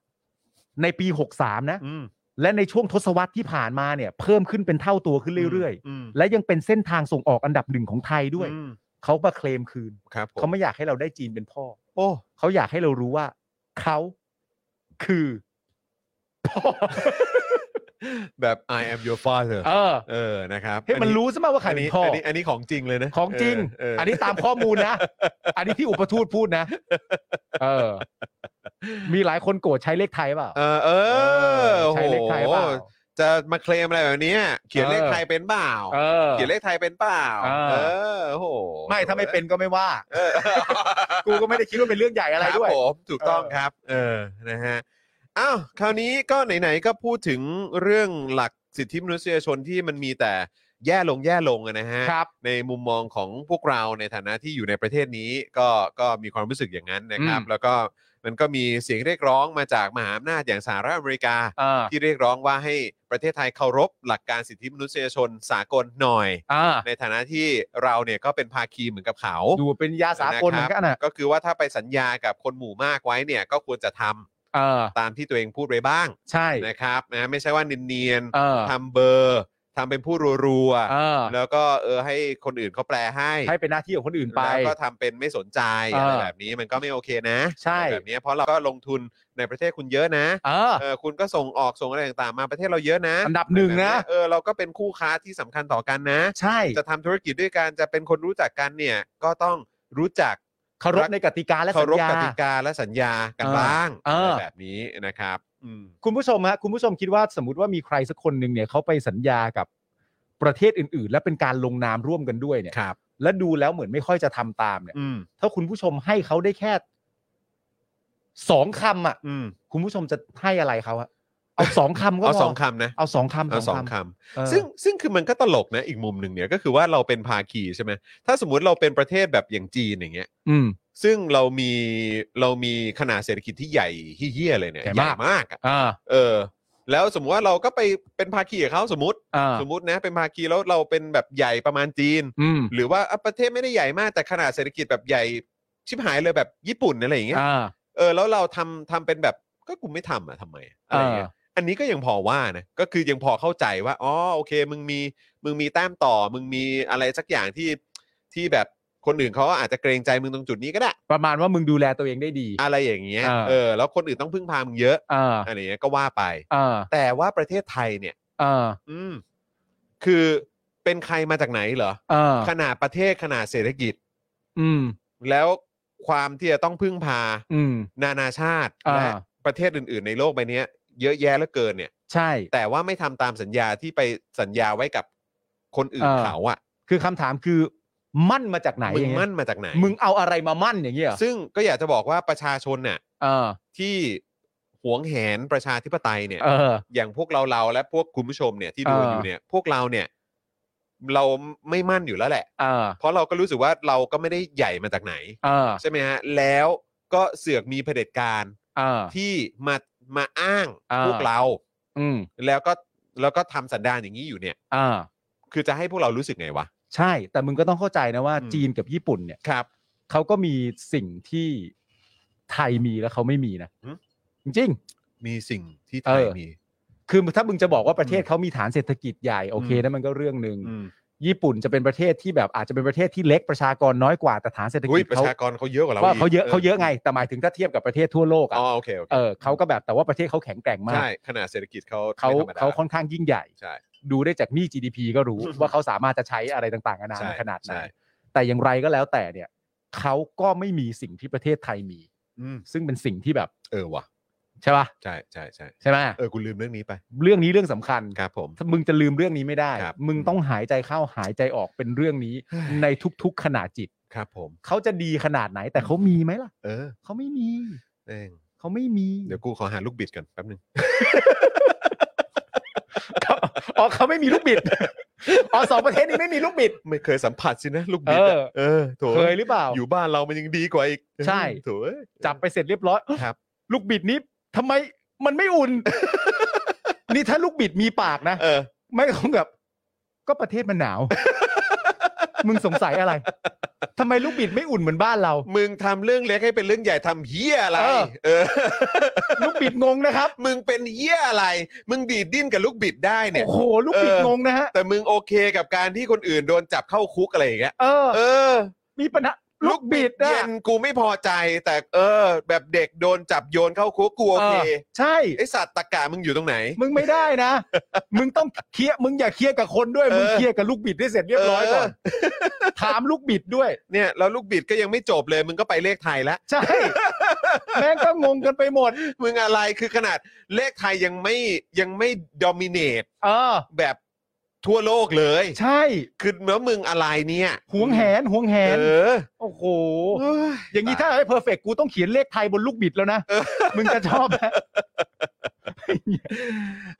ในปี 63 นะ อืม และในช่วงทศวรรษที่ผ่านมาเนี่ย เพิ่มขึ้นเป็นเท่าตัวขึ้นเรื่อยๆ อืม และยังเป็นเส้นทางส่งออกอันดับหนึ่งของไทยด้วย อืม เขามาเคลมคืน ครับผ เขา ม ไม่อยากให้เราได้จีนเป็นพ่อ โอ้ เขาอยากให้เรารู้ว่า เขาคือพ่อ แบบ I am your father เออ เออนะครับ ให้มันรู้ซะมากว่าใคร อัน เป็น นี้ พ่อ อั อน นี้อันนี้ของจริงเลยนะ ของจริง เเ อันนี้ตามข้อมูลนะ อันนี้ที่อุปทูตพูดนะ เออ มีหลายคนโกรธใช้เลขไทยเปล่า เออเออโอ้โห ใช้เลขไทยเปล่า จะมาเคลมอะไรแบบเนี้ยเขียน เออ เลขไทยเป็นเปล่า เออ เขียนเลขไทยเป็นเปล่า เออ เออโอ้โห ไม่ถ้าไม่เป็นก็ไม่ว่า เออ กูก็ไม่ได้คิดว่าเป็นเรื่องใหญ่อะไรด้วย คบผมถูกต้องครับ เออนะฮะอ้าวคราวนี้ก็ไหนๆก็พูดถึงเรื่องหลักสิทธิมนุษยชนที่มันมีแต่แย่ลงแย่ลงอะนะฮะ ครับ ในมุมมองของพวกเราในฐานะที่อยู่ในประเทศนี้ก็ก็มีความรู้สึกอย่างนั้นนะครับ อืม แล้วก็มันก็มีเสียงเรียกร้องมาจากมหาอำนาจอย่างสหรัฐอเมริกา อ่า ที่เรียกร้องว่าให้ประเทศไทยเคารพหลักการสิทธิมนุษยชนสากลหน่อย อ่า ในฐานะที่เราเนี่ยก็เป็นภาคีเหมือนกับเขา ดูเป็นยาสากลเหมือนกัน ครั อ่ะ บก็คือว่าถ้าไปสัญญากับคนหมู่มากไว้เนี่ยก็ควรจะทำ เออ ตามที่ตัวเองพูดไว้บ้าง ใช่ นะครับนะไม่ใช่ว่าเนียน เออ ๆทำเบอร์ทำเป็นผู้รัว เออ ๆแล้วก็เออให้คนอื่นเขาแปลให้ ให้เป็นหน้าที่ของคนอื่นไป แล้วก็ทำเป็นไม่สนใจ เอออ อะไรแบบนี้มันก็ไม่โอเคนะ ใช่ แบบนี้เพราะเราก็ลงทุนในประเทศคุณเยอะนะ เออ เออคุณก็ส่งออกส่งอะไรต่างๆ มาประเทศเราเยอะนะ อันดับหนึ่งนะ เออเราก็เป็นคู่ค้าที่สำคัญต่อกันนะ ใช่ จะทำธุรกิจด้วยกันจะเป็นคนรู้จักกันเนี่ยก็ต้องรู้จัก เคารพในกติกาและ เคา สัญ รพ ญา กติกาและสัญญากัน เออ บ้าง เอะออไรแบบนี้นะครับอืม คุณผู้ชมฮะคุณผู้ชมคิดว่าสมมติว่ามีใครสักคนหนึ่งเนี่ยเขาไปสัญญากับประเทศอื่น ๆ และเป็นการลงนามร่วมกันด้วยเนี่ย ครับ และดูแล้วเหมือนไม่ค่อยจะทำตามเนี่ย อืม ถ้าคุณผู้ชมให้เขาได้แค่สองคำอ่ะ อืม คุณผู้ชมจะให้อะไรเขาอะเอาสองคำก็ เอา พ สองคำนะ เอาสองคำ เอาสองค เออ ำซึ่งซึ่งคือมันก็ตลกนะอีกมุมหนึ่งเนี่ยก็คือว่าเราเป็นภาคีใช่ไหมถ้าสมมติเราเป็นประเทศแบบอย่างจีนอย่างเงี้ย อืม ซึ่งเรามีเรามีขนาดเศรษฐกิจที่ใหญ่เฮี้ยๆเลยเนี่ย ใหญ่ ให มาก ญ่มากอะ อ่า เออ แล้วสมมติว่าเราก็ไปเป็นภาคีกับเขาสมมติ อ่า สมมตินะเป็นภาคีแล้วเราเป็นแบบใหญ่ประมาณจีน อืม หรือว่าอ่ะประเทศไม่ได้ใหญ่มากแต่ขนาดเศรษฐกิจแบบใหญ่ชิบหายเลยแบบญี่ปุ่นอะไรอย่างเงี้ย อ่า เออแล้วเราทำทำเป็นแบบก็กูไม่ทำอ่ะทำไมอะอะไรเงี้ยอันนี้ก็ยังพอว่านะก็คือยังพอเข้าใจว่าอ๋อโอเค มึงมีมึงมีแต้มต่อ มึงมีอะไรสักอย่างที่ที่แบบคนอื่นเขาอาจจะเกรงใจมึงตรงจุดนี้ก็ได้ ประมาณว่ามึงดูแลตัวเองได้ดี อะไรอย่างเงี้ย อ่า เออแล้วคนอื่นต้องพึ่งพามึงเยอะ อ่า อะไรเงี้ยก็ว่าไป อ่า แต่ว่าประเทศไทยเนี่ย อ่า อืมคือเป็นใครมาจากไหนเหรอ อ่า ขนาดประเทศขนาดเศรษฐกิจ อืม แล้วความที่จะต้องพึ่งพา อืม นานาชาติ อ่า และประเทศอื่น ๆ ในโลกใบเนี้ยเยอะแยะเหลือเกินเนี่ย ใช่ แต่ว่าไม่ทำตามสัญญาที่ไปสัญญาไว้กับคนอื่น อ่า เขาอะ คือคำถามคือมั่นมาจากไหน มึ อง ย่างเงี้ย มั่นมาจากไหน มึงเอาอะไรมามั่นอย่างเงี้ยเหรอ ซึ่งก็อยากจะบอกว่าประชาชนน่ะ เออ ที่หวงแหนประชาธิปไตยเนี่ย เออ อย่างพวกเราเราๆและพวกคุณผู้ชมเนี่ยที่ดู เออ อ อ ยู่เนี่ย พวกเราเนี่ย เราไม่มั่นอยู่แล้วแหละ เออ เพราะเราก็รู้สึกว่าเราก็ไม่ได้ใหญ่มาจากไหน เออ ใช่ไหมฮะ แล้วก็เสือกมีเผด็จการ เออ ที่มามาอ้าง อ่า พวกเรา อืม แล้วก็แล้วก็ทำสันดานอย่างนี้อยู่เนี่ย เออ คือจะให้พวกเรารู้สึกไงวะ ใช่ แต่มึงก็ต้องเข้าใจนะว่า อืม จีนกับญี่ปุ่นเนี่ย ครับ เขาก็มีสิ่งที่ไทยมีแล้วเขาไม่มีนะ หืม จริง มีสิ่งที่ไท เอย อ มี ๆคือถ้ามึงจะบอกว่าประเทศเขามีฐานเศรษฐกิจใหญ่โอเค อืม นั่นมันก็เรื่องหนึ่ง อืม ญี่ปุ่นจะเป็นประเทศที่แบบอาจจะเป็นประเทศที่เล็กประชากรน้อยกว่าแต่ฐานเศรษฐ อุ๊ กิ ย จ ประ เขา ชากรเขาเยอะกว่าเรา ว่าเขาเยอะ ก เขาเยอะไง แต่หมายถึงถ้าเทียบกับประเทศทั่วโลกอ่ะ อ๋อโอเคโอเค เออเขาก็แบบแต่ว่าประเทศเขาแข็งแกร่งมาก ใช่ ขนาดเศรษฐกิจเขา เขา ไม่ธรรมด เขาค่อนข้างยิ่งใหญ่ ใช่ ดูได้จากหนี้ GDP ก็รู้ ว่าเขาสามารถจะใช้อะไรต่างๆนานา ใช่ ขนาดไหน ใช่ แต่อย่างไรก็แล้วแต่เนี่ยเขาก็ไม่มีสิ่งที่ประเทศไทยมี อืม ซึ่งเป็นสิ่งที่แบบ เออว่ะ ใช่ปะ ใช่ใช่ใช่ ใช่ไหม เออกูลืมเรื่องนี้ไป เรื่องนี้เรื่องสำคัญ ครับผม ถ้ามึงจะลืมเรื่องนี้ไม่ได้ ครับ มึงต้องหายใจเข้าหายใจออกเป็นเรื่องนี้ เฮ้ย ในทุกๆขนาดจิต ครับผม เขาจะดีขนาดไหน แต่เขามีไหมล่ะ เออ เขาไม่มี แม่ง เขาไม่มี เดี๋ยวกูขอหาลูกบิดก่อนแป๊บนึง เขาอ๋อเขาไม่มีลูกบิด อ๋อสองประเทศนี้ไม่มีลูกบิด ไม่เคยสัมผัสสินะลูกบิดอะ เออ เออโถ เคยหรือเปล่า อยู่บ้านเรามันยังดีกว่าอีก ใช่ โถเอ้ย จับไปเสร็จเรียบร้อย ครับ ลูกบิดนี้ทำไมมันไม่อุ่น นี่ถ้าลูกบิดมีปากนะ เออ ไม่คงแบบก็ประเทศมันหนาว มึงสงสัยอะไรทำไมลูกบิดไม่อุ่นเหมือนบ้านเรา มึงทำเรื่องเล็กให้เป็นเรื่องใหญ่ทำเฮียอะไร เออ เออ ลูกบิดงงนะครับ มึงเป็นเฮียอะไร มึงดีดดิ้นกับลูกบิดได้เนี่ย โอ้โหลูกบิดงงนะฮะ แต่มึงโอเคกับการที่คนอื่นโดนจับเข้าคุกอะไรอย่างเงี้ย เออ เออ มีปัญหาลูกบิดนะ เย็นกูไม่พอใจแต่เออ แบบเด็กโดนจับโยนเข้าคุกกูโอเค ออใช่ ไอสัตว์ตะกามึงอยู่ตรงไหน มึงไม่ได้นะ มึงต้องเคลียร์มึงอย่าเคลียร์กับคนด้วย มึง เออ เคลียร์กับลูกบิดให้เสร็จเรียบร้อยก่อน เ ถามลูกบิดด้วย เนี่ยแล้วลูกบิดก็ยังไม่จบเลยมึงก็ไปเลขไทยแล้ว ใช่ แม่งก็งงกันไปหมด มึงอะไรคือขนาดเลขไทยยังไม่ยังไม่ดอมิเนต เออ แบบทั่วโลกเลย ใช่ คือแล้วมึงอะไรเนี่ย หวงแหนหวงแห เอน อ โอ้โห เฮ้ย อย่างนี้ถ้าให้เพอร์เฟกกูต้องเขียนเลขไทยบนลูกบิดแล้วนะ เออ มึงจะชอบไหม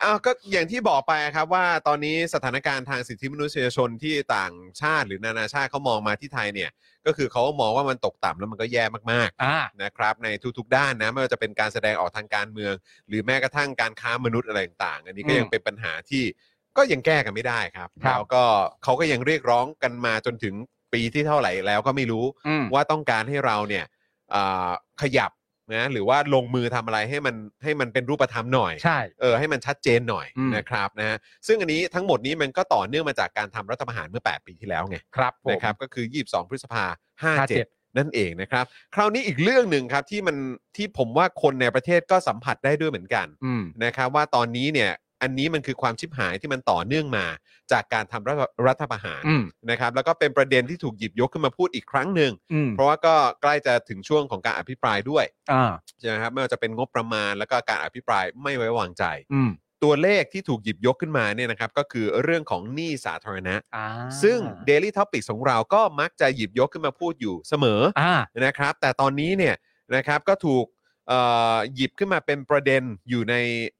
อ้าวก็อย่างที่บอกไปครับว่าตอนนี้สถานการณ์ทางสิทธิมนุษยชนที่ต่างชาติหรือนานาชาติเขามองมาที่ไทยเนี่ย ก็คือเขามองว่ามันตกต่ำแล้วมันก็แย่มากๆ อ่า นะครับในทุกๆด้านนะไม่ว่าจะเป็นการแสดงออกทางการเมือง หรือแม้กระทั่งการค้ามนุษย์อะไรต่างๆอันนี้ก็ อืม ยังเป็นปัญหาที่ก็ยังแก้กันไม่ได้ครับ ครับ แล้วก็เขาก็ยังเรียกร้องกันมาจนถึงปีที่เท่าไหร่แล้วก็ไม่รู้ อืม ว่าต้องการให้เราเนี่ยอ่าขยับนะหรือว่าลงมือทำอะไรให้มันให้มันเป็นรูปธรรมหน่อย ใช่ เออให้มันชัดเจนหน่อย อืม นะครับนะฮะซึ่งอันนี้ทั้งหมดนี้มันก็ต่อเนื่องมาจากการทำรัฐประหารเมื่อ 8 ปีที่แล้วไง ครับผม นะครับก็คือ 22 พฤษภา 57 57 นั่นเองนะครับ คราวนี้อีกเรื่องหนึ่งครับที่มันที่ผมว่าคนในประเทศก็สัมผัสได้ด้วยเหมือนกัน อืม นะครับว่าตอนนี้เนี่ยอันนี้มันคือความชิบหายที่มันต่อเนื่องมาจากการทำรัฐรัฐประหาร อืม นะครับแล้วก็เป็นประเด็นที่ถูกหยิบยกขึ้นมาพูดอีกครั้งหนึ่ง อืม เพราะว่าก็ใกล้จะถึงช่วงของการอภิปรายด้วย อ่า ใช่ไหมครับไม่ว่าจะเป็นงบประมาณแล้วก็การอภิปรายไม่ไว้วางใจ อืม ตัวเลขที่ถูกหยิบยกขึ้นมาเนี่ยนะครับก็คือเรื่องของหนี้สาธารณะ อ่า ซึ่ง Daily Topic ของเราก็มักจะหยิบยกขึ้นมาพูดอยู่เสมอ อ่า นะครับ แต่ตอนนี้เนี่ยนะครับก็ถูกเอ่อหยิบขึ้นมาเป็นประเด็นอยู่ใน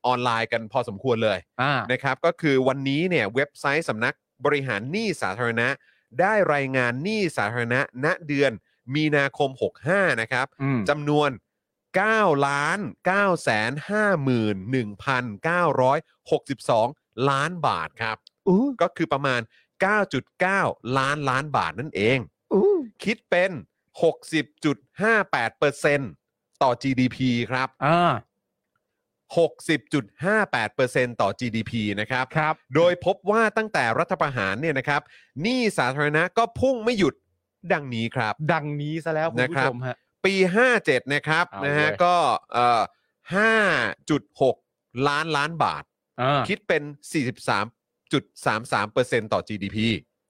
ออนไลน์กันพอสมควรเลย อ่า นะครับ ก็คือวันนี้เนี่ยเว็บไซต์สำนักบริหารหนี้สาธารณะ ได้รายงานหนี้สาธารณะ ณเดือนมีนาคม 65 นะครับ อืม จำนวน 9 ล้าน 9 5 1 9 6 2 ล้านบาทครับ อู้ ก็คือประมาณ 9.9 ล้านล้านบาทนั่นเอง อู้ คิดเป็น 60.58%ต่อ GDP ครับ อ่า 60.58%ต่อ GDP นะครับ ครับ โดยพบว่าตั้งแต่รัฐประหารเนี่ยนะครับหนี้สาธารณะก็พุ่งไม่หยุดดังนี้ครับ ดังนี้ซะแล้วคุณ นะค ผู้ รับ ชมฮะ ปี 57 นะครับ เอา นะฮะ เว้ย ก็เอ่อ5.6 ล้านล้านบาท อ่า คิดเป็น 43.33%ต่อ GDP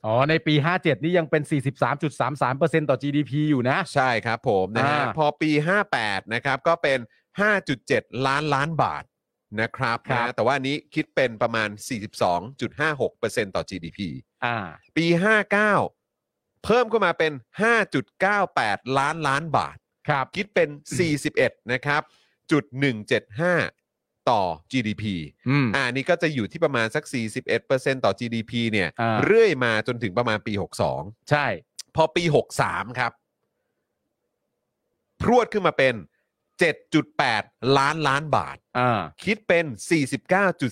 อ๋อ ในปี 57 นี่ยังเป็น 43.33%ต่อ GDP อยู่นะ ใช่ครับผมนะฮะ อ่า พอปี 58 นะครับก็เป็น 5.7 ล้านล้านบาทนะครับนะฮะแต่ว่าอันนี้คิดเป็นประมาณ 42.56%ต่อ GDP อ่า ปี 59 เพิ่มเข้ามาเป็น 5.98 ล้านล้านบาท ครับ คิดเป็น 41 นะครับจุด175 ต่อ GDP อืม อ่านี่ก็จะอยู่ที่ประมาณสัก 41%ต่อ GDP เนี่ย อ่า เรื่อยมาจนถึงประมาณปี 62 ใช่ พอปี 63 ครับ พรวดขึ้นมาเป็น 7.8 ล้านล้านบาท อ่า คิดเป็น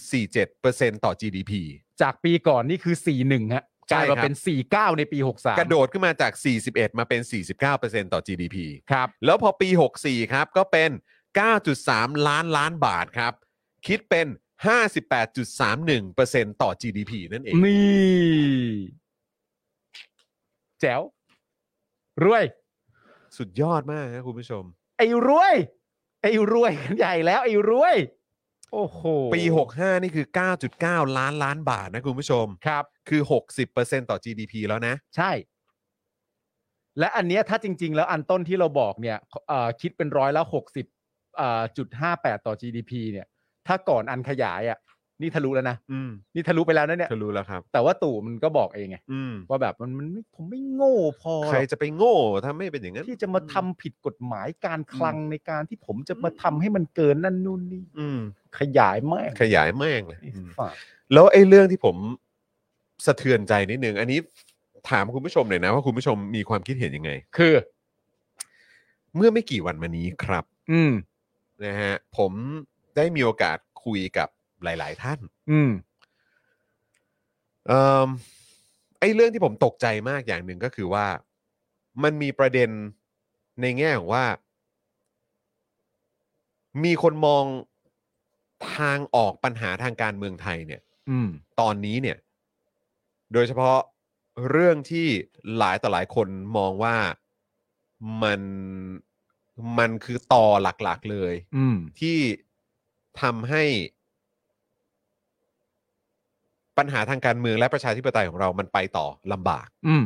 49.47%ต่อ GDP จากปีก่อนนี่คือ 41 ฮะ ใช่ ก ครับ ลายมาเป็น 49 ในปี 63 กระโดดขึ้นมาจาก 41 มาเป็น 49%ต่อ GDP ครับ แล้วพอปี 64 ครับ ก็เป็น 9.3 ล้านล้านบาทครับ คิดเป็น 58.31%ต่อ GDP นั่นเอง นี่ แจ๋ว รวย สุดยอดมากนะคุณผู้ชม ไอ้รวย ไอ้รวยกันใหญ่แล้ว ไอ้รวย โอ้โห ปี 65 นี่คือ 9.9 ล้านล้านบาทนะคุณผู้ชม ครับ คือ 60%ต่อ GDP แล้วนะ ใช่ และอันเนี้ยถ้าจริง ๆ แล้วอันต้นที่เราบอกเนี่ยเอ่อคิดเป็นร้อยละหกสิบจุดห้าแปดต่อ GDP เนี่ย ถ้าก่อนอันขยายอ่ะ นี่ทะลุแล้วนะ อืม นี่ทะลุไปแล้วนะเนี่ย เธอรู้แล้วครับ แต่ว่าตู่มันก็บอกเองไง อืม ว่าแบบมันมันไม่ผมไม่โง่พอหรอก ใครจะไปโง่ถ้าไม่เป็นอย่างนั้น ที่จะมาทำผิดกฎหมายการคลังในการที่ผมจะมาทำให้มันเกินนั่นนู่นนี่ อืม ขยายแม่ง ขยายแม่งเลย ไอ้ อืม สัส แล้วไอ้เรื่องที่ผมสะเทือนใจนิดนึง อันนี้ถามคุณผู้ชมหน่อยนะว่าคุณผู้ชมมีความคิดเห็นยังไง คือ เมื่อไม่กี่วันมานี้ครับ อืม นะฮะผมได้มีโอกาสคุยกับหลาย ๆ ท่าน อืม เอ่มไอ้เรื่องที่ผมตกใจมากอย่างหนึ่งก็คือว่า มันมีประเด็นในแง่ของว่า มีคนมองทางออกปัญหาทางการเมืองไทยเนี่ย อืม ตอนนี้เนี่ย โดยเฉพาะเรื่องที่หลายต่อหลายคนมองว่ามันมันคือต่อหลักๆเลย อืม ที่ทำให้ปัญหาทางการเมืองและประชาธิปไตยของเรามันไปต่อลำบาก อืม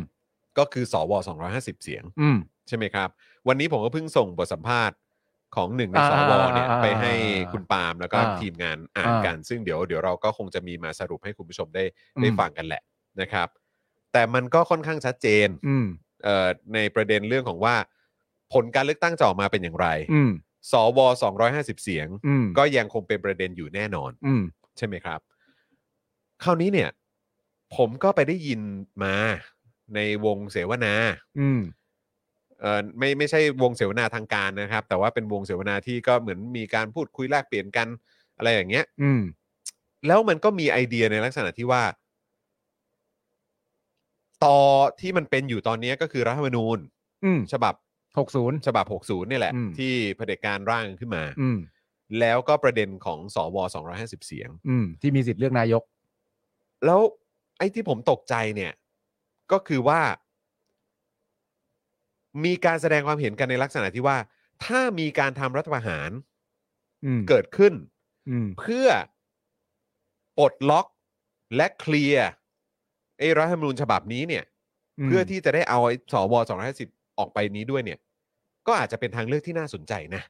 ก็คือสว250 เสียง อืม ใช่ไหมครับ วันนี้ผมก็เพิ่งส่งบทสัมภาษณ์ของหนึ่งใน อ่า สวเนี่ย อ่าอ่า ไปให้คุณปาล์มแล้วก็ อ่า ทีมงานอ่าน อ่า กัน ซึ่งเดี๋ยวเดี๋ยวเราก็คงจะมีมาสรุปให้คุณผู้ชมได้ อืม ได้ฟังกันแหละนะครับ แต่มันก็ค่อนข้างชัดเจน อืม เอ่อในประเด็นเรื่องของว่า ผลการเลือกตั้งจะออกมาเป็นอย่างไร อืม สว 250 เสียง อืม ก็ยังคงเป็นประเด็นอยู่แน่นอน อืม ใช่ไหมครับ คราวนี้เนี่ย ผมก็ไปได้ยินมาในวงเสวนา อืม เออไม่ไม่ใช่วงเสวนาทางการนะครับ แต่ว่าเป็นวงเสวนาที่ก็เหมือนมีการพูดคุยแลกเปลี่ยนกันอะไรอย่างเงี้ย อืม แล้วมันก็มีไอเดียในลักษณะที่ว่า ต่อที่มันเป็นอยู่ตอนนี้ก็คือรัฐธรรมนูญ อืม ฉบับ หกศูนย์ ฉบับ 60เนี่ยแหละ อืม ที่เผด็จการร่างขึ้นมา อืม แล้วก็ประเด็นของสว250 เสียง อืม ที่มีสิทธิ์เลือกนายก แล้วไอ้ที่ผมตกใจเนี่ย ก็คือว่า มีการแสดงความเห็นกันในลักษณะที่ว่า ถ้ามีการทำรัฐประหาร อืม เกิดขึ้น อืม เพื่อปลดล็อกและเคลียร์ไอ้รัฐธรรมนูญฉบับนี้เนี่ย เพื่อที่จะได้เอาไอ้สวสองร้อยสิบออกไปนี้ด้วยเนี่ย ก็อาจจะเป็นทางเลือกที่น่าสนใจนะ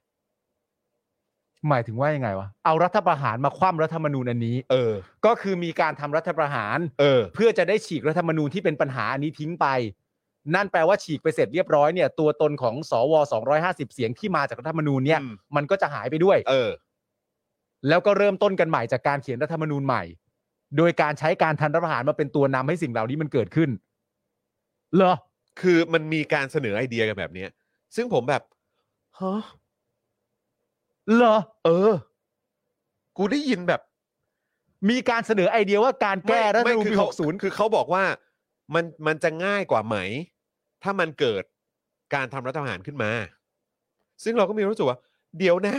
หมายถึงว่ายังไงวะ เอารัฐประหารมาคว่ำรัฐธรรมนูญอันนี้ เออ ก็คือมีการทำรัฐประหาร เออ เพื่อจะได้ฉีกรัฐธรรมนูญที่เป็นปัญหาอันนี้ทิ้งไป นั่นแปลว่าฉีกไปเสร็จเรียบร้อยเนี่ย ตัวตนของสว250 เสียงที่มาจากรัฐธรรมนูญเนี่ย อืม มันก็จะหายไปด้วย เออ แล้วก็เริ่มต้นกันใหม่จากการเขียนรัฐธรรมนูญใหม่ โดยการใช้การทันรัฐประหารมาเป็นตัวนำให้สิ่งเหล่านี้มันเกิดขึ้น เหรอ คือมันมีการเสนอไอเดียกันแบบเนี้ย ซึ่งผมแบบฮะ เหรอ เออ กูได้ยินแบบ มีการเสนอไอเดียว่าการแก้รัฐธรรมนูญ คื ปี เขา 60 คือเขาบอกว่า มันมันจะง่ายกว่าไหม ถ้ามันเกิดการทำรัฐประหารขึ้นมา ซึ่งเราก็มีความรู้สึกว่า เดี๋ยวนะ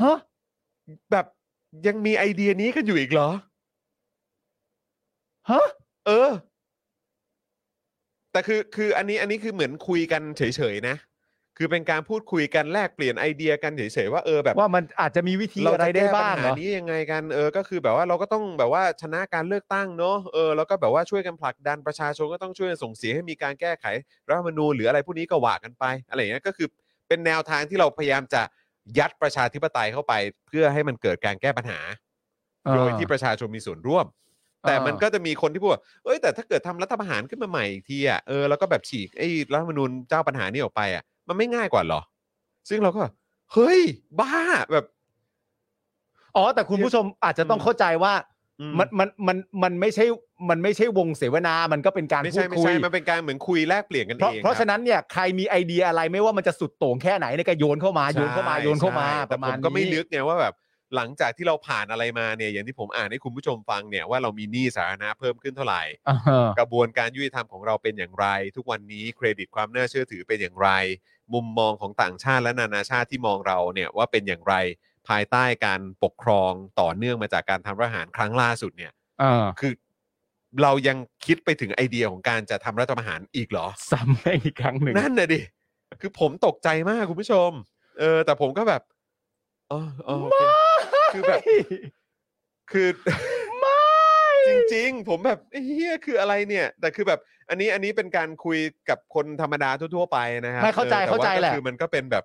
ฮะ แบบยังมีไอเดียนี้กันอยู่อีกเหรอ ฮะ เออ แต่คือคืออันนี้อันนี้คือเหมือนคุยกันเฉยๆนะ คือเป็นการพูดคุยกันแลกเปลี่ยนไอเดียกันเฉยๆว่าเออแบบ ว่ามันอาจจะมีวิธี เรา อะไร จะ ได้ แก้ปัญ บ้างเหร หา อ นี้ยังไงกันเออ ก็คือแบบว่าเราก็ต้องแบบว่าชนะการเลือกตั้งเนอะเออแล้วก็แบบว่าช่วยกันผลักดันประชาชนก็ต้องช่วยกันส่งเสียงให้มีการแก้ไขรัฐธรรมนูญหรืออะไรพวกนี้ก็ว่ากันไปอะไรอย่างเงี้ยก็คือเป็นแนวทางที่เราพยายามจะยัดประชาธิปไตยเข้าไป เพื่อให้มันเกิดการแก้ปัญหา โดยที่ประชาชนมีส่วนร่วม แต่มันก็จะมีคนที่พูดว่าเอ้ยแต่ถ้าเกิดทำรัฐประหารขึ้นมาใหม่อีกทีอ่ะเออแล้วก็แบบฉีกไอ้รัฐธรรมนูญเจ้าปัญหานี่ออกไปอ่ะมันไม่ง่ายกว่าเหรอ ซึ่งเราก็ เฮ้ย บ้าแบบ อ๋อแต่คุณผู้ชมอาจจะต้องเข้าใจว่า อื มันมันมันมันไม่ใช่มันไม่ใช่วงเสวนา มันก็เป็นการ ไม่ พู ใช่ ด ไม่ คุย ใช่มันเป็นการเหมือนคุยแลกเปลี่ยนกัน เพราะ เอง เพราะ คบ ฉะนั้นเนี่ยใครมีไอเดียอะไรไม่ว่ามันจะสุดโต่งแค่ไหนเนี่ยก็โยนเข้ามาโยนเข้ามา ใช่ โยนเข้ามา ใช่ ป แต่ ระ ผ มาณ มก็ไม่ นี้ นึกไงว่าแบบหลังจากที่เราผ่านอะไรมาเนี่ยอย่างที่ผมอ่านให้คุณผู้ชมฟังเนี่ยว่าเรามีหนี้สาธารณะเพิ่มขึ้นเท่าไหร่ อ่าฮะ กระบวนการยุติธรรมของเราเป็นอย่างไร ทุกวันนี้เครดิตความน่าเชื่อถือเป็นอย่างไร มุมมองของต่างชาติและนานาชาติที่มองเราเนี่ยว่าเป็นอย่างไรภายใต้การปกครองต่อเนื่องมาจากการทำรัฐประหารครั้งล่าสุดเนี่ย เออ คือเรายังคิดไปถึงไอเดียของการจะทำรัฐประหารอีกเหรอ ซ้ำให้อีกครั้งหนึ่ง นั่นน่ะดิ คือผมตกใจมากคุณผู้ชม เออ แต่ผมก็แบบอ๋ออ๋อโอเคคือแบบ คือ จริง ๆ ผมแบบเฮียคืออะไรเนี่ย แต่คือแบบ อันนี้ อันนี้เป็นการคุยกับคนธรรมดาทั่วๆไปนะครั ไม่เข้าใจ ออแต่ เข้าใจ ว่ก็ แหละ คือมันก็เป็นแบบ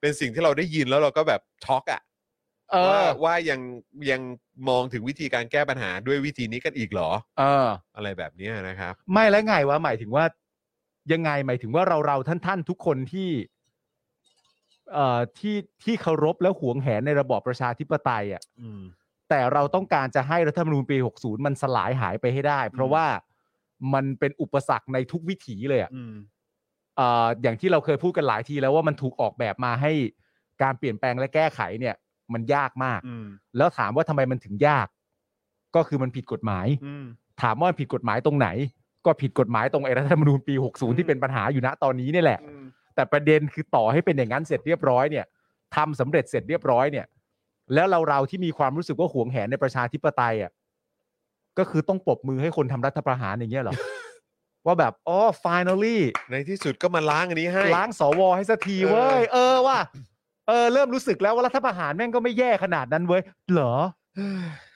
เป็นสิ่งที่เราได้ยินแล้วเราก็แบบช็อกอะ เอ ว่า อ ว่ายังยังมองถึงวิธีการแก้ปัญหาด้วยวิธีนี้กันอีกเหรอ เออ อะไรแบบเนี้ยนะครับ ไม่แล้วไงวะหมายถึงว่า ยังไงหมายถึงว่าเราเราท่านท่านๆทุกคนที่ เอ่อที่ที่เคารพและหวงแหนในระบอบประชาธิปไตยอ่ะ อืม แต่เราต้องการจะให้รัฐธรรมนูญปี 60 มันสลายหายไปให้ได้ เพราะว่ามันเป็นอุปสรรคในทุกวิถีเลยอะ อืม เอ่ออย่างที่เราเคยพูดกันหลายทีแล้วว่ามันถูกออกแบบมาให้การเปลี่ยนแปลงและแก้ไขเนี่ย มันยากมาก อืม แล้วถามว่าทำไมมันถึงยาก ก็คือมันผิดกฎหมาย อืม ถามว่ามันผิดกฎหมายตรงไหน ก็ผิดกฎหมายตรงไอ้รัฐธรรมนูญปี 60 ที่เป็นปัญหาอยู่ณตอนนี้เนี่ยแหละ อืม แต่ประเด็นคือต่อให้เป็นอย่างนั้นเสร็จเรียบร้อยเนี่ยทำสำเร็จเสร็จเรียบร้อยเนี่ย แล้วเราเราที่มีความรู้สึกว่าหวงแหนในประชาธิปไตยอ่ะก็คือต้องปรบมือให้คนทำรัฐประหารอย่างเงี้ย เหรอ ว่าแบบอ๋อ finally ในที่สุดก็มาล้างอันนี้ให้ ล้างสวให้สักทีเว้ย เออว่าเออ เริ่มรู้สึกแล้วว่ารัฐประหารแม่งก็ไม่แย่ขนาดนั้นเว้ยเหรอ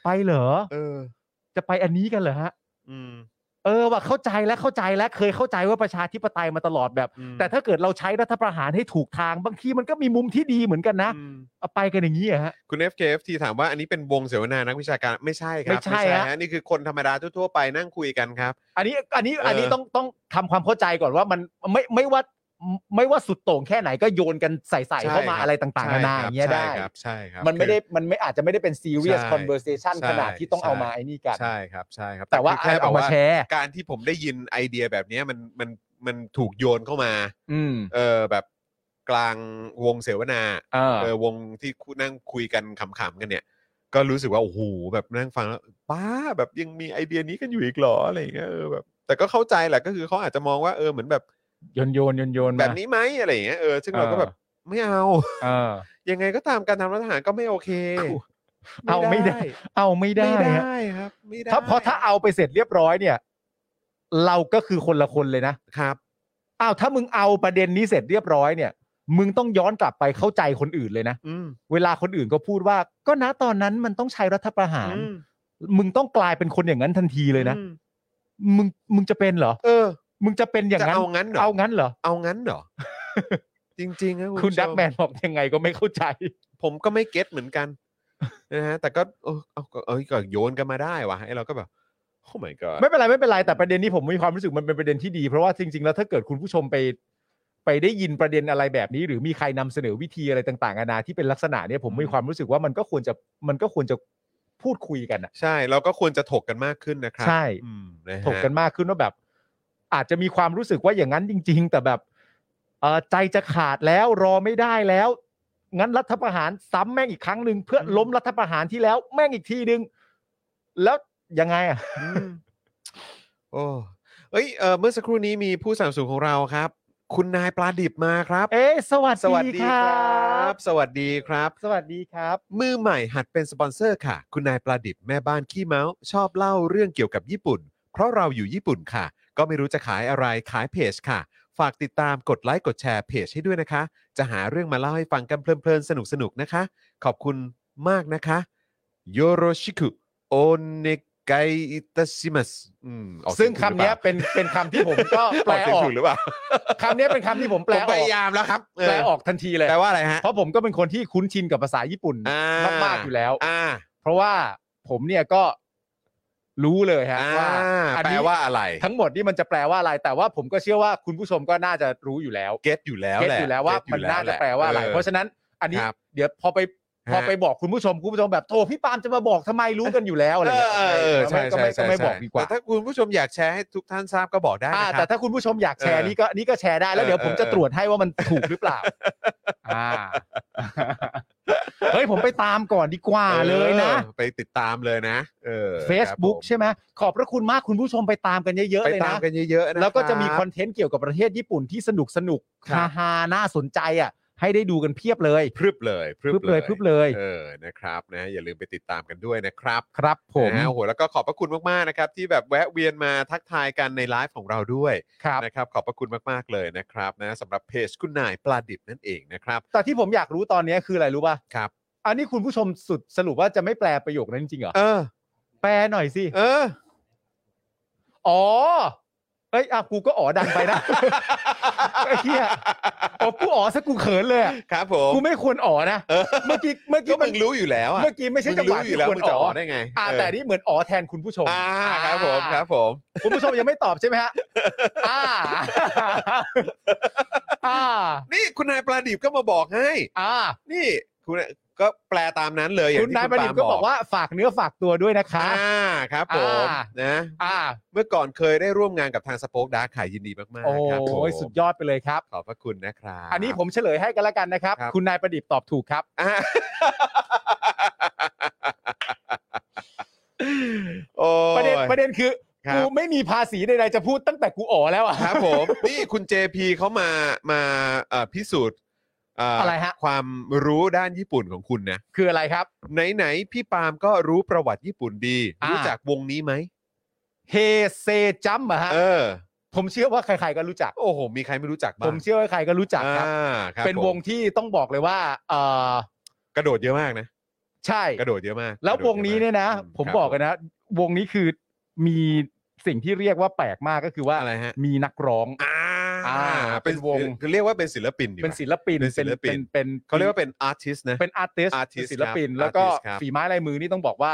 ไปเหรอ เออ จะไปอันนี้กันเหรอฮะ อืม เออว่าเข้าใจแล้วเข้าใจแล้วเคยเข้าใจว่าประชาธิปไตยมาตลอดแบบ อืม แต่ถ้าเกิดเราใช้รัฐประหารให้ถูกทางบางทีมันก็มีมุมที่ดีเหมือนกันนะ อืม เอาไปกันอย่างนี้เหรอฮะ คุณ FKFT ถามว่าอันนี้เป็นวงเสวนานักวิชาการไม่ใช่ครับ ไม่ใช่ฮะ ฮะนี่คือคนธรรมดาทั่วๆไปนั่งคุยกันครับ อันนี้อันนี้ เอออั อันนี้ต้องต้องทำความเข้าใจก่อนว่ามันไม่ไม่ว่าไม่ว่าสุดโต่งแค่ไหนก็โยนกันใส่ๆเข้ามาอะไรต่างๆนานาอย่างเงี้ยได้ ใช่ครับใช่ครับ มันไม่ได้มันไม่อาจจะไม่ได้เป็น serious ใช่ conversation ใช่ ขนาดที่ต้องเอา ใช่ มาไอ้นี่กัน ใช่ครับใช่ครับ แต่ว่า คือแค่แบ เอา บ มา ว่า แชร์ การที่ผมได้ยินไอเดียแบบเนี้ยมันมันมันถูกโยนเข้ามา อืม เออแบบกลางวงเสวนา เออ เออวงที่นั่งคุยกันขำๆกันเนี่ย ก็รู้สึกว่าโอ้โหแบบนั่งฟังแล้วป้าแบบยังมีไอเดียนี้กันอยู่อีกเหรออะไรอย่างเงี้ยเออแบบแต่ก็เข้าใจแหละก็คือเขาอาจจะมองว่าเออเหมือนแบบ โยนโยนโยนโยนมา แบบนี้ไหมอะไรอย่างเงี้ยเออซึ่งเราก็แบบไม่เอา เออ ยังไงก็ตามการทำรัฐประหารก็ไม่โอเค เอาไม่ได้ เอาไม่ได้ ไม่ ฮะ ได้ครับไม่ได้ ถ้าเพราะถ้าเอาไปเสร็จเรียบร้อยเนี่ย เราก็คือคนละคนเลยนะครับ อ้าวถ้ามึงเอาประเด็นนี้เสร็จเรียบร้อยเนี่ย มึงต้องย้อนกลับไปเข้าใจคนอื่นเลยนะ อืม เวลาคนอื่นก็พูดว่า ก็นะตอนนั้นมันต้องใช้รัฐประหาร อืม มึงต้องกลายเป็นคนอย่างนั้นทันทีเลยนะ อืม มึงมึงจะเป็นเหรอ เออ มึงจะเป็นอย่างนั้น จะเอางั้นเหรอ เอางั้นเหรอ เอางั้นเหร อ จริงๆนะ คุ คุณ ณ ดักแม ผู้ช นบอกยังไงก็ไม่เข้าใจ ผมก็ไม่เก็ตเหมือนกันนะฮะแต่ก็เออเอาก็เอยก็โยนกันมาได้วะไอ้เราก็แบบโอ้ my god ไม่เป็นไรไม่เป็นไรแต่ประเด็นนี้ผมมีความรู้สึกมันเป็นประเด็นที่ดี เพราะว่าจริงๆแล้วถ้าเกิดคุณผู้ชมไป ไปได้ยินประเด็นอะไรแบบนี้ หรือมีใครนำเสนอวิธีอะไรต่างๆนานาที่เป็นลักษณะเนี่ยผมมีความรู้สึกว่ามันก็ควรจะมันก็ควรจะพูดคุยกันอ่ะ ใช่เราก็ควรจะถกกันมากขึ้นนะครั ใช่ อืมนะฮะ ถกกันมากขึ้นว่าแบบ อาจจะมีความรู้สึกว่าอย่างนั้นจริง ๆ แต่แบบเอ่อใจจะขาดแล้วรอไม่ได้แล้ว งั้นรัฐประหารซ้ำแม่งอีกครั้งหนึ่งเพื่อล้มรัฐประหารที่แล้วแม่งอีกทีหนึ่งแล้วยังไงอ่ะ อืมโอ้เอ้ยเออเมื่อสักครู่นี้มีผู้สามสูงของเราครับ คุณนายปลาดิบมาครับ เอ๊ะสวัส สวัส ดี ดี ค ค ร รั ั บ บ สวัสดีครับ สวัสดีครับ มือใหม่หัดเป็นสปอนเซอร์ค่ะ คุณนายปลาดิบแม่บ้านขี้เมาส์ชอบเล่าเรื่องเกี่ยวกับญี่ปุ่น เพราะเราอยู่ญี่ปุ่นค่ะ ก็ไม่รู้จะขายอะไรขายเพจค่ะ ฝากติดตามกดไลค์กดแชร์เพจให้ด้วยนะคะ จะหาเรื่องมาเล่าให้ฟังกันเพลินๆ สนุกๆ นะคะ ขอบคุณมากนะคะโยโรชิคุโอเนกายอิตาชิมัสอืมออกเสี ซึ่ ย ง ถูก คำ หรือ เนี้ยเป็นเป็นคำที่ผมก็ เป แปล ล่าออกเสีย อง อก ถูกหรือเปล่า คำเนี้ยเป็นคำที่ผมแปล ผม ออก พยายามแล้วครับเ แปลออกทันทีเลย แปลว่าอะไรฮะ เพราะผมก็เป็นคนที่คุ้นชินกับภาษาญี่ปุ่น อ่ มากๆอยู่แล้ว อ่า เพราะว่าผมเนี่ยก็รู้เลยฮะ อ่า ว่าอัน แปล นี้ ว่าอะไร ทั้งหมดนี่มันจะแปลว่าอะไร แต่ว่าผมก็เชื่อว่าคุณผู้ชมก็น่าจะรู้อยู่แล้ว เก็ตอยู่แล้ว เก็ต แหละ อยู่แล้วว่า เก็ตอยู่ มันน่า ห จะแปลว่าอะไร ออ เพราะฉะนั้น อันนี้ ครับ เดี๋ยวพอไปพอ ฮะ ไปบอกคุณผู้ชมคุณผู้ชมแบบโทรพี่ปาล์มจะมาบอกทำไมรู้กันอยู่แล้วอะไร เออเออเออ ก็ ใช่ ไม่ก็ ใช่ ไม่ ใช่ ก็ไม่บอกดีกว่า แต่ถ้าคุณผู้ชมอยากแชร์ให้ทุกท่านทราบก็บอกได้ อ่า นะค แต่ รับ ถ้าคุณผู้ชมอยากแชร์ เออ นี่ก็นี่ก็แชร์ได้แล้วเดี๋ยว เออ ผมจะ เออ ตรวจให้ว่ามันถูกหรือเปล่าอ่าเฮ้ยผมไปตามก่อนดีกว่าเลยนะ ออไปติดตามเลยนะ เออ Facebook ครับผม ใช่ไหมขอบพระคุณมากคุณผู้ชมไปตามกันเยอะๆ ไป เลย ตาม นะ กันเยอะๆนะ แล้วก็จะมี รับ คอนเทนต์เกี่ยวกับประเทศญี่ปุ่นที่สนุกสนุก ครับ ฮาฮาๆน่าสนใจอ่ะ ให้ได้ดูกันเพียบเลย พรึบเลยพรึ พรึบเลยพรึบเลย เออนะครับนะอย่าลืมไปติดตามกันด้วยนะครับ ครับผม นะฮะโอ้โหแล้วก็ขอบพระคุณมากๆนะครับ ที่แบบแวะเวียนมาทักทายกันในไลฟ์ของเราด้วย ครับ นะครับขอบพระคุณมากๆเลยนะครับนะสำหรับเพจคุณนายปลาดิบนั่นเองนะครับ แต่ที่ผมอยากรู้ตอนนี้คืออะไรรู้ป่ะ ครับ อันนี้คุณผู้ชมสุดสรุปว่าจะไม่แปลประโยคนั้นจริงๆเหรอ เออ แปลหน่อยสิ เออ อ๋อเอ้ยอ่ะกูก็อ๋อดังไปนะ ไอ้เหี้ย อ๋อกูอ๋อซะกูเขินเลยอะ ครับผม กูไม่ควรอ๋อนะ เออ เมื่อกี้เมื่อ ก็ กี้ มึ มัน งรู้อยู่แล้วอ่ะ เมื่อกี้ไม่ใช่จังหวะ มึรู้อ ที่ ยู่แล้ว ควร มึง อ๋ จะ อ อ๋อได้ไง อ่า เออ แต่นี่เหมือนอ๋อแทนคุณผู้ชม อ่าครับผมครับผม คุณผู้ชมยังไม่ตอบใช่ไหมฮะอ่า อ่า นี่คุณนายปลาดิบก็มาบอกให้ อ่า นี่คุณก็แปลตามนั้นเลยอย่ง คุณ ที่ นายประดิษฐ์ ป ก็ ล์ม บอกว่าฝากเนื้อฝากตัวด้วยนะคะ อ่าครับผม อ่า นะ อ่า เมื่อก่อนเคยได้ร่วมงานกับทางสป o อคดาร์คขายยินดีมาก โอ ๆครับผ้ ย ม สุดยอดไปเลยครับ ขอบพระคุณนะครับ อันนี้ผมเฉลยให้กันละกันนะครับ ครับ คุณนายประดิษฐ์ตอบถูกครับ อ่า โอ้ย ประเด็นประเด็นคือ ครับ กูไม่มีภาษีใดๆจะพูดตั้งแต่กูอ๋อแล้วอ่ะ ครับผม นี่คุณ JP เขามามาเอ่อพิสูจน์เ อะไรฮะ ความรู้ด้านญี่ปุ่นของคุณนะ คืออะไรครับ ไหน ๆ พี่ปาล์มก็รู้ประวัติญี่ปุ่นดี อ่ารู้ รู้จักวงนี้ไหม เฮเซจัมอะฮะ เออ ผมเชื่อว่าใครๆก็รู้จัก โอ้โห มีใครไม่รู้จักบ้าง ผมเชื่อว่าใครก็รู้จักครับ อ่าครับ เป็น ผม วงที่ต้องบอกเลยว่าเออก ระโดดเยอะมากนะ ใช่ กระโดดเยอะมาก แล้ว กระโด ว ด ง อะาก นี้เนี่ยนะ ม ผม ครับ บอกกันนะ วงนี้คือมีสิ่งที่เรียกว่าแปลกมากก็คือว่า อะไรฮะ มีนักร้อง อ่า อ่า เป็น เป็น ว ว ง ง เรียกว่าเป็นศิลปินดีกว่า เป็นศิลปิน เป็นศิลปิน เป็นเป็น เขาเรียกว่าเป็นอาร์ติสนะ เป็นอาร์ติส artist ศิลปิน ครับ แล้วก็ artist ครับ ฝีไม้ลายมือนี่ต้องบอกว่า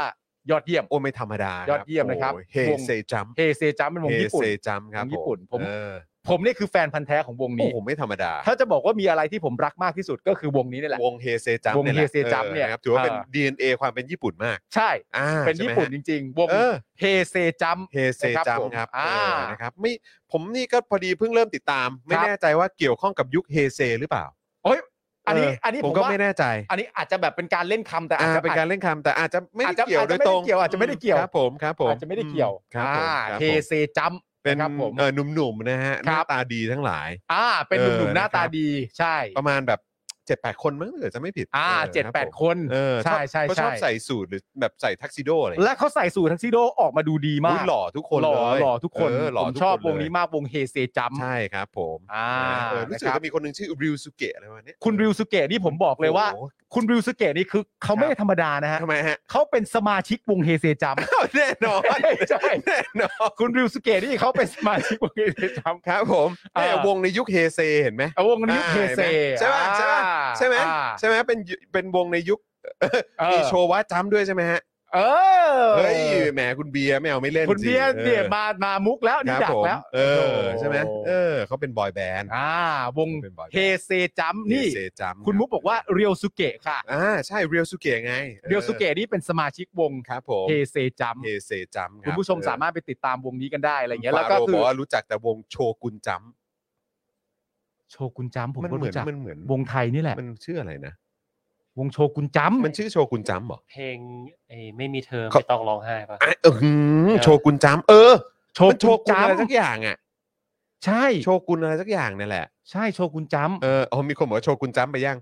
ยอดเยี่ยม โอ้ไม่ธรรมดาค ย รั อดเยี่ยมนะครับ โอ้เฮ วง เซจัม เฮเซจัมเป็นวงญี่ปุ่น เฮเซจัมครับ วงญี่ปุ่นผม เออ ผมนี่คือแฟนพันธ์แท้ของวง โอ้ นี้ โหไม่ธรรมดา ถ้าจะบอกว่ามีอะไรที่ผมรักมากที่สุดก็คือวงนี้นี่แหละ วงเฮเซจัม วง นี่ยแหละ Heisei Jump อเนี่ยอะครับถือว่าเป็น เออ DNA ความเป็นญี่ปุ่นมาก ใช่ อ่า เป็น ใช่ไหม ญี่ปุ่นจ ฮะ ริงๆ วง เออ เฮเซจัม เฮเซจัมครับ อ่า เออนะครับไม่ผมนี่ก็พอดีเพิ่งเริ่มติดตาม ไม่ ครับ แน่ใจว่าเกี่ยวข้องกับยุคเฮเซหรือเปล่า อันนี้ เ อันนี้ ผมก็ไม่แน่ใจ อันนี้อาจจะแบบเป็นการเล่นคำแต่อาจ อาจ จะ จะเป็นการเล่นคำแต่อาจจะไม่ อาจ ได้ จะ เกี่ยวโดยตรง อาจจะไม่ได้เกี่ยว ค อา รั จ บผมครับผม อาจจะไม่ได้เกี่ยว ครับ อา ผมจจะ ค ไม่ได้เกี่ยว รับผมเฮเซจัม เป็น ครับผม เออหนุ่มๆนะฮะห ครั น้า บ ตาดีทั้งหลาย อ่า เป็นห เอ นุ่ อ มๆหน้า นะครับ ตาดีใช่ ประมาณแบบเจ็ดแปดคนมั้งถ้าเกิดจะไม่ผิด อ่า ออ เจ็ด ครับ แปด ผม คน เออ ใช่ อบ ใช่ เขาชอบ ใช่ ใส่สูทหรือแบบใส่ทักซิโดอะไร และเขาใส่สูทแท็กซี่โดออกมาดูดีมา อุ๊ ก ยหล่อทุกคน หล่อ เลย หล่อทุกคน เหล่อ ผม ทุก ชอบ คเล วย งนี้มากวงเฮเซจัม ใช่ครับผม อ่า เออรู้สึก นะครับ จะมีคนหนึ่งชื่อริวสุเกะอะไรประมาณเนี้ย คุณริวสุเกะนี่ผมบอกเลยว่า โอ้โห คุณริวสุเกะนี่คือเขาไม่ได้ธรรมดานะฮะ ทำไมฮะ เขาเป็นสมาชิกวงเฮเซจัม อ้าวแน่นอน ใช่ใช่ แน่นอน คุณริวสุเกะนี่เขาเป็นสมาชิกวงเฮเซจัม ครับผมเนี่ย เออ วงในยุคเฮเซเห็นไหม เอาวงนี้เฮเซ ใช่ไหมใช่ไหม ใช่ไหม อ่า ใช่ไหมเป็นยุเป็นวงในยุค เอ มี อ โชว์วะจำด้วยใช่ไหมฮะ เออ เฮ้ยแหมคุณเบียร์ไม่เอาไม่เล่น คุณเบียร์ จงๆ เนี่ยมามามุกแล้ว ค นี่ รับ ดั ผ ก ม แล้ว เออใช่ไหมเออเขาเป็นบอยแบนด์ อ่าวง เป็นบอยแบ เฮ นด์ เซจัมนี่ เฮเซจัม คุณมุกบอกว่าเรียวสุเกะค่ะ อ่าใช่เรียวสุเกะไงออ เรียวสุเกะนี่เป็นสมาชิกวง ครับผม เฮเซจัม เฮเซจัมรับ คุณผู้ชมสามารถไปติดตามวงนี้กันได้อะไร เอ เงี้ อย แล้วก็ ฟาโร คื บ อ อกว่ารู้จักแต่วงโชกุนจัม โชกุนจัมผม มัน ก็ เหมือน รู้จัก มันเหมือน วงไทยนี่แหละ มันชื่ออะไรนะ วงโชกุนจัม มันชื่อโชกุนจัมเหรอ เพลงไอ้ไม่มีเธอ เขา ไม่ต้องร้องไห้ปะ อ่ะเออหือโชกุนจัมเออ โช มันโช กุน กุน จั อะ ม ไรสักอย่างอ่ะ ใช่ โชกุนอะไรสักอย่างเนี่ยแหละ ใช่โชกุนจัม เออเอามีคนบอกว่าโชกุนจ้ำไปยัง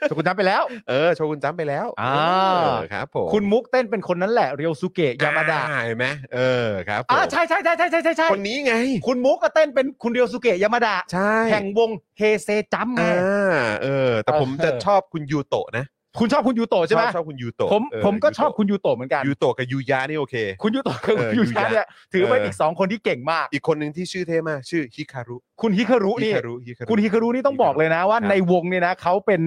โชกุนจัมไปแล้ว เออ โชกุนจ้ำไปแล้ว อ่า เออครับผม คุณมุกเต้นเป็นคนนั้นแหละเรียวสุเกะยามาดะ อ่เห็นไหมเออครับผม อ่าใช่ใช่ใช่ใช่ใช่ใช่ใช่ คนนี้ไง คุณมุกก็เต้นเป็นคุณเรียวสุเกะยามาดะ ใช่ แห่งวงเฮเซจัมไง อ่าเออ แต่ผม เออ จะชอบคุณยูโตะนะ คุณชอบคุณยูโตะใช่ไหม อบชอบคุณยูโตะ ผม เ ผมก็ชอบคุณยูโตะเหมือนกัน ยูโตะกับยูยะนี่โอเค คุณยูโตะ กับ เออ คุณยูยูยะชาเนี่ยถือเป็น เอออี อีกสองคนที่เก่งมาก อีกคนหนึ่งที่ชื่อเท่มาก ชื่อฮิคารุ คุณฮิคารุ ฮิ นี่ คารุฮิคารุ คุณฮิคารุนี่ต้องบอกเลยนะว่า ครับ ในวงเนี่ยนะเขาเป็น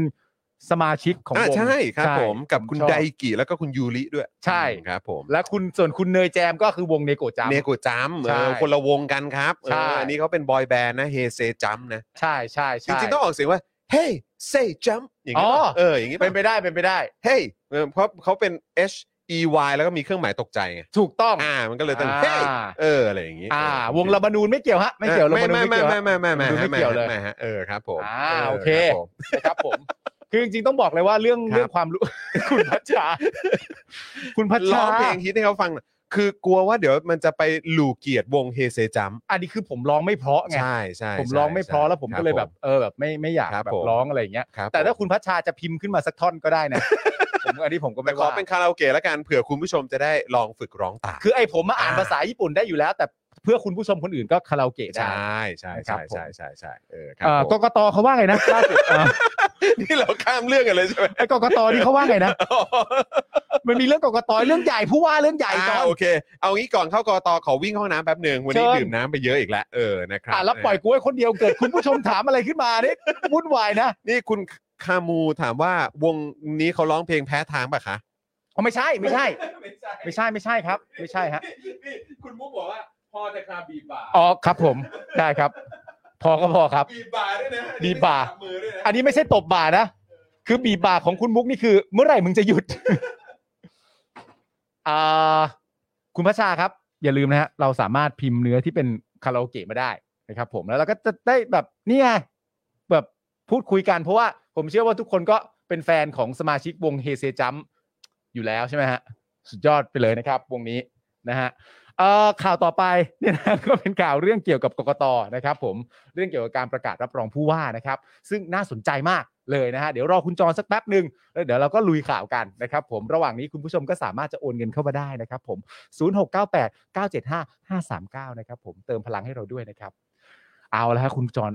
สมาชิกของว อ่าง ใช่ครับ ผมกับคุณ ชอบ ไดกิแล้วก็คุณยูริด้วย ใช่ อืมครับ ผม และคุณส่วนคุณเนยแจมก็คือวงเนโกะจัม เนโกะจัมเอ ใช่ อคนละวงกันครับเอ ใช่ ออันนี้เขาเป็นบอยแบนด์นะเฮเซจัมนะ ใช่ใช่ จ ใช่ ริงๆต้องออกเสียงว่า hey say jump อย่างเงี้ย อ๋อ ป่ะเอออย่างงี้ เป็ เป็น น ไปได้เป็นไปได้ hey เออเพราะเขาเป็น h e y แล้วก็มีเครื่องหมายตกใจไง ถูกต้อง อ่า มันก็เลยต้อง อ่า hey เอออะไรอย่างงี้ อ่า เออ วงระบานูนไม่เกี่ยวฮะไม่เกี่ยวระ ไม่ บานูน ไม่ ไม่ ไม่ เกี่ยว ไม่ ฮะ ไม่ไม่ไม่ ดูไม่เกี่ยวเลย ฮะฮะเออครับผม อ่าโอเค ครับผม นะครับผม คือจริงๆต้องบอกเลยว่าเรื่อง ครับ เรื่องความรู้ คุณพัชชา คุณพัช ร้ ชา องเพลงฮิตให้เขาฟังหน่อยคือกลัวว่าเดี๋ยวมันจะไปหลูเกียรติวงเฮเซจัม อันนี้คือผมร้องไม่เพราะไง ใช่ใช่ ผมร้องไม่เพราะแล้วผม คบ ก็เลยแบบเออแบบไม่ไม่อยาก ครับ แบ ผ บ ม ร้องอะไรอย่างเงี้ย ครับ แต่ถ้า ผม คุณพัชชาจะพิมพ์ขึ้นมาสักท่อนก็ได้นะ ผมอันนี้ผมก็ แต่ ไม่ ขอ ว่า เป็นคาราโอเกะแล้วกันเผื่อคุณผู้ชมจะได้ลองฝึกร้องตาม คือไอ้ผมมาอ่าน อ่า ภาษาญี่ปุ่นได้อยู่แล้ว แต่เพื่อคุณผู้ชมคนอื่นก็คาราโอเกะ ใช ได้ ่ใช่ ครั ใช่ บผม ใช่ใช่ใช่เออครั เอ่อก ผม กตเขาว่าไงนะล่าสุดเอ่อ นี่เราข้ามเรื่องกันเลยใช่ไหม ไอ้กกตนี่เขาว่าไงนะ มันมีเรื่องกกตเรื่องใหญ่ผู้ว่าเรื่องใหญ่จอ อ่าน โอเค เอางี้ก่อนเข้ากอตอขอวิ่งห้องน้ำแป๊บหนึ่งวันนี้ เชิญ ดื่มน้ำไปเยอะอีกแล้วเออนะครับ อ่ะแล้วปล่อยกูไว้คนเดียวเกิดคุณผู้ชมถามอะไรขึ้นมานี่วุ่นวายนะ นี่คุณคามูถามว่าวงนี้เขาร้องเพลงแพ้ทางปะคะ อ๋อไม่ใช่ไม่ใช่ ไม่ใช่ไม่ใช่ครับ ไม่ใช่ฮะ คุณมุกบอกว่า พอจะคาบีบบ่า อ๋อครับผมได้ครับ พอก็พอครับ บีบบ่าด้วยนะ บีบบ่า จัมือด้วยนะ อันนี้ไม่ใช่ตบบ่านะ คือบีบบ่าของคุณมุกนี่คือ เมื่อไหร่มึงจะหยุด อ่า คุณพระชาครับ อย่าลืมนะฮะเราสามารถพิมพ์เนื้อที่เป็นคาราโอเกะมาได้นะครับผมแล้วเราก็จะได้แบบนี่ไงแบบพูดคุยกันเพราะว่าผมเชื่อว่าทุกคนก็เป็นแฟนของสมาชิกวงเฮเซจัมอยู่แล้วใช่ไหมฮะ สุดยอดไปเลยนะครับ วงนี้นะฮะเอ่อข่าวต่อไปเนี่ยนะ ก็เป็นข่าวเรื่องเกี่ยวกับกกตนะครับ ผมเรื่องเกี่ยวกับการประกาศรับรองผู้ว่านะครับ ซึ่งน่าสนใจมากเลยนะฮะเดี๋ยวรอคุณจรสักแป๊บหนึ่งแล้วเดี๋ยวเราก็ลุยข่าวกันนะครับ ผมระหว่างนี้คุณผู้ชมก็สามารถจะโอนเงินเข้ามาได้นะครับ ผม 0698 975 539 นะครับ ผมเติมพลังให้เราด้วยนะครับ เอาละฮะคุณจร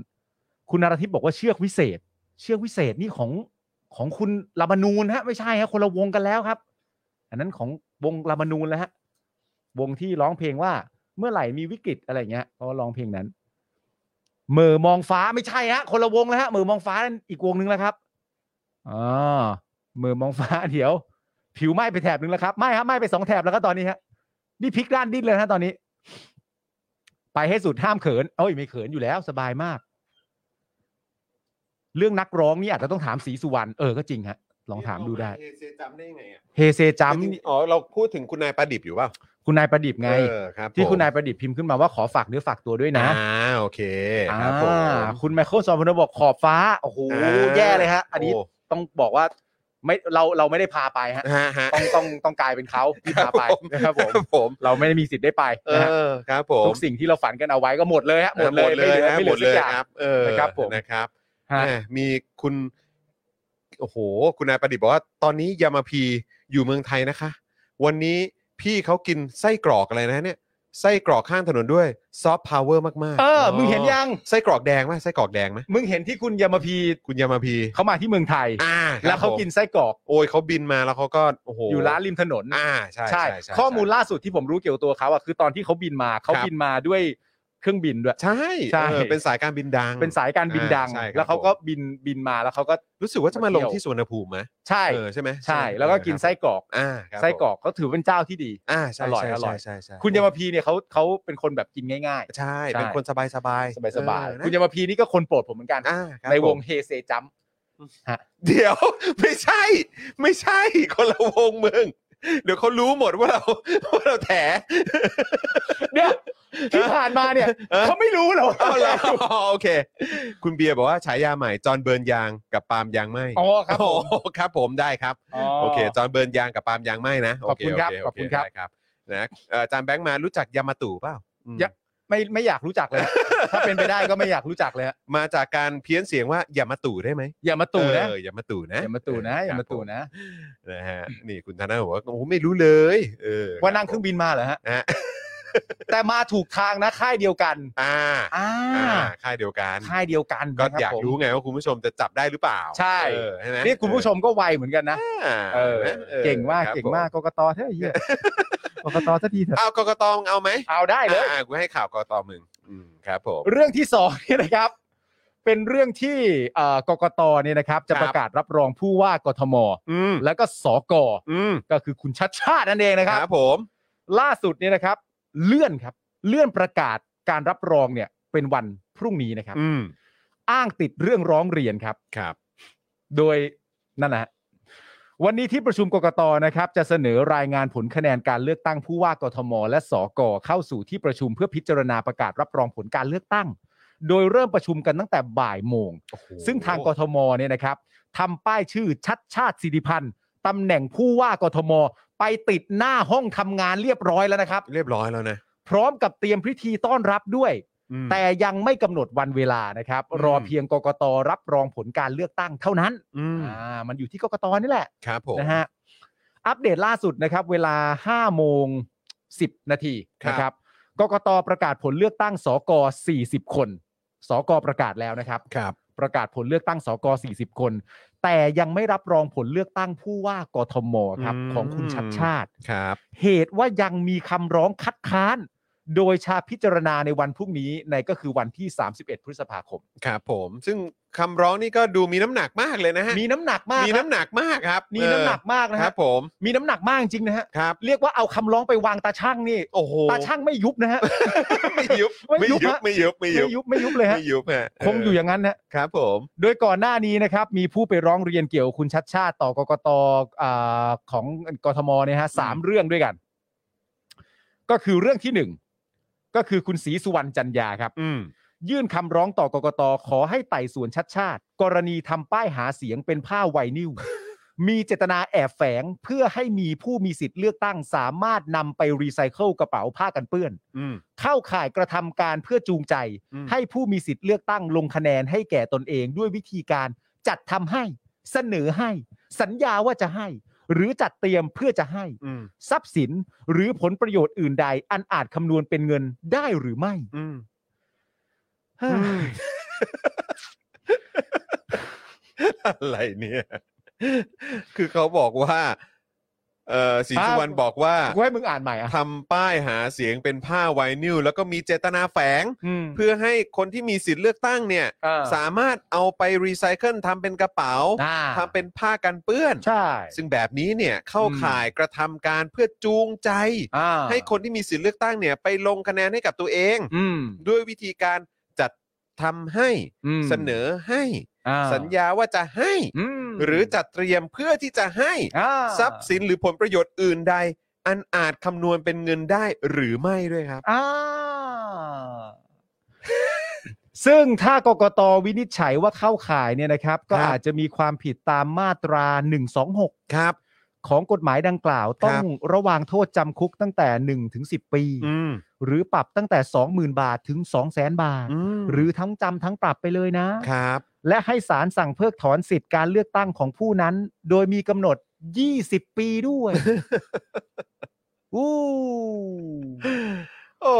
คุณนรทิพย์บอกว่าเชือกวิเศษ เชือกวิเศษนี่ของของคุณลาบานูนฮะไม่ใช่ฮะคนละวงกันแล้วครับ อันนั้นของวงลาบานูนแล้วฮะวงที่ร้องเพลงว่า เมื่อไหร่มีวิกฤตอะไรอย่างเงี้ยเขาก็ร้องเพลงนั้นเหมือมองฟ้าไม่ใช่ฮะคนละวงแล้วฮะเหมือมองฟ้านั่นอีกวงหนึ่งแล้วครับอ๋อเหมือมองฟ้า เดี๋ยว ผิวไหม้ไปแถบหนึ่งแล้วครับไหม้ฮะไหม้ไปสองแถบแล้วก็ตอนนี้ฮะนี่พลิกด้านดิ้นเลยฮะตอนนี้ ไปให้สุดห้ามเขินเอ้ยไม่เขินอยู่แล้วสบายมาก เรื่องนักร้องนี่อาจจะต้องถามสีสุวรรณเออก็จริงฮะลองถามดูได้ เฮเซจำได้ยังไงอ่ะ เฮเซจัม อ๋อเราพูดถึงคุณนายประดิบอยู่เปล่า คุณนายประดิษฐ์ไง เออครับ ที่คุณนาผยม ประดิษฐ์พิมพ์ขึ้นมาว่าขอฝากเนื้อฝากตัวด้วยนะ อ่าโอเคครับผม อ่าคุณไมเคิลซอนพนบอกขอบฟ้าโอ้โห อ่า แย่เลยฮะ อันนี้ โ ต้องบอกว่าไม่เราเราไม่ได้พาไปฮะ ฮะฮะ ต้องต้องต้องกลายเป็นเขาที่พาไปนะครับผม ครับผม เราไม่ได้มีสิทธิ์ได้ไป เอ นะฮะ อครับผม ทุกสิ่งที่เราฝันกันเอาไว้ก็หมดเลยฮะหมดเลย หมดเลยฮะ ไม่ ห เห ม ลื ด อ เลยสักอย่าง ครับ เออ นะครับผม นะครับ ฮะ แม่มีคุณโอ้โห คุณนายประดิษฐ์บอกว่าตอนนี้ยามาพีอยู่เมืองไทยนะคะ วันนี้พี่เขากินไส้กรอกอะไรนะเนี่ยไส้กรอกข้างถนนด้วยซอฟต์พาวเวอร์มากๆ เออมึงเห็นยัง ไส้กรอกแดงไหมไส้กรอกแดงไหม มึงเห็นที่คุณยามาพี คุณยามาพี เขามาที่เมืองไทย อ่าครับ แล้วเขา ผม กินไส้กรอก โอ้ยเขาบินมาแล้วเขาก็โอ้โห อยู่ร้านริมถนน อ่าใช่ ใช่ ใช่ ข้อมูล ใช่ ล่าสุดที่ผมรู้เกี่ยวกับตัวเขาอะคือตอนที่เขาบินมาเขา ครับ บินมาด้วยเครื่องบินด้วย ใช่ ใช่ เออเป็นสายการบินดัง เป็นสายการบินดัง อ่าใช่ครับ แล้วเขาก็บินบินมาแล้วเขาก็ รู้สึกว่าจะมาลงที่สุวรรณภูมิไหม ใช่ เออใช่ไหม ใช่แล้วก็กินไส้กรอก อ่าครับ ไส้กรอกเขาถือเป็นเจ้าที่ดี อ่าใช่ อร่อย ใช่ อร่อย ใช่ใช่ใช่ คุณยามาพีเนี่ยเขาเขาเป็นคนแบบกินง่าย ใช่ ใช่ เป็นคนสบายสบาย ๆ สบาย เออ ๆ นะ คุณยามาพีนี่ก็คนโปรดผมเหมือนกัน อ่าครับ ในวง ผม เฮเซจัม เดี๋ยว ไม่ใช่ ไม่ใช่ คนละวงมึง เดี๋ยวเขารู้หมดว่า เราว่าเราแถ เนี่ยที่ผ่านมาเนี่ย เออ เขาไม่รู้เหรอ เอาละอ๋อโอเค คุณเบียร์บอกว่าฉายาใหม่จอนเบิร์นยางกับปาล์มยางไหม อ๋อครับผม โอ้ครับผมได้ครับ โอเค จอห์นเบิร์นยางกับปาล์มยางไหมนะ ขอบคุณครับ โเโเ ขอบคุณครับ ได้ครับนะเอ่ออาจารย์แบงค์มารู้จักยามาตู่เปล่าอืม ยะ ไม่ไม่อยากรู้จักเลยฮะถ้าเป็นไปได้ก็ไม่อยากรู้จักเลยฮะ มาจากการเพี้ยนเสียงว่าอย่ามาตู่ได้ไหม อย่ามาตู่นะ เอออย่ามาตู่นะ อย่ามาตู่นะอย่ามาตู่นะ เออครับผมนะฮะนี่คุณธนาบอกว่าโอ้โหไม่รู้เลยเออ ว่านั่งเครื่องบินมาเหรอฮะ นะฮะ แต่มาถูกทางนะค่ายเดียวกัน อ่า อ่า อ่าค่ายเดียวกัน ค่ายเดียวกัน ก็ นะคบ อยาก ผม รู้ไงว่าคุณผู้ชมจะจับได้หรือเปล่า ใช่ เออใช่ไหม นี่คุณผู้ชมก็ไวเหมือนกันนะ อ่า เออ ห็นไห เก่งมาก ครับ เก่งมาก ผ กกตเท่าเหี้ย กกตซะทีเถ ม อะ เอากกตมึงเอาไหม เอาได้เลย อ่ากูให้ข่าวกกตมึงอืมครับผม เรื่องที่สองเนี่ยนะครับ เป็นเรื่องที่เอ่อกกตเนี่ยนะครับ จะ ครับ ประกาศรับรองผู้ว่ากทม อืม แล้วก็สก อืม ก็คือคุณชัดชาตินั่นเองนะค ครับ รับผม ล่าสุดเนี่ยนะครับ เลื่อนครับ เลื่อนประกาศการรับรองเนี่ยเป็นวันพรุ่งนี้นะครับ อืม อ้างติดเรื่องร้องเรียนครับ ครับ โดยนั่นแหละฮะวันนี้ที่ประชุมกกตนะครับ จะเสนอรายงานผลคะแนนการเลือกตั้งผู้ว่ากทม และสกเข้าสู่ที่ประชุมเพื่อพิจารณาประกาศรับรองผลการเลือกตั้ง โดยเริ่มประชุมกันตั้งแต่บ่ายโมง ซึ่งทางกทมเนี่ยนะครับทำป้ายชื่อชัดชาติสิริพันธ์ตำแหน่งผู้ว่ากทม ไปติดหน้าห้องทำงานเรียบร้อยแล้วนะครับ เรียบร้อยแล้วนะ พร้อมกับเตรียมพิธีต้อนรับด้วย อืม แต่ยังไม่กำหนดวันเวลานะครับ อืม รอเพียงกกตรับรองผลการเลือกตั้งเท่านั้น อืม อ่ามันอยู่ที่กกตนี่แหละ ครับผม นะฮะอัปเดตล่าสุดนะครับ เวลา 5 โมง 10 นาที ครับ นะครับกกตประกาศผลเลือกตั้งสก40 คนสกประกาศแล้วนะครับ ครับ ประกาศผลเลือกตั้งสก40 คน แต่ยังไม่รับรองผลเลือกตั้งผู้ว่ากทมครับ อืม ของคุณชัดชาติ ครับ เหตุว่ายังมีคำร้องคัดค้าน โดยชาพิจารณาในวันพรุ่งนี้ในก็คือวันที่ 31 พฤษภาคม ครับผม ซึ่งคำร้องนี่ก็ดูมีน้ำหนักมากเลยนะฮะ มีน้ำหนักมาก มีน้ำหนักมากครับ มีน้ำหนักมาก เออ นะ ค ค รั รั บบ ผม มีน้ำหนักมากจริงนะฮะ ครับ เรียกว่าเอาคำร้องไปวางตาช่างนี่ โอ้โห ตา ช่างไม่ยุบนะฮะ ไม่ยุบ ไม่ ไม่ ยุ ยุ บบ ฮะ ไม่ยุบไม่ ไม่ ยุบ ยุบไม่ยุบเลยฮะ ไม่ยุบฮะ คงอยู่อย่างนั้นนะครับ ผม โดยก่อนหน้านี้นะครับ มีผู้ไปร้องเรียนเกี่ยวกับคุณชัดชาติต่อกกตอาของกทมเนี่ยฮะสามเรื่องด้วยกัน ก็คือเรื่องที่หนึ่งก็คือคุณศรีสุวรรณจันยาครับ อืม ยื่นคำร้องต่อกกตขอให้ไต่สวนชัดชาติ กรณีทำป้ายหาเสียงเป็นผ้าไวนิล มีเจตนาแอบแฝงเพื่อให้มีผู้มีสิทธิ์เลือกตั้งสามารถนำไปรีไซเคิลกระเป๋าผ้ากันเปื้อน อืม เข้าข่ายกระทำการเพื่อจูงใจ อืม ให้ผู้มีสิทธิ์เลือกตั้งลงคะแนนให้แก่ตนเองด้วยวิธีการจัดทำให้ เสนอให้ สัญญาว่าจะให้ หรือจัดเตรียมเพื่อจะให้ อืม ทรัพย์สินหรือผลประโยชน์อื่นใด อันอาจคำนวณเป็นเงินได้หรือไม่ อืม อะไรเนี่ย คือเขาบอกว่า เออศรีสุวรรณ อ่า บอกว่า กูให้มึงอ่านใหม่อ่ะ ทำป้ายหาเสียงเป็นผ้าไวนิลแล้วก็มีเจตนาแฝง อืม เพื่อให้คนที่มีสิทธิ์เลือกตั้งเนี่ย อ่า สามารถเอาไปรีไซเคิลทำเป็นกระเป๋า อ่า ทำเป็นผ้ากันเปื้อน ใช่ ซึ่งแบบนี้เนี่ยเข้าข่ายกระทำการเพื่อจูงใจ อ่า ให้คนที่มีสิทธิ์เลือกตั้งเนี่ย ไปลงคะแนนให้กับตัวเอง อืม ด้วยวิธีการจัดทำให้ อืม เสนอให้ า สัญญาว่าจะให้ อืม หรือจัดเตรียมเพื่อที่จะให้ อ่า ทรัพย์สินหรือผลประโยชน์อื่นใด อันอาจคำนวณเป็นเงินได้หรือไม่ด้วยครับ อ่า ซึ่งถ้ากกตวินิจฉัยว่าเข้าข่ายเนี่ยนะครับ ก็ ครับ อาจจะมีความผิดตามมาตรา 126 ครับ ของกฎหมายดังกล่าว ครับ ต้องระวางโทษจำคุกตั้งแต่1ถึง10 ปี อืม หรือปรับตั้งแต่ 20,000 บาทถึง 200,000 บาท อืม หรือทั้งจำทั้งปรับไปเลยนะ ครับ และให้ศาลสั่งเพิกถอนสิทธิ์การเลือกตั้งของผู้นั้น โดยมีกำหนด 20 ปี ด้วย อู้ โอ้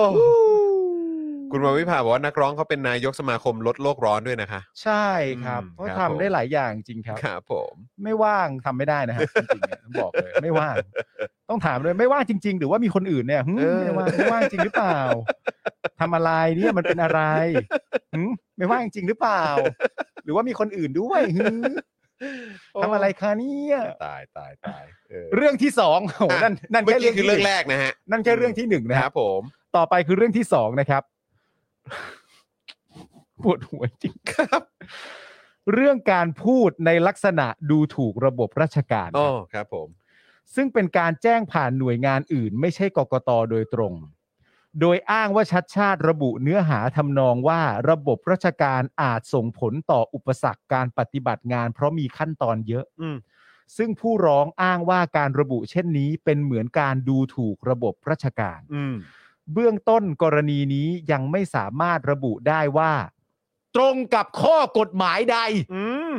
คุณวรวิภาบอกว่านักร้องเขาเป็นนายกสมาคมลดโลกร้อนด้วยนะคะ ใช่ครับ อืม ก็ ครับผม ทำได้หลายอย่างจริงครับ ครับผม ไม่ว่างทำไม่ได้นะฮ ะจริงๆเนี่ยต้องบอกเลยไม่ว่าง ต้องถามเลยไม่ว่างจริง ๆ หรือว่ามีคนอื่นเนี่ยหึไม่ว่างไม่ว่างจริงหรือเปล่าทำอะไรเนี่ยมันเป็นอะไรหึไม่ว่างจริงหรือเปล่า หรือว่ามีคนอื่นด้วยหึทำอะไรคะเนี่ย ตายตายตายเออ เรื่องที่สองโอ้โหนั่นนั่น เมื่อกี้แค่เรื่อง คือ ที่ห เรื่อนึ่ง ง แรกนะฮะ นั่นแค่เรื่องที่หนึ่งนะ ค ค รั รั บบ ผม ต่อไปคือเรื่องที่สองนะครับ ปวดหัวจริงครับ เรื่องการพูดในลักษณะดูถูกระบบราชการค อ๋อ รับ ครับผม ซึ่งเป็นการแจ้งผ่านหน่วยงานอื่น ไม่ใช่กกตโดยตรง โดยอ้างว่าชัดชาติระบุเนื้อหาทำนองว่าระบบราชการอาจส่งผลต่ออุปสรรคการปฏิบัติงาน เพราะมีขั้นตอนเยอะ อืม ซึ่งผู้ร้องอ้างว่าการระบุเช่นนี้เป็นเหมือนการดูถูกระบบราชการ อืม เบื้องต้นกรณีนี้ยังไม่สามารถระบุได้ว่า ตรงกับข้อกฎหมายใด อืม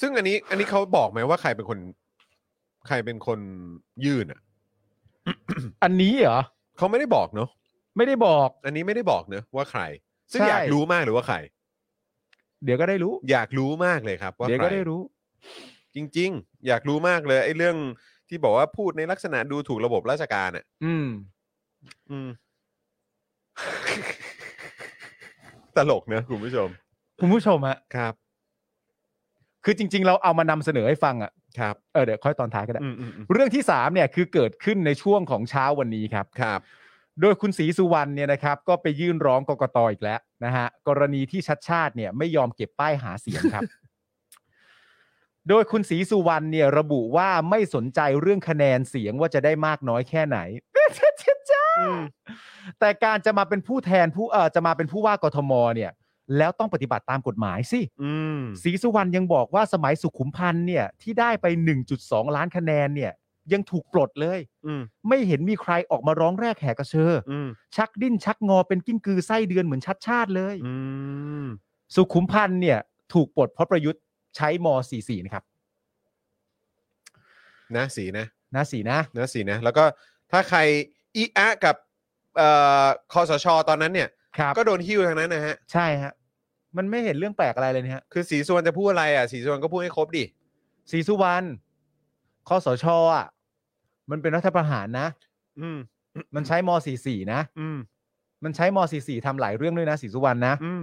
ซึ่งอันนี้ อันนี้เขาบอกไหมว่าใครเป็นคน ใครเป็นคนยื่นอ่ะ อันนี้เหรอ เขาไม่ได้บอกเนอะ ไม่ได้บอก อันนี้ไม่ได้บอกเนอะว่าใคร ซึ่ง ใช่ อยากรู้มากเลยว่าใคร เดี๋ยวก็ได้รู้ อยากรู้มากเลยครับ ว่า เดี๋ยว ใคร ก็ได้รู้ จริง ๆ อยากรู้มากเลยไอ้เรื่องที่บอกว่าพูดในลักษณะดูถูกระบบราชการอ่ะ อืม อืม ตลกเนอะคุณผู้ชม คุณผู้ชมฮะ ครับ คือจริง ๆ เราเอามานำเสนอให้ฟังอะ ครับ เออเดี๋ยวค่อยตอนท้ายก็ได้ อืมอืมอืม เรื่องที่สามเนี่ยคือเกิดขึ้นในช่วงของเช้าวันนี้ครับ ครับ โดยคุณศรีสุวรรณเนี่ยนะครับ ก็ไปยื่นร้องกกตอีกแล้วนะฮะกรณีที่ชัดชาติเนี่ยไม่ยอมเก็บป้ายหาเสียงครับ โดยคุณศรีสุวรรณเนี่ยระบุว่าไม่สนใจเรื่องคะแนนเสียงว่าจะได้มากน้อยแค่ไหน แต่การจะมาเป็นผู้แทนผู้เอ่อจะมาเป็นผู้ว่ากทมเนี่ย แล้วต้องปฏิบัติตามกฎหมายสิ อืม ศรีสุวรรณยังบอกว่าสมัยสุขุมพันธ์เนี่ยที่ได้ไป 1.2 ล้านคะแนนเนี่ยยังถูกปลดเลย อืม ไม่เห็นมีใครออกมาร้องแรกแหกกระเชอ อืม ชักดิ้นชักงอเป็นกิ้งกือไส้เดือนเหมือนชัดชาติเลย อืม สุขุมพันธ์เนี่ยถูกปลดเพราะประยุทธ์ใช้ม .44 นะครับ นะสีนะ นะสีนะ นะสีนะ แล้วก็ถ้าใครอีอะกับเอ่อคอสชตอนนั้นเนี่ย ครับ ก็โดนหิ้วทางนั้นนะฮะ ใช่ฮะมันไม่เห็นเรื่องแปลกอะไรเลยนะฮะ คือสีส่วนจะพูดอะไรอ่ะสีส่วนก็พูดให้ครบดิ ศรีสุวรรณคอสชอ่ะมันเป็นรัฐประหารนะ อืม มันใช้ม .44 นะ อืม มันใช้ม .44 ทำหลายเรื่องด้วยนะศรีสุวรรณนะ อืม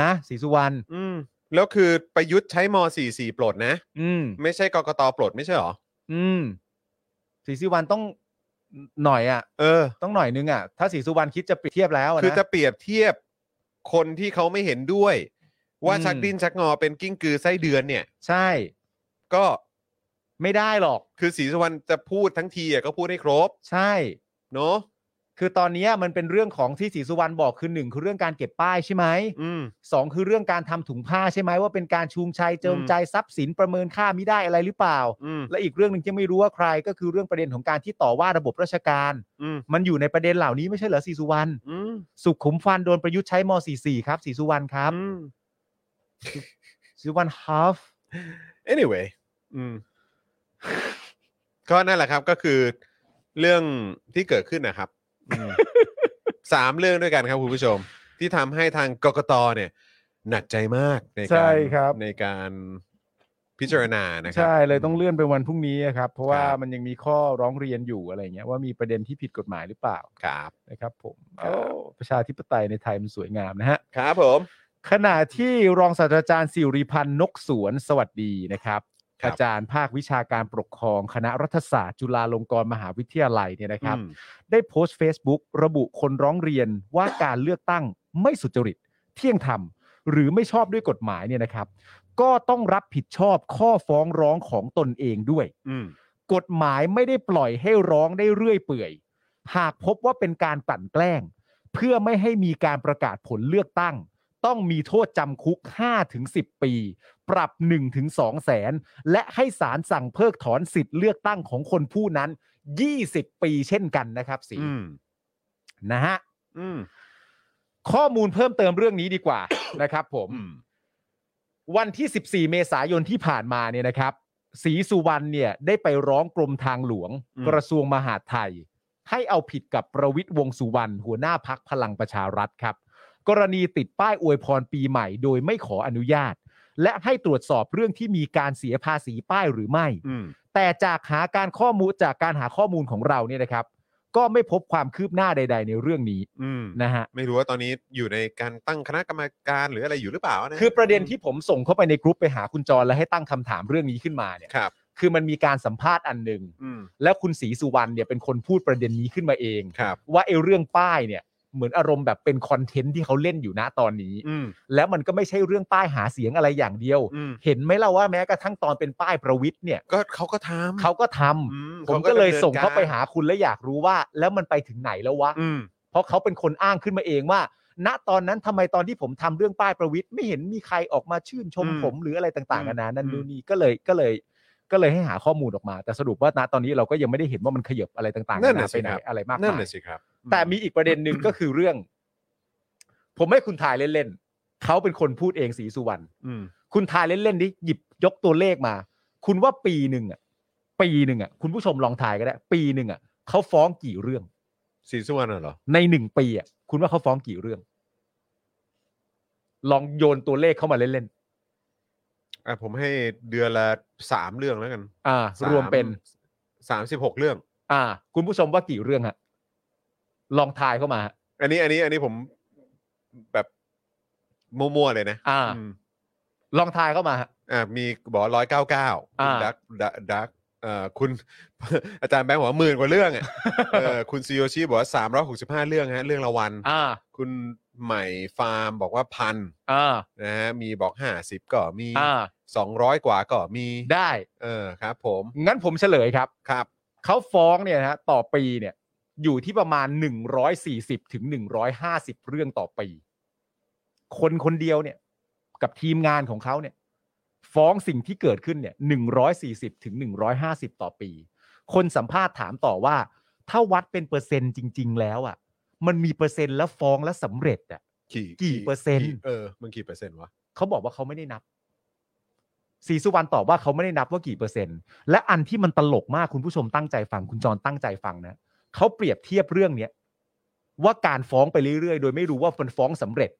นะศรีสุวรรณ อืม แล้วคือประยุทธ์ใช้ม .44 ปลดนะ อืม ไม่ใช่กกตปลดไม่ใช่หรอ อืมศรีสุวรรณต้องหน่อยอ่ะ เออ ต้องหน่อยนึงอ่ะ ถ้าศรีสุวรรณคิดจะเปรียบเทียบแล้วน คือจะเปรียบเทียบคนที่เขาไม่เห็นด้วย ว่า อืม ชักดิ้นชักงอเป็นกิ้งกือไส้เดือนเนี่ย ใช่ ก็ ไม่ได้หรอก คือสีสุวรรณจะพูดทั้งทีอ่ะก็พูดให้ครบ ใช่ เนาะ คือตอนเนี้ยมันเป็นเรื่องของที่ศรีสุวรรณบอกคือหนึ่งคือเรื่องการเก็บป้ายใช่ไหม อืม สองคือเรื่องการทำถุงผ้าใช่ไหมว่าเป็นการชูงชัยเจิม อืม ใจทรัพย์สินประเมินค่าไม่ได้อะไรหรือเปล่า อืม และอีกเรื่องหนึ่งที่ไม่รู้ว่าใคร ก็คือเรื่องประเด็นของการที่ต่อว่าระบบราชการ อืม มันอยู่ในประเด็นเหล่านี้ไม่ใช่เหรอศรีสุวรรณ อืม สุขุมฟันโดนประยุทธ์ใช้ม .44 ครับศรีสุวรรณครับ อืม ศรีสุวรรณ half anyway อืม ก็นั่นแหละครับก็คือเรื่องที่เกิดขึ้นนะครับอืมสามเรื่องด้วยกันครับคุณผู้ชม ที่ทำให้ทางกกตเนี่ย หนักใจมากใน ใช่ การ ครับ ในการพิจารณานะครั ใช่เลยต้องเลื่อนไปวันพรุ่งนี้อะครับ เพราะว่า ครับ มันยังมีข้อร้องเรียนอยู่อะไรเงี้ยว่ามีประเด็นที่ผิดกฎหมายหรือเปล่า ครับ นะครับผม ครับ โอ้ประชาธิปไตยในไทยมันสวยงามนะฮะ ครับผม ขณะที่รองศาสตราจารย์สิริพันธ์นกสวนสวัสดีนะครับ ครับ อาจารย์ภาควิชาการปกครอง คณะรัฐศาสตร์ จุฬาลงกรณ์มหาวิทยาลัยเนี่ยนะครับ อืม ได้โพสต์ Facebook ระบุคนร้องเรียนว่าการเลือกตั้งไม่สุจริต เที่ยงธรรม หรือไม่ชอบด้วยกฎหมายเนี่ยนะครับ ก็ต้องรับผิดชอบข้อฟ้องร้องของตนเองด้วย อืม กฎหมายไม่ได้ปล่อยให้ร้องได้เรื่อยเปื่อย หากพบว่าเป็นการกลั่นแกล้ง เพื่อไม่ให้มีการประกาศผลเลือกตั้ง ต้องมีโทษจำคุก 5-10 ปี ปรับ 1-2 แสน และให้ศาลสั่งเพิกถอนสิทธิ์เลือกตั้งของคนผู้นั้น 20 ปีเช่นกันนะครับสี อืม นะฮะ อืม ข้อมูลเพิ่มเติมเรื่องนี้ดีกว่า นะครับผม วันที่ 14 เมษายนที่ผ่านมาเนี่ยนะครับศรีสุวรรณเนี่ยได้ไปร้องกรมทางหลวง อืม กระทรวงมหาดไทย ให้เอาผิดกับประวิทย์วงษ์สุวรรณหัวหน้าพักพลังประชารัฐครับ กรณีติดป้ายอวยพรปีใหม่โดยไม่ขออนุญาต และให้ตรวจสอบเรื่องที่มีการเสียภาษีป้ายหรือไม่ อืม แต่จากหาการข้อมูลจากการหาข้อมูลของเราเนี่ยนะครับ ก็ไม่พบความคืบหน้าใด ๆ ในเรื่องนี้ อืม นะฮะ ไม่รู้ว่าตอนนี้อยู่ในการตั้งคณะกรรมการหรืออะไรอยู่หรือเปล่านะ คือประเด็นที่ผมส่งเข้าไปในกรุ๊ปไปหาคุณจรแล้วให้ตั้งคำถามเรื่องนี้ขึ้นมาเนี่ย ครับ คือมันมีการสัมภาษณ์อันหนึ่ง อืม แล้วคุณศรีสุวรรณเนี่ยเป็นคนพูดประเด็นนี้ขึ้นมาเอง ครับ ว่าไอ้เรื่องป้ายเนี่ยเหมือนอารมณ์แบบเป็นคอนเทนต์ที่เขาเล่นอยู่นะตอนนี้ อืม แล้วมันก็ไม่ใช่เรื่องป้ายหาเสียงอะไรอย่างเดียว อืม เห็นไหมล่ะว่าแม้กระทั่งตอนเป็นป้ายประวิทย์เนี่ย ก็เขาก็ทำ เขาก็ทำ อื ผมก็เลยส่งเข้าไปหาคุณและอยากรู้ว่า แล้วมันไปถึงไหนแล้ววะ อืม เพราะเขาเป็นคนอ้างขึ้นมาเองว่า ณตอนนั้นทำไมตอนที่ผมทำเรื่องป้ายประวิทย์ไม่เห็นมีใครออกมาชื่นชม อืม ผมหรืออะไรต่าง อืมๆนานานั่น อืม นู่นนี่ก็เลยก็เลย ก็เลยให้หาข้อมูลออกมา แต่สรุปว่าณตอนนี้เราก็ยังไม่ได้เห็นว่ามันขยับอะไรต่างๆ นั่ นาน น่ะสินาไปไหน ครับ อะไรมาก นั่น มาย น่ะสิครับ แต่มีอีกประเด็นหนึ่ง ก็คือเรื่อง ผมให้คุณทายเล่นๆเขาเป็นคนพูดเองสีสุวรรณ อืม คุณทายเล่นๆดิหยิบยกตัวเลขมา คุณว่าปีหนึ่งอ่ะปีหนึ่งอ่ะคุณผู้ชมลองทายก็ได้ ปีหนึ่งอ่ะเขาฟ้องกี่เรื่อง สีสุวรรณเหรอ ในหนึ่งปีอ่ะคุณว่าเขาฟ้องกี่เรื่อง ลองโยนตัวเลขเข้ามาเล่น อ่ะผมให้เดือนละสามเรื่องแล้วกัน ๆอ่า สาร วมเป็น สามสิบหกเรื่อง อ่า คุณผู้ชมว่ากี่เรื่องฮะลองทายเข้ามาฮะ อันนี้ อันนี้ อันนี้ผมแบบมั่วๆเลยนะ อ่า อืม ลองทายเข้ามาฮะ อ่า มีบอกร้อยเก้าเก้า อ่า ดักดัก เอ่อคุณ อาจารย์แบงค์บอกว่าหมื่นกว่าเรื่องอ่ะ เออคุณซีโยชิบอกว่า 365 เรื่องฮะเรื่องละวัน อ่า คุณใหม่ฟาร์มบอกว่าพัน อ่า นะฮะมีบอก 50 ก็มี อ่า 200 กว่าก็มี ได้ เออครับผม งั้นผมเฉลยครับ ครับ เขาฟ้องเนี่ยนะฮะต่อปีเนี่ย อยู่ที่ประมาณ 140ถึง150 เรื่องต่อปี คนคนเดียวเนี่ย กับทีมงานของเขาเนี่ย ฟ้องสิ่งที่เกิดขึ้นเนี่ย140ถึง150 ต่อปี คนสัมภาษณ์ถามต่อว่า ถ้าวัดเป็นเปอร์เซ็นต์จริง ๆ แล้วอะ่ะ มันมีเปอร์เซ็นต์แล้วฟ้องแล้วสำเร็จอ่ะ กี่ กี่เปอร์เซ็นต์ เออมันกี่เปอร์เซ็นต์วะ เขาบอกว่าเขาไม่ได้นับสีสุวรรณตอบว่าเขาไม่ได้นับว่ากี่เปอร์เซ็นต์ และอันที่มันตลกมากคุณผู้ชมตั้งใจฟังคุณจรตั้งใจฟังนะเขาเปรียบเทียบเรื่องเนี้ยว่าการฟ้องไปเรื่อยๆ โดยไม่รู้ว่ามันฟ้องสำเร็จ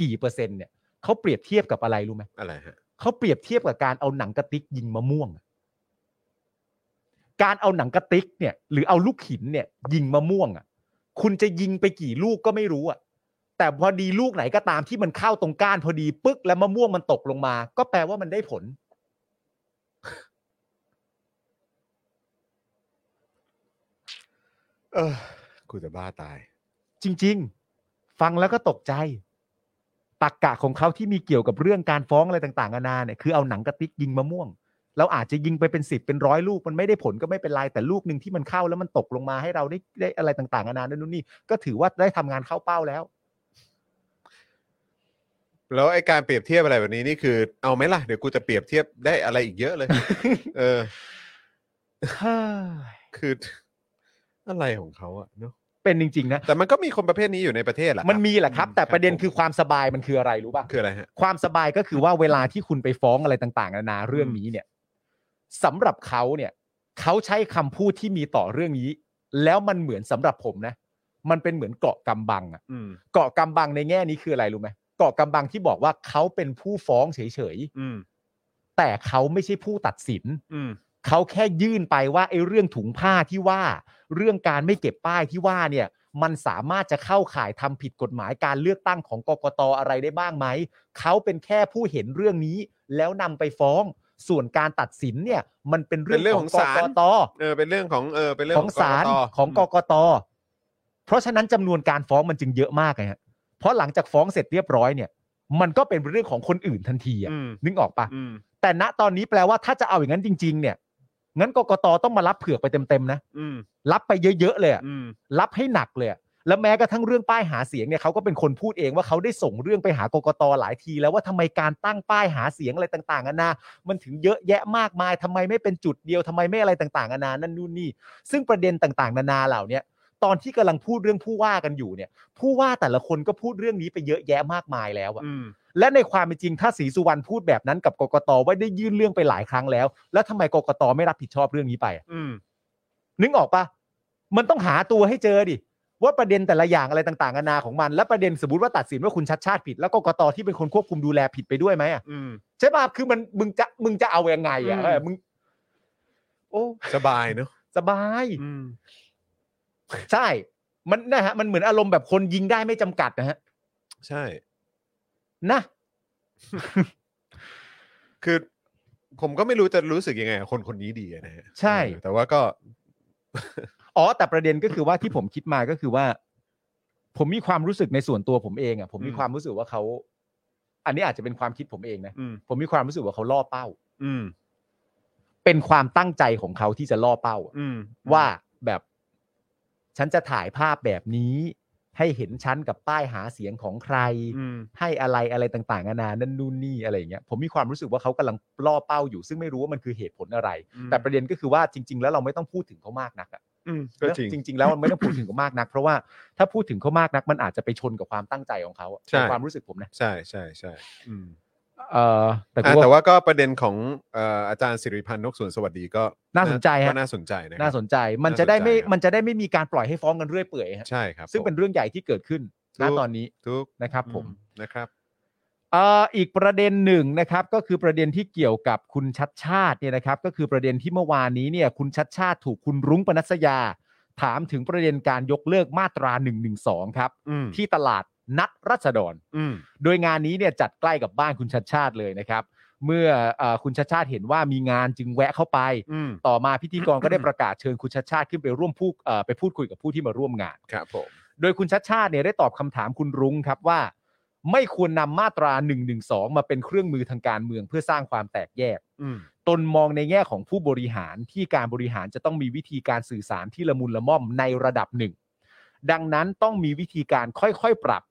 กี่เปอร์เซ็นต์เนี่ยเขาเปรียบเทียบกับอะไรรู้ไหม อะไรฮะ เขาเปรียบเทียบกับการเอาหนังกระติกยิงมะม่วงอะการเอาหนังกระติกเนี่ย หรือเอาลูกหินเนี่ย ยิงมะม่วงอ่ะ คุณจะยิงไปกี่ลูกก็ไม่รู้อ่ะ แต่พอดีลูกไหนก็ตามที่มันเข้าตรงก้านพอดีปึ๊กแล้วมะม่วงมันตกลงมา ก็แปลว่ามันได้ผล เออกูจะบ้าตาย จริง ๆ ฟังแล้วก็ตกใจตักกะของเขาที่มีเกี่ยวกับเรื่องการฟ้องอะไรต่างๆนานาเนี่ยคือเอาหนังกระติกยิงมะม่วง เราอาจจะยิงไปเป็นสิบเป็นร้อยลูกมันไม่ได้ผลก็ไม่เป็นไรแต่ลูกหนึ่งที่มันเข้าแล้วมันตกลงมาให้เราได้ได้อะไรต่างๆนานานั่นนู่นนี่ก็ถือว่าได้ทำงานเข้าเป้าแล้ว แล้วไอการเปรียบเทียบอะไรแบบนี้นี่คือเอาไหมล่ะ เดี๋ยวกูจะเปรียบเทียบได้อะไรอีกเยอะเลย เออ คือ อะไรของเขาอะเนาะ เป็นจริงๆนะ แต่มันก็มีคนประเภทนี้อยู่ในประเทศแหละ มันมีแหละครับ แต่ประเด็นคือ ผม ความสบายมันคืออะไรรู้ป่ะ คืออะไรฮะ ความสบายก็คือว่าเวลาที่คุณไปฟ้องอะไรต่างๆนานาเรื่องนี้เนี่ยสำหรับเขาเนี่ย เขาใช้คำพูดที่มีต่อเรื่องนี้ แล้วมันเหมือนสำหรับผมนะ มันเป็นเหมือนเกาะกำบังอะ อืม เกาะกำบังในแง่นี้คืออะไรรู้ไหมเกาะกำบังที่บอกว่าเขาเป็นผู้ฟ้องเฉย อืม ๆแต่เขาไม่ใช่ผู้ตัดสิน อืม เขาแค่ยื่นไปว่าไอ้เรื่องถุงผ้าที่ว่า เรื่องการไม่เก็บป้ายที่ว่าเนี่ย มันสามารถจะเข้าข่ายทำผิดกฎหมายการเลือกตั้งของกกตอะไรได้บ้างไหมเขาเป็นแค่ผู้เห็นเรื่องนี้ แล้วนำไปฟ้อง ส่วนการตัดสินเนี่ย มันเป็นเรื่อง เป็นเรื่อง ข ขออง ง ก ศาล กต เออเป็นเรื่องของเออเป็นเรื่อง ของศาล กกต ของกกตเพราะฉะนั้นจำนวนการฟ้องมันจึงเยอะมากไงฮะเพราะหลังจากฟ้องเสร็จเรียบร้อยเนี่ย มันก็เป็นเรื่องของคนอื่นทันทีอะ อืม นึกออกปะ อืม แต่ณตอนนี้แปลว่าถ้าจะเอาอย่างนั้นจริง ๆ เนี่ย งั้นกกตต้องมารับเผือกไปเต็มๆนะ อืม รับไปเยอะ ๆ เลยอะ อืม รับให้หนักเลยอะแล้วแม้กระทั่งเรื่องป้ายหาเสียงเนี่ยเขาก็เป็นคนพูดเองว่าเขาได้ส่งเรื่องไปหากกตหลายที แล้วว่าทำไมการตั้งป้ายหาเสียงอะไรต่างๆนานามันถึงเยอะแยะมากมายทำไมไม่เป็นจุดเดียวทำไมไม่อะไรต่างๆนานานั่นนู่นนี่ ซึ่งประเด็นต่างๆ นานาเหล่าเนี้ยตอนที่กำลังพูดเรื่องผู้ว่ากันอยู่เนี่ย ผู้ว่าแต่ละคนก็พูดเรื่องนี้ไปเยอะแยะมากมายแล้วอะ อืม และในความเป็นจริงถ้าศรีสุวรรณพูดแบบนั้นกับกกตว่าได้ยื่นเรื่องไปหลายครั้งแล้ว แล้วทำไมกกตไม่รับผิดชอบเรื่องนี้ไปอะ อืม นึกออกปะมันต้องหาตัวให้เจอดิว่าประเด็นแต่ละอย่างอะไรต่างๆนานาของมัน และประเด็นสมมติว่าตัดสินว่าคุณชัดชาติผิด แล้วกกตที่เป็นคนควบคุมดูแลผิดไปด้วยไหมอะ อืม ใช่ปะคือมันมึงจะมึงจะเอายังไงอะเออมึง โอ้ สบายเนอะ สบาย อืม ใช่ มันนะฮะมันเหมือนอารมณ์แบบคนยิงได้ไม่จำกัดนะฮะ ใช่ นะ คือผมก็ไม่รู้จะรู้สึกยังไงกับคนคนนี้ดีอะนะฮะ ใช่ เออแต่ว่าก็ อ๋อแต่ประเด็นก็คือว่าที่ผมคิดมาก็คือว่า ผมมีความรู้สึกในส่วนตัวผมเองอ่ะผมมี อืม ความรู้สึกว่าเขา อันนี้อาจจะเป็นความคิดผมเองนะ อืม ผมมีความรู้สึกว่าเขาล่อเป้า อืม เป็นความตั้งใจของเขาที่จะล่อเป้าอะ อืม ว่าแบบฉันจะถ่ายภาพแบบนี้ ให้เห็นฉันกับป้ายหาเสียงของใคร อืม ให้อะไรอะไรต่างๆนานานั่นนู่นนี่อะไรอย่างเงี้ยผมมีความรู้สึกว่าเขากำลังล่อเป้าอยู่ ซึ่งไม่รู้ว่ามันคือเหตุผลอะไร อืม แต่ประเด็นก็คือว่าจริง ๆ แล้วเราไม่ต้องพูดถึงเขามากนักอะ อืมก็จริง จริง ๆ แล้วมันไม่ต้องพูดถึงเขามากนัก เพราะว่าถ้าพูดถึงเขามากนัก มันอาจจะไปชนกับความตั้งใจของเขาอะ ใช่ ในความรู้สึกผมนะ ใช่ใช่ใช่อืม เออแต่กู อ่ะแต่ ว่า ว่าก็ประเด็นของเอ่ออาจารย์สิริพันธ์นกสวนสวัสดีก็ น่าสนใจฮะ ก็น่าสนใจนะครับ น่าสนใจ มันจะได้ไม่ น่าสนใจครับ มันจะได้ไม่มีการปล่อยให้ฟ้องกันเรื่อยเปื่อยฮะ ใช่ครับ ซึ่งเป็น ผม เรื่องใหญ่ที่เกิดขึ้น ถู ณ ก ตอนนี้ ทุก นะครับผม อืนะครับ เอ่ออีกประเด็นหนึ่งนะครับ ก็คือประเด็นที่เกี่ยวกับคุณชัดชาติเนี่ยนะครับ ก็คือประเด็นที่เมื่อวานนี้เนี่ย คุณชัดชาติถูกคุณรุ้งปนัสยา ถามถึงประเด็นการยกเลิกมาตรา1นึครับ อืม ที่ตลาดนัดรัชดร อืม โดยงานนี้เนี่ยจัดใกล้กับบ้านคุณชัดชาติเลยนะครับ เมื่อเออคุณชาติชาติเห็นว่ามีงานจึงแวะเข้าไป อืม ต่อมาพิธีกรก็ได้ประกาศเชิญคุณชาติชาติขึ้นไปร่วมพูดเอ่อไปพูดคุยกับผู้ที่มาร่วมงาน ครับผม โดยคุณชัดชาติเนี่ยได้ตอบคำถามคุณรุ้งครับว่า ไม่ควรนำมาตรา1นึมาเป็นเครื่องมือทางการเมืองเพื่อสร้างความแตกแยก อืม ตนมองในแง่ของผู้บริหารที่การบริหารจะต้องมีวิธีการสื่อสารที่ละมุนละม่อมในระดับหนึ่ง ดังนั้นต้องมีวิธีการค่อยๆปรับ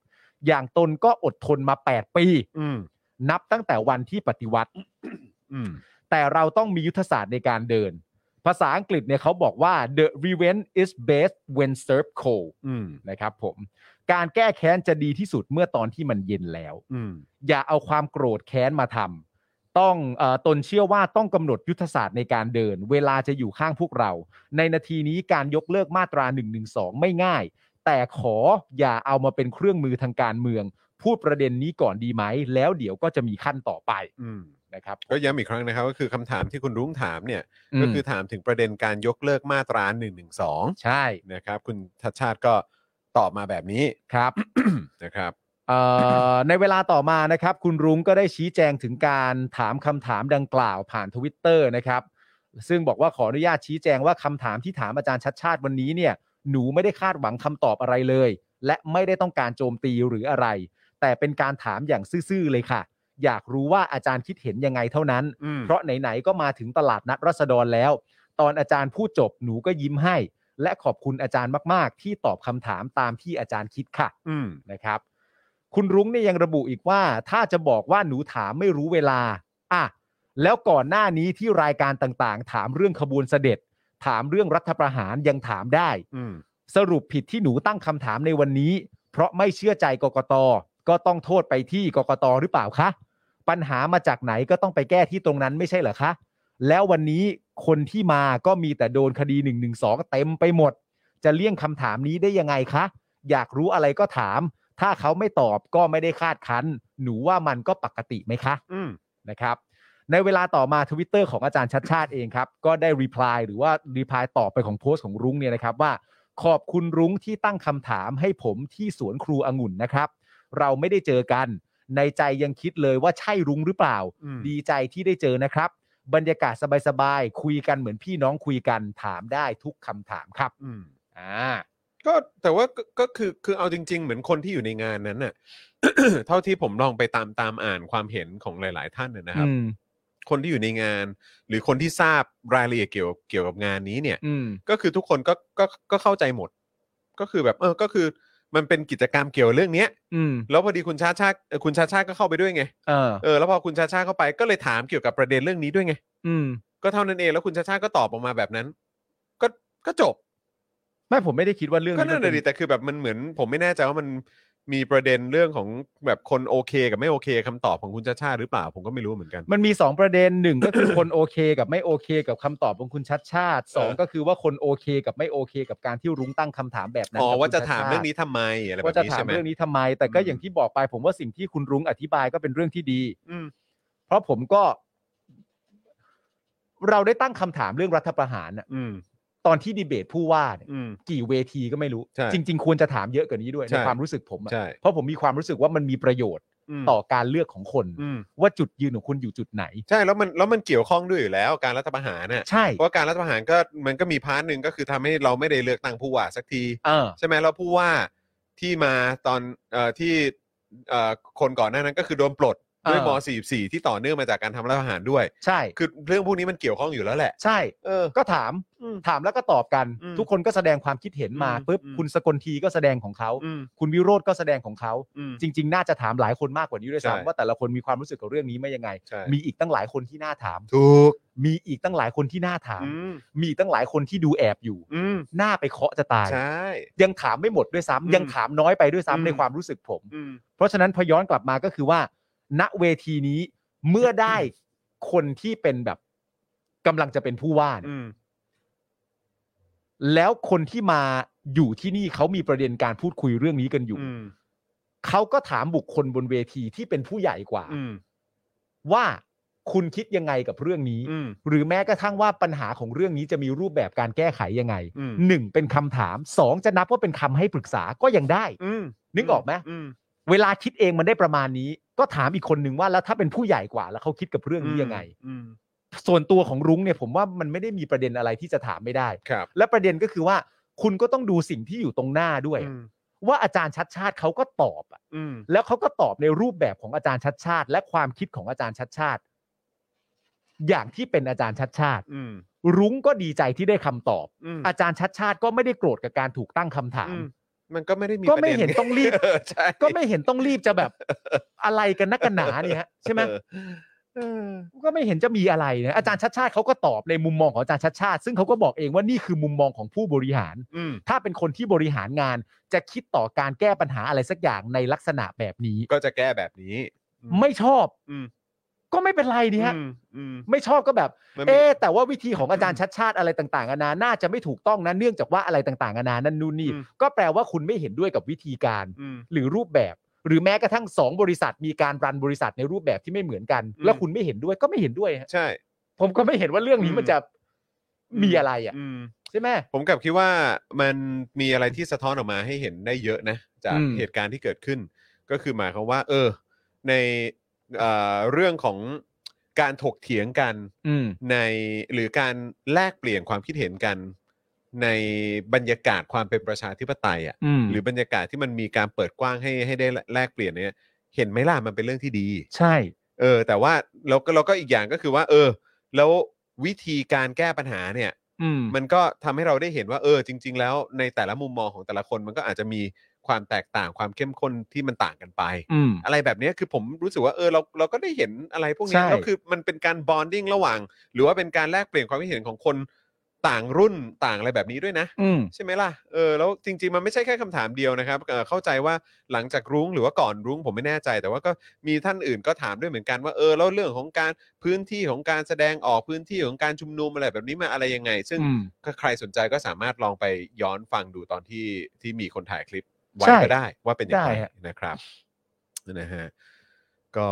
อย่างตนก็อดทนมา 8 ปี อืม นับตั้งแต่วันที่ปฏิวัติ อืม แต่เราต้องมียุทธศาสตร์ในการเดิน ภาษาอังกฤษเนี่ยเขาบอกว่า the revenge is best when served cold อืม นะครับผมการแก้แค้นจะดีที่สุดเมื่อตอนที่มันเย็นแล้ว อืม อย่าเอาความโกรธแค้นมาทำต้องเออตนเชื่อว่าต้องกำหนดยุทธศาสตร์ในการเดิน เวลาจะอยู่ข้างพวกเรา ในนาทีนี้การยกเลิกมาตรา1นึไม่ง่าย แต่ขออย่าเอามาเป็นเครื่องมือทางการเมือง พูดประเด็นนี้ก่อนดีไหม แล้วเดี๋ยวก็จะมีขั้นต่อไป อืม นะครับ ก็ย้ำอีกครั้งนะครับก็คือคำถามที่คุณรุ้งถามเนี่ย ก็คือ ม ถามถึงประเด็นการยกเลิกมาตรา1นึ ใช่ นะครับ คุณทัชชาติก็ตอบมาแบบนี้ ครับ นะครับ เอ่อ ในเวลาต่อมานะครับ คุณรุ้งก็ได้ชี้แจงถึงการถามคำถามดังกล่าวผ่านทวิตเตอร์นะครับ ซึ่งบอกว่าขออนุญาตชี้แจงว่าคำถามที่ถามอาจารย์ชัดชาติวันนี้เนี่ย หนูไม่ได้คาดหวังคำตอบอะไรเลย และไม่ได้ต้องการโจมตีหรืออะไร แต่เป็นการถามอย่างซื่อๆเลยค่ะ อยากรู้ว่าอาจารย์คิดเห็นยังไงเท่านั้น อืม เพราะไหนๆก็มาถึงตลาดนัดรัษฎรแล้ว ตอนอาจารย์พูดจบหนูก็ยิ้มให้ และขอบคุณอาจารย์มาก ๆ ที่ตอบคำถามตามที่อาจารย์คิดค่ะ อืม นะครับ คุณรุ้งเนี่ยยังระบุอีกว่า ถ้าจะบอกว่าหนูถามไม่รู้เวลาอ่ะแล้วก่อนหน้านี้ที่รายการต่างๆ ถามเรื่องขบวนเสด็จ ถามเรื่องรัฐประหารยังถามได้ อืม สรุปผิดที่หนูตั้งคำถามในวันนี้ เพราะไม่เชื่อใจกกตก็ต้องโทษไปที่กกตหรือเปล่าคะ ปัญหามาจากไหนก็ต้องไปแก้ที่ตรงนั้นไม่ใช่เหรอคะ แล้ววันนี้คนที่มาก็มีแต่โดนคดี1นึเต็มไปหมด จะเลี่ยงคำถามนี้ได้ยังไงคะ อยากรู้อะไรก็ถาม ถ้าเขาไม่ตอบก็ไม่ได้คาดคั้น หนูว่ามันก็ปกติไหมคะ อืม นะครับในเวลาต่อมาทวิตเตอร์ของอาจารย์ชัดชาติเองครับ ก็ได้รีプライหรือว่ารีプライตอบไปของโพสต์ของรุ้งเนี่ยนะครับว่า ขอบคุณรุ้งที่ตั้งคำถามให้ผมที่สวนครูองุ่นนะครับ เราไม่ได้เจอกัน ในใจยังคิดเลยว่าใช่รุ้งหรือเปล่า อืม ดีใจที่ได้เจอนะครับ บรรยากาศสบายๆคุยกันเหมือนพี่น้องคุยกันถามได้ทุกคำถามครับ อืม อ่า ก็แต่ว่าก็ก็คือคือเอาจริง ๆ เหมือนคนที่อยู่ในงานนั้นน่ะ เท่าที่ผมลองไปตามตามอ่านความเห็นของหลาย ๆ ท่านนะนะค อื รับ ม คนที่อยู่ในงาน หรือคนที่ทราบรายละเอียดเกี่ยวเกี่ยวกับงานนี้เนี่ย อืม ก็คือทุกคนก็ก็ก็เข้าใจหมด ก็คือแบบเออก็คือมันเป็นกิจกรรมเกี่ยวเรื่องเนี้ย อืม แล้วพอดีคุณชาติชาติเอ่อคุณชาติชาติก็เข้าไปด้วยไง เออ เออแล้วพอคุณชาติชาติเข้าไปก็เลยถามเกี่ยวกับประเด็นเรื่องนี้ด้วยไง อืม ก็เท่านั้นเองแล้วคุณชาติชาติก็ตอบออกมาแบบนั้น ก็ก็จบ ไม่ผมไม่ได้คิดว่าเรื่อง ก็ นี้ นั่น มั แหะ เป็ ดิแต่คือแบบมันเหมือน ผมไม่แน่ใจว่ามันมีประเด็นเรื่องของแบบคนโอเคกับไม่โอเคคำตอบของคุณชาติชาติหรือเปล่า ผมก็ไม่รู้เหมือนกัน มันมี 2 ประเด็นหนึ่งก็คือ คนโอเคกับไม่โอเค กับคำตอบของคุณชัดชาติสอง เออ ก็คือว่าคนโอเคกับไม่โอเค กับการที่รุ้งตั้งคำถามแบบนั้น อ๋อ กับ ว่าจะ คุณชัด ถาม ชติ เรื่องนี้ทำไมอะไรแบบ ว่าจะ นี้ ถา ใช่ ม ไหม เรื่องนี้ทำไม แต่ก็ อืม อย่างที่บอกไป ผมว่าสิ่งที่คุณรุ้งอธิบายก็เป็นเรื่องที่ดี อืม เพราะผมก็ เราได้ตั้งคำถามเรื่องรัฐประหารน่ะ อืม ตอนที่ดีเบตผู้ว่าเนี่ย อืม กี่เวทีก็ไม่รู้ ใช่ จริง ๆ ควรจะถามเยอะกว่านี้ด้วย ใช่ ในความรู้สึกผมอะ ใช่ เพราะผมมีความรู้สึกว่ามันมีประโยชน์ ม ต่อการเลือกของคน ม ว่าจุดยืนของคุณอยู่จุดไหน ใช่แล้วมันแล้วมันเกี่ยวข้องด้วยอยู่แล้วการรัฐประหารน่ะ ใช่ เพราะการรัฐประหารก็มันก็มีพาร์ทหนึ่งก็คือทำให้เราไม่ได้เลือกตั้งผู้ว่าสักที เออ ใช่ไหมแล้วผู้ว่าที่มาตอนเอ่อที่เอ่อคนก่อนหน้านั้นก็คือโดนปลดด้วยม เออ .44 ที่ต่อเนื่องมาจากการทำรัฐประหารด้วย ใช่ คือเรื่องพวกนี้มันเกี่ยวข้องอยู่แล้วแหละ ใช่ เออ ก็ถาม อืม ถามแล้วก็ตอบกัน อืม ทุกคนก็แสดงความคิดเห็นมา อืม ปุ๊บ อืม คุณสกลทีก็แสดงของเขา อืม คุณวิโรธก็แสดงของเขา อืม จริง ๆ น่าจะถามหลายคนมากกว่านี้ด้วย ใช่ ซ้ำว่าแต่ละคนมีความรู้สึกกับเรื่องนี้ไม่ยังไง ใช่ มีอีกตั้งหลายคนที่น่าถาม ถูก มีอีกตั้งหลายคนที่น่าถาม อืม มีอีกตั้งหลายคนที่ดูแอบอยู่ อืม หน้าไปเคาะจะตาย ใช่ ยังถามไม่หมดด้วยซ้ำ อืม ยังถามน้อยไปด้วยซ้ำ อืม ในความรู้สึกผม อืม เพราะฉะนั้นพอย้อนกลับมาก็คือว่า ณเวทีนี้เมื่อได้คนที่เป็นแบบกำลังจะเป็นผู้ว่าเนี่ย อืม แล้วคนที่มาอยู่ที่นี่เขามีประเด็นการพูดคุยเรื่องนี้กันอยู่ อืม เขาก็ถามบุคคลบนเวทีที่เป็นผู้ใหญ่กว่า อืม ว่าคุณคิดยังไงกับเรื่องนี้ อืม หรือแม้กระทั่งว่าปัญหาของเรื่องนี้จะมีรูปแบบการแก้ไขยังไง อืม หนึ่งเป็นคำถามสองจะนับว่าเป็นคำให้ปรึกษาก็ยังได้ อืม นึกออกไหม อืม เวลาคิดเองมันได้ประมาณนี้ ก็ถามอีกคนนึงว่าแล้วถ้าเป็นผู้ใหญ่กว่า แล้วเขาคิดกับเรื่องนี้ยังไง อืม ส่วนตัวของรุ้งเนี่ยผมว่ามันไม่ได้มีประเด็นอะไรที่จะถามไม่ได้ ครับ และประเด็นก็คือว่า คุณก็ต้องดูสิ่งที่อยู่ตรงหน้าด้วย อืม ว่าอาจารย์ชัดชาติเขาก็ตอบอะ อืม แล้วเขาก็ตอบในรูปแบบของอาจารย์ชัดชาติ และความคิดของอาจารย์ชัดชาติ อย่างที่เป็นอาจารย์ชัดชาติ อืม รุ้งก็ดีใจที่ได้คำตอบ อืม อาจารย์ชัดชาติก็ไม่ได้โกรธกับการถูกตั้งคำถาม อืมมันก็ไม่ได้มี ก็ไม่เห็น ประด็ ต้องรีบ เออใช่ ก็ไม่เห็นต้องรีบจะแบบ อะไรกันนักกันหนาเนี่ยฮะใช่ไหม เออเออ ก็ไม่เห็นจะมีอะไรนะอาจารย์ชัดชาติเขาก็ตอบในมุมมองของอาจารย์ชัดชาติ ซึ่งเขาก็บอกเองว่านี่คือมุมมองของผู้บริหาร อืม ถ้าเป็นคนที่บริหารงานจะคิดต่อการแก้ปัญหาอะไรสักอย่างในลักษณะแบบนี้ ก็จะแก้แบบนี้อื ไม่ชอบ อืม ก็ไม่เป็นไรนี่ฮะ อืมอืม ไม่ชอบก็แบบ มันมี เอ๊ะแต่ว่าวิธีของอาจารย์ชัดชาติอะไรต่างๆนานาน่าจะไม่ถูกต้องนะเนื่องจากว่าอะไรต่างๆนานานั่นนู่นนี่ อืม ก็แปลว่าคุณไม่เห็นด้วยกับวิธีการ อืม หรือรูปแบบ หรือแม้กระทั่งสองบริษัทมีการรันบริษัทในรูปแบบที่ไม่เหมือนกัน อืม แล้วคุณไม่เห็นด้วยก็ไม่เห็นด้วยฮะ ใช่ ผมก็ไม่เห็นว่าเรื่องนี้มันจะ อืม มีอะไรอ่ะ อืม ใช่ไหม ผมกลับคิดว่ามันมีอะไรที่สะท้อนออกมาให้เห็นได้เยอะนะจาก อืม เหตุการณ์ที่เกิดขึ้น ก็คือหมายความว่า เออ ในเอ่อเรื่องของการถกเถียงกัน อืม ในหรือการแลกเปลี่ยนความคิดเห็นกัน ในบรรยากาศความเป็นประชาธิปไตยอ่ะ อืม หรือบรรยากาศที่มันมีการเปิดกว้างให้ให้ได้แลกเปลี่ยนเนี่ยเห็นไหมล่ะมันเป็นเรื่องที่ดี ใช่ เออ แต่ว่าเราก็เราก็อีกอย่างก็คือว่า เออ แล้ววิธีการแก้ปัญหาเนี่ย อืม มันก็ทำให้เราได้เห็นว่าเออจริง ๆ แล้วในแต่ละมุมมองของแต่ละคนมันก็อาจจะมีความแตกต่างความเข้มข้นที่มันต่างกันไป อืม อะไรแบบเนี้ยคือผมรู้สึกว่าเออเราเราก็ได้เห็นอะไรพวกนี้ ใช่ แล้วคือมันเป็นการบอนดิ้งระหว่าง หรือว่าเป็นการแลกเปลี่ยนความคิดเห็นของคนต่างรุ่นต่างอะไรแบบนี้ด้วยนะ อืม ใช่ไหมล่ะ เออ แล้วจริง ๆ มันไม่ใช่แค่คำถามเดียวนะครับเอ่อเข้าใจว่าหลังจากรุ้งหรือว่าก่อนรุ้งผมไม่แน่ใจ แต่ว่าก็มีท่านอื่นก็ถามด้วยเหมือนกันว่า เออ แล้วเรื่องของการพื้นที่ของการแสดงออกพื้นที่ของการชุมนุมอะไรแบบนี้มาอะไรยังไง ซึ่ง อืม ถ้าใครสนใจก็สามารถลองไปย้อนฟังดูตอนที่ที่มีคนถ่ายคลิปไว้ ใช่ ก็ได้ว่าเป็นอย่างไร ได้ฮะ นะครับ นะฮะ ก็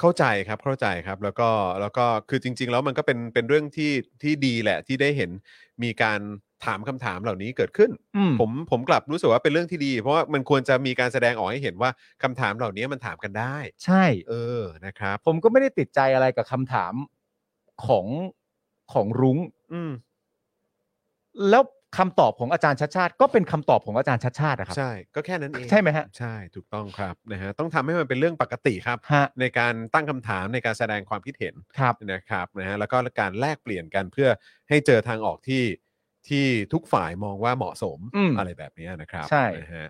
เข้าใจครับเข้าใจครับ แล้วก็แล้วก็คือจริง ๆ แล้วมันก็เป็นเป็นเรื่องที่ที่ดีแหละที่ได้เห็นมีการถามคำถามเหล่านี้เกิดขึ้น อืม ผมผมกลับรู้สึกว่าเป็นเรื่องที่ดี เพราะว่ามันควรจะมีการแสดงออกให้เห็นว่าคำถามเหล่านี้มันถามกันได้ ใช่ เออนะครับ ผมก็ไม่ได้ติดใจอะไรกับคำถามของของรุ้ง อืม แล้วคำตอบของอาจารย์ชัดชาติ ก็เป็นคำตอบของอาจารย์ชัดชาติอะครับ ใช่ก็แค่นั้นเอง ใช่ไหมฮะ ใช่ถูกต้องครับนะฮะต้องทำให้มันเป็นเรื่องปกติครับ ฮะ ในการตั้งคำถามในการแสดงความคิดเห็น ครับ นะครับนะฮะแล้วก็การแลกเปลี่ยนกันเพื่อให้เจอทางออกที่ที่ทุกฝ่ายมองว่าเหมาะสม อืม อะไรแบบนี้นะครับ ใช่ นะฮะ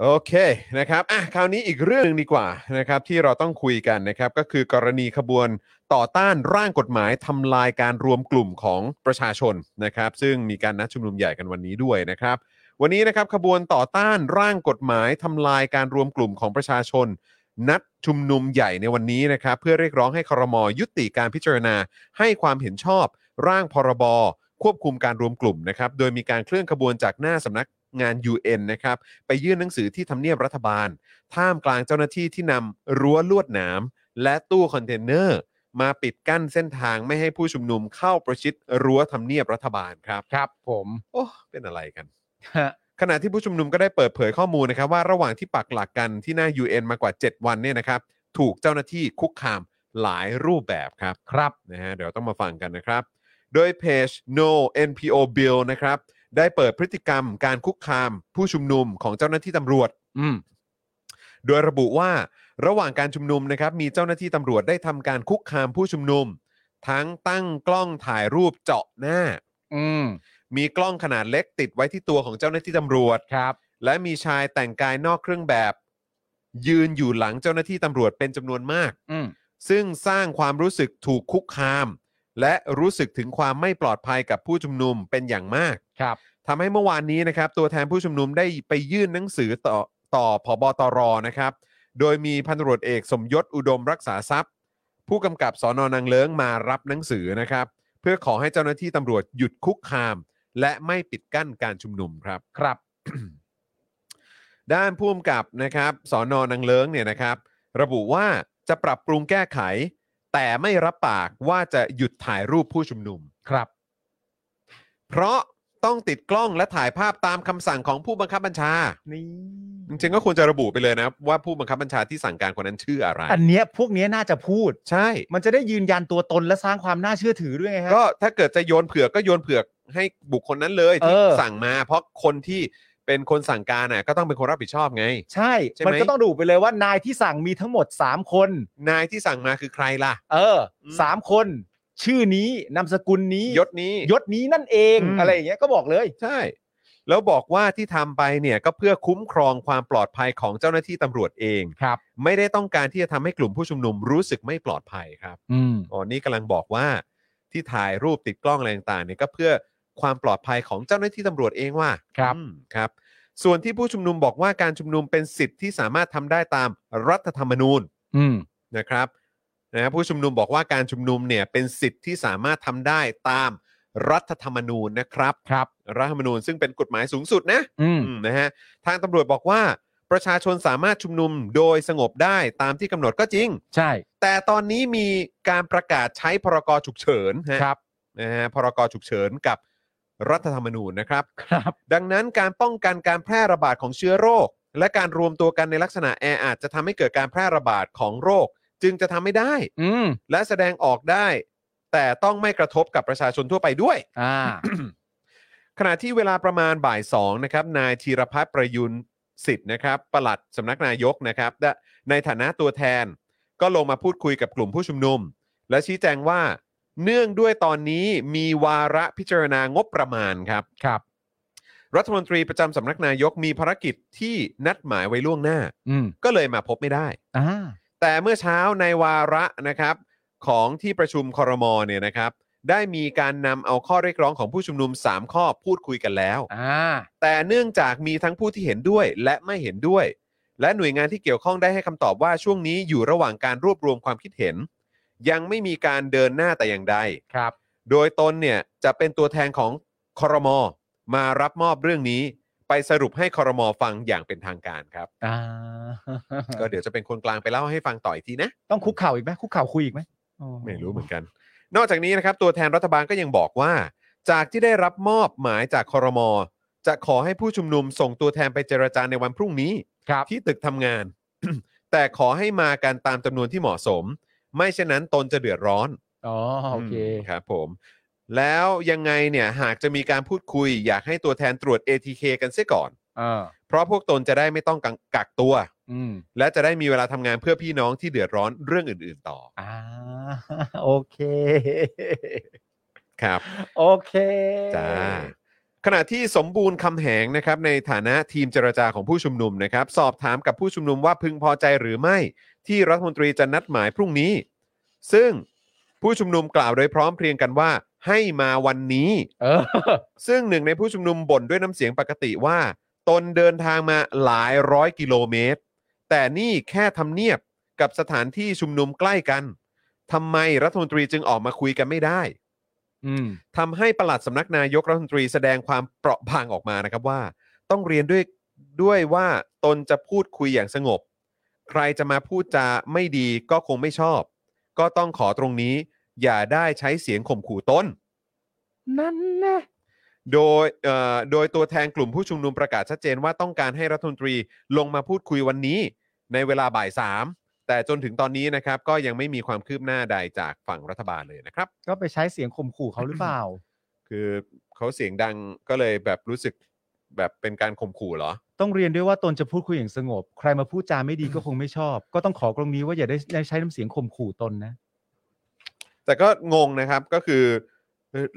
โอเคนะครับอ่ะคราวนี้อีกเรื่องหนึ่งดีกว่านะครับที่เราต้องคุยกันนะครับก็คือกรณีขบวนต่อต้านร่างกฎหมายทำลายการรวมกลุ่มของประชาชนนะครับ ซึ่งมีการนัดชุมนุมใหญ่กันวันนี้ด้วยนะครับ วันนี้นะครับขบวนต่อต้านร่างกฎหมายทำลายการรวมกลุ่มของประชาชน นัดชุมนุมใหญ่ในวันนี้นะครับ เพื่อเรียกร้องให้ครมยุติการพิจารณา ให้ความเห็นชอบ ร่างพรบควบคุมการรวมกลุ่มนะครับโดยมีการเคลื่อนขบวนจากหน้าสำนักงาน UN นะครับ ไปยื่นหนังสือที่ทำเนียบรัฐบาล ท่ามกลางเจ้าหน้าที่ที่นำรั้วลวดหนามและตู้คอนเทนเนอร์ มาปิดกั้นเส้นทางไม่ให้ผู้ชุมนุมเข้าประชิดรั้วทำเนียบรัฐบาลครับ ครับผม โอ้เป็นอะไรกัน ฮะ ขณะที่ผู้ชุมนุมก็ได้เปิดเผยข้อมูลนะครับว่าระหว่างที่ปักหลักกันที่หน้า UN มากว่า 7 วันเนี่ยนะครับ ถูกเจ้าหน้าที่คุกคามหลายรูปแบบครับ ครับ นะฮะเดี๋ยวต้องมาฟังกันนะครับ โดยเพจ No NPO Bill นะครับ ได้เปิดพฤติกรรมการคุกคามผู้ชุมนุมของเจ้าหน้าที่ตำรวจ อืม โดยระบุว่าระหว่างการชุมนุมนะครับมีเจ้าหน้าที่ตำรวจได้ทำการคุกคามผู้ชุมนุม ทั้งตั้งกล้องถ่ายรูปเจาะหน้า อืม มีกล้องขนาดเล็กติดไว้ที่ตัวของเจ้าหน้าที่ตำรวจ ครับ และมีชายแต่งกายนอกเครื่องแบบ ยืนอยู่หลังเจ้าหน้าที่ตำรวจเป็นจำนวนมาก อืม ซึ่งสร้างความรู้สึกถูกคุกคาม และรู้สึกถึงความไม่ปลอดภัยกับผู้ชุมนุมเป็นอย่างมาก ครับ ทำให้เมื่อวานนี้นะครับ ตัวแทนผู้ชุมนุมได้ไปยื่นหนังสือต่อต่อผบตรนะครับ โดยมีพันตำรวจเอกสมยศอุดมรักษาทรัพย์ ผู้กำกับสอนอนางเลิ้งมารับหนังสือนะครับ เพื่อขอให้เจ้าหน้าที่ตำรวจหยุดคุกคาม และไม่ปิดกั้นการชุมนุมครับ ครับ ด้านผู้กำกับนะครับสอนอนังเลิ้งเนี่ยนะครับ ระบุว่าจะปรับปรุงแก้ไข แต่ไม่รับปากว่าจะหยุดถ่ายรูปผู้ชุมนุม ครับ เพราะ ต้องติดกล้องและถ่ายภาพตามคำสั่งของผู้บังคับบัญชา นี่ จริงๆก็ควรจะระบุไปเลยนะ ว่าผู้บังคับบัญชาที่สั่งการคนนั้นชื่ออะไร อันเนี้ยพวกเนี้ยน่าจะพูด ใช่ มันจะได้ยืนยันตัวตนและสร้างความน่าเชื่อถือด้วยไงฮะ ก็ถ้าเกิดจะโยนเผือกก็โยนเผือกให้บุคคลนั้นเลยที่ เออ สั่งมา เพราะคนที่เป็นคนสั่งการน่ะก็ต้องเป็นคนรับผิดชอบไง ใช่ ใช่ไหม มันก็ต้องดูไปเลยว่านายที่สั่งมีทั้งหมด 3 คน นายที่สั่งมาคือใครล่ะ เอออ ม สามคน ชื่อนี้นามสกุลนี้ ยศนี้ ยศนี้นั่นเอง อืม อะไรอย่างเงี้ยก็บอกเลย ใช่ แล้วบอกว่าที่ทำไปเนี่ยก็เพื่อคุ้มครองความปลอดภัยของเจ้าหน้าที่ตำรวจเอง ครับ ไม่ได้ต้องการที่จะทำให้กลุ่มผู้ชุมนุมรู้สึกไม่ปลอดภัยครับ อืม อ๋อนี่กำลังบอกว่าที่ถ่ายรูปติดกล้องอะไรต่างๆเนี่ยก็เพื่อความปลอดภัยของเจ้าหน้าที่ตำรวจเองว่า ครับ อืมครับ ส่วนที่ผู้ชุมนุมบอกว่าการชุมนุมเป็นสิทธิ์ที่สามารถทำได้ตามรัฐธรรมนูญ อืม นะครับนะฮะผู้ชุมนุมบอกว่าการชุมนุมเนี่ยเป็นสิทธิ์ที่สามารถทำได้ตามรัฐธรรมนูญนะครับ ครับ รัฐธรรมนูญซึ่งเป็นกฎหมายสูงสุดนะ อืม อืมนะฮะทางตำรวจบอกว่า ประชาชนสามารถชุมนุมโดยสงบได้ตามที่กำหนดก็จริง ใช่ แต่ตอนนี้มีการประกาศใช้พรกฉุกเฉินฮะ ครับ นะฮะพรกฉุกเฉินกับรัฐธรรมนูญนะครับ ครับ ดังนั้นการป้องกันการแพร่ระบาดของเชื้อโรค และการรวมตัวกันในลักษณะแออัดจะทำให้เกิดการแพร่ระบาดของโรค จึงจะทำไม่ได้ อืม และแสดงออกได้ แต่ต้องไม่กระทบกับประชาชนทั่วไปด้วย อ่า ขณะที่เวลาประมาณบ่ายสองนะครับนายธีรพัฒน์ประยุนสิทธิ์นะครับปลัดสำนักนายกนะครับได้ในฐานะตัวแทน ก็ลงมาพูดคุยกับกลุ่มผู้ชุมนุม และชี้แจงว่า เนื่องด้วยตอนนี้มีวาระพิจารณางบประมาณครับ ครับ รัฐมนตรีประจำสำนักนายกมีภารกิจที่นัดหมายไว้ล่วงหน้า อืม ก็เลยมาพบไม่ได้ อ่า แต่เมื่อเช้าในวาระนะครับของที่ประชุมคอรมอเนี่ยนะครับได้มีการนำเอาข้อเรียกร้องของผู้ชุมนุม 3 ข้อพูดคุยกันแล้ว อ่า แต่เนื่องจากมีทั้งผู้ที่เห็นด้วยและไม่เห็นด้วย และหน่วยงานที่เกี่ยวข้องได้ให้คำตอบว่าช่วงนี้อยู่ระหว่างการรวบรวมความคิดเห็น ยังไม่มีการเดินหน้าแต่อย่างใด ครับ โดยตนเนี่ยจะเป็นตัวแทนของคอรมอมารับมอบเรื่องนี้ ไปสรุปให้คอรมอฟังอย่างเป็นทางการครับ อ่า ก็เดี๋ยวจะเป็นคนกลางไปเล่าให้ฟังต่ออีกทีนะ ต้องคุกเข่าอีกไหมคุกเข่าคุยอีกไหมอ๋อ ไม่รู้เหมือนกัน นอกจากนี้นะครับ ตัวแทนรัฐบาลก็ยังบอกว่า จากที่ได้รับมอบหมายจากคอรมอจะขอให้ผู้ชุมนุมส่งตัวแทนไปเจรจาในวันพรุ่งนี้ ครับ ที่ตึกทำงาน แต่ขอให้มากันตามจำนวนที่เหมาะสม ไม่เช่นนั้นตนจะเดือดร้อน อ๋อ โอเค มครับผม แล้วยังไงเนี่ยหากจะมีการพูดคุย อยากให้ตัวแทนตรวจ ATK กันเสียก่อน เออ เพราะพวกตนจะได้ไม่ต้องกักกักตัว อืม และจะได้มีเวลาทำงานเพื่อพี่น้องที่เดือดร้อนเรื่องอื่น ๆ ต่อ อ่า โอเค ครับ โอเค จ้าขณะที่สมบูรณ์คำแหงนะครับในฐานะทีมเจรจาของผู้ชุมนุมนะครับ สอบถามกับผู้ชุมนุมว่าพึงพอใจหรือไม่ ที่รัฐมนตรีจะนัดหมายพรุ่งนี้ ซึ่งผู้ชุมนุมกล่าวโดยพร้อมเพรียงกันว่า ให้มาวันนี้ เอ อ ซึ่งหนึ่งในผู้ชุมนุมบ่นด้วยน้ำเสียงปกติว่า ตนเดินทางมาหลายร้อยกิโลเมตร แต่นี่แค่ทำเนียบกับสถานที่ชุมนุมใกล้กันทำไมรัฐมนตรีจึงออกมาคุยกันไม่ได้ อืม ทำให้ปลัดสำนักนายกรัฐมนตรีแสดงความเปราะบางออกมานะครับว่า ต้องเรียนด้วยด้วยว่าตนจะพูดคุยอย่างสงบ ใครจะมาพูดจาไม่ดีก็คงไม่ชอบ ก็ต้องขอตรงนี้ อย่าได้ใช้เสียงข่มขู่ตน นั่นนะ โดยเอ่อโดยตัวแทนกลุ่มผู้ชุมนุมประกาศชัดเจนว่าต้องการให้รัฐมนตรีลงมาพูดคุยวันนี้ ในเวลาบ่ายสามแต่จนถึงตอนนี้นะครับก็ยังไม่มีความคืบหน้าใดจากฝั่งรัฐบาลเลยนะครับ ก็ไปใช้เสียงข่มขู่เขาหรือเปล่า คือเขาเสียงดังก็เลยแบบรู้สึกแบบเป็นการข่มขู่เหรอ ต้องเรียนด้วยว่าตนจะพูดคุยอย่างสงบ ใครมาพูดจาไม่ดีก็คงไม่ชอบ ก็ต้องขอกรงนี้ว่าอย่าได้ได้ใช้น้ำเสียงข่มขู่ตนนะ แต่ก็งงนะครับก็คือ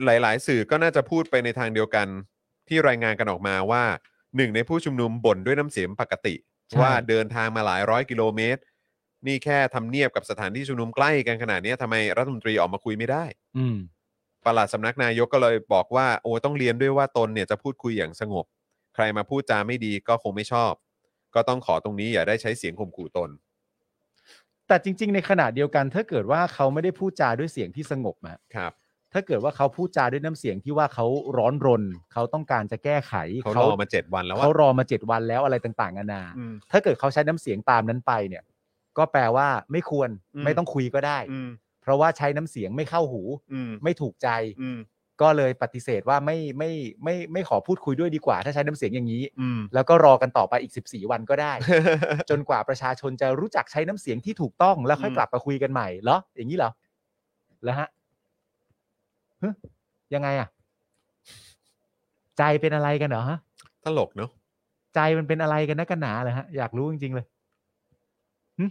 หลาย ๆ สื่อก็น่าจะพูดไปในทางเดียวกันที่รายงานกันออกมาว่าหนึ่งในผู้ชุมนุมบ่นด้วยน้ำเสียงปกติ ใช่ ว่าเดินทางมาหลายร้อยกิโลเมตร นี่แค่ทำเนียบกับสถานที่ชุมนุมใกล้กันขนาดเนี้ยทำไมรัฐมนตรีออกมาคุยไม่ได้ อืม ปลัดสำนักนายกก็เลยบอกว่าโอ้ต้องเรียนด้วยว่าตนเนี่ยจะพูดคุยอย่างสงบ ใครมาพูดจาไม่ดีก็คงไม่ชอบ ก็ต้องขอตรงนี้อย่าได้ใช้เสียงข่มขู่ตน แต่จริง ๆ ในขณะเดียวกันถ้าเกิดว่าเขาไม่ได้พูดจาด้วยเสียงที่สงบอะ ครับ ถ้าเกิดว่าเขาพูดจาด้วยน้ำเสียงที่ว่าเขาร้อนรน เขาต้องการจะแก้ไข เขารอมาเจ็ดวันแล้วอะ เขารอมาเจ็ดวันแล้วอะไรต่างๆนานา อืม ถ้าเกิดเขาใช้น้ำเสียงตามนั้นไปเนี่ย ก็แปลว่าไม่ควร อืม ไม่ต้องคุยก็ได้ อืม เพราะว่าใช้น้ำเสียงไม่เข้าหู อืม ไม่ถูกใจ อืม ก็เลยปฏิเสธว่าไม่ไม่ไม่ไม่ไม่ขอพูดคุยด้วยดีกว่า ถ้าใช้น้ำเสียงอย่างนี้ อืม แล้วก็รอกันต่อไปอีก 14 วันก็ ได้ จนกว่าประชาชนจะรู้จักใช้น้ำเสียงที่ถูกต้องแล้วค่อย อืม กลับมาคุยกันใหม่เหรออย่างนี้เหรอแล้วฮะฮะยังไงอะใจเป็นอะไรกันเหรอฮะ ตลกเนอะ ใจมันเป็นอะไรกันนะกันหนาเลยฮะ อยากรู้จริง ๆ เลยหึ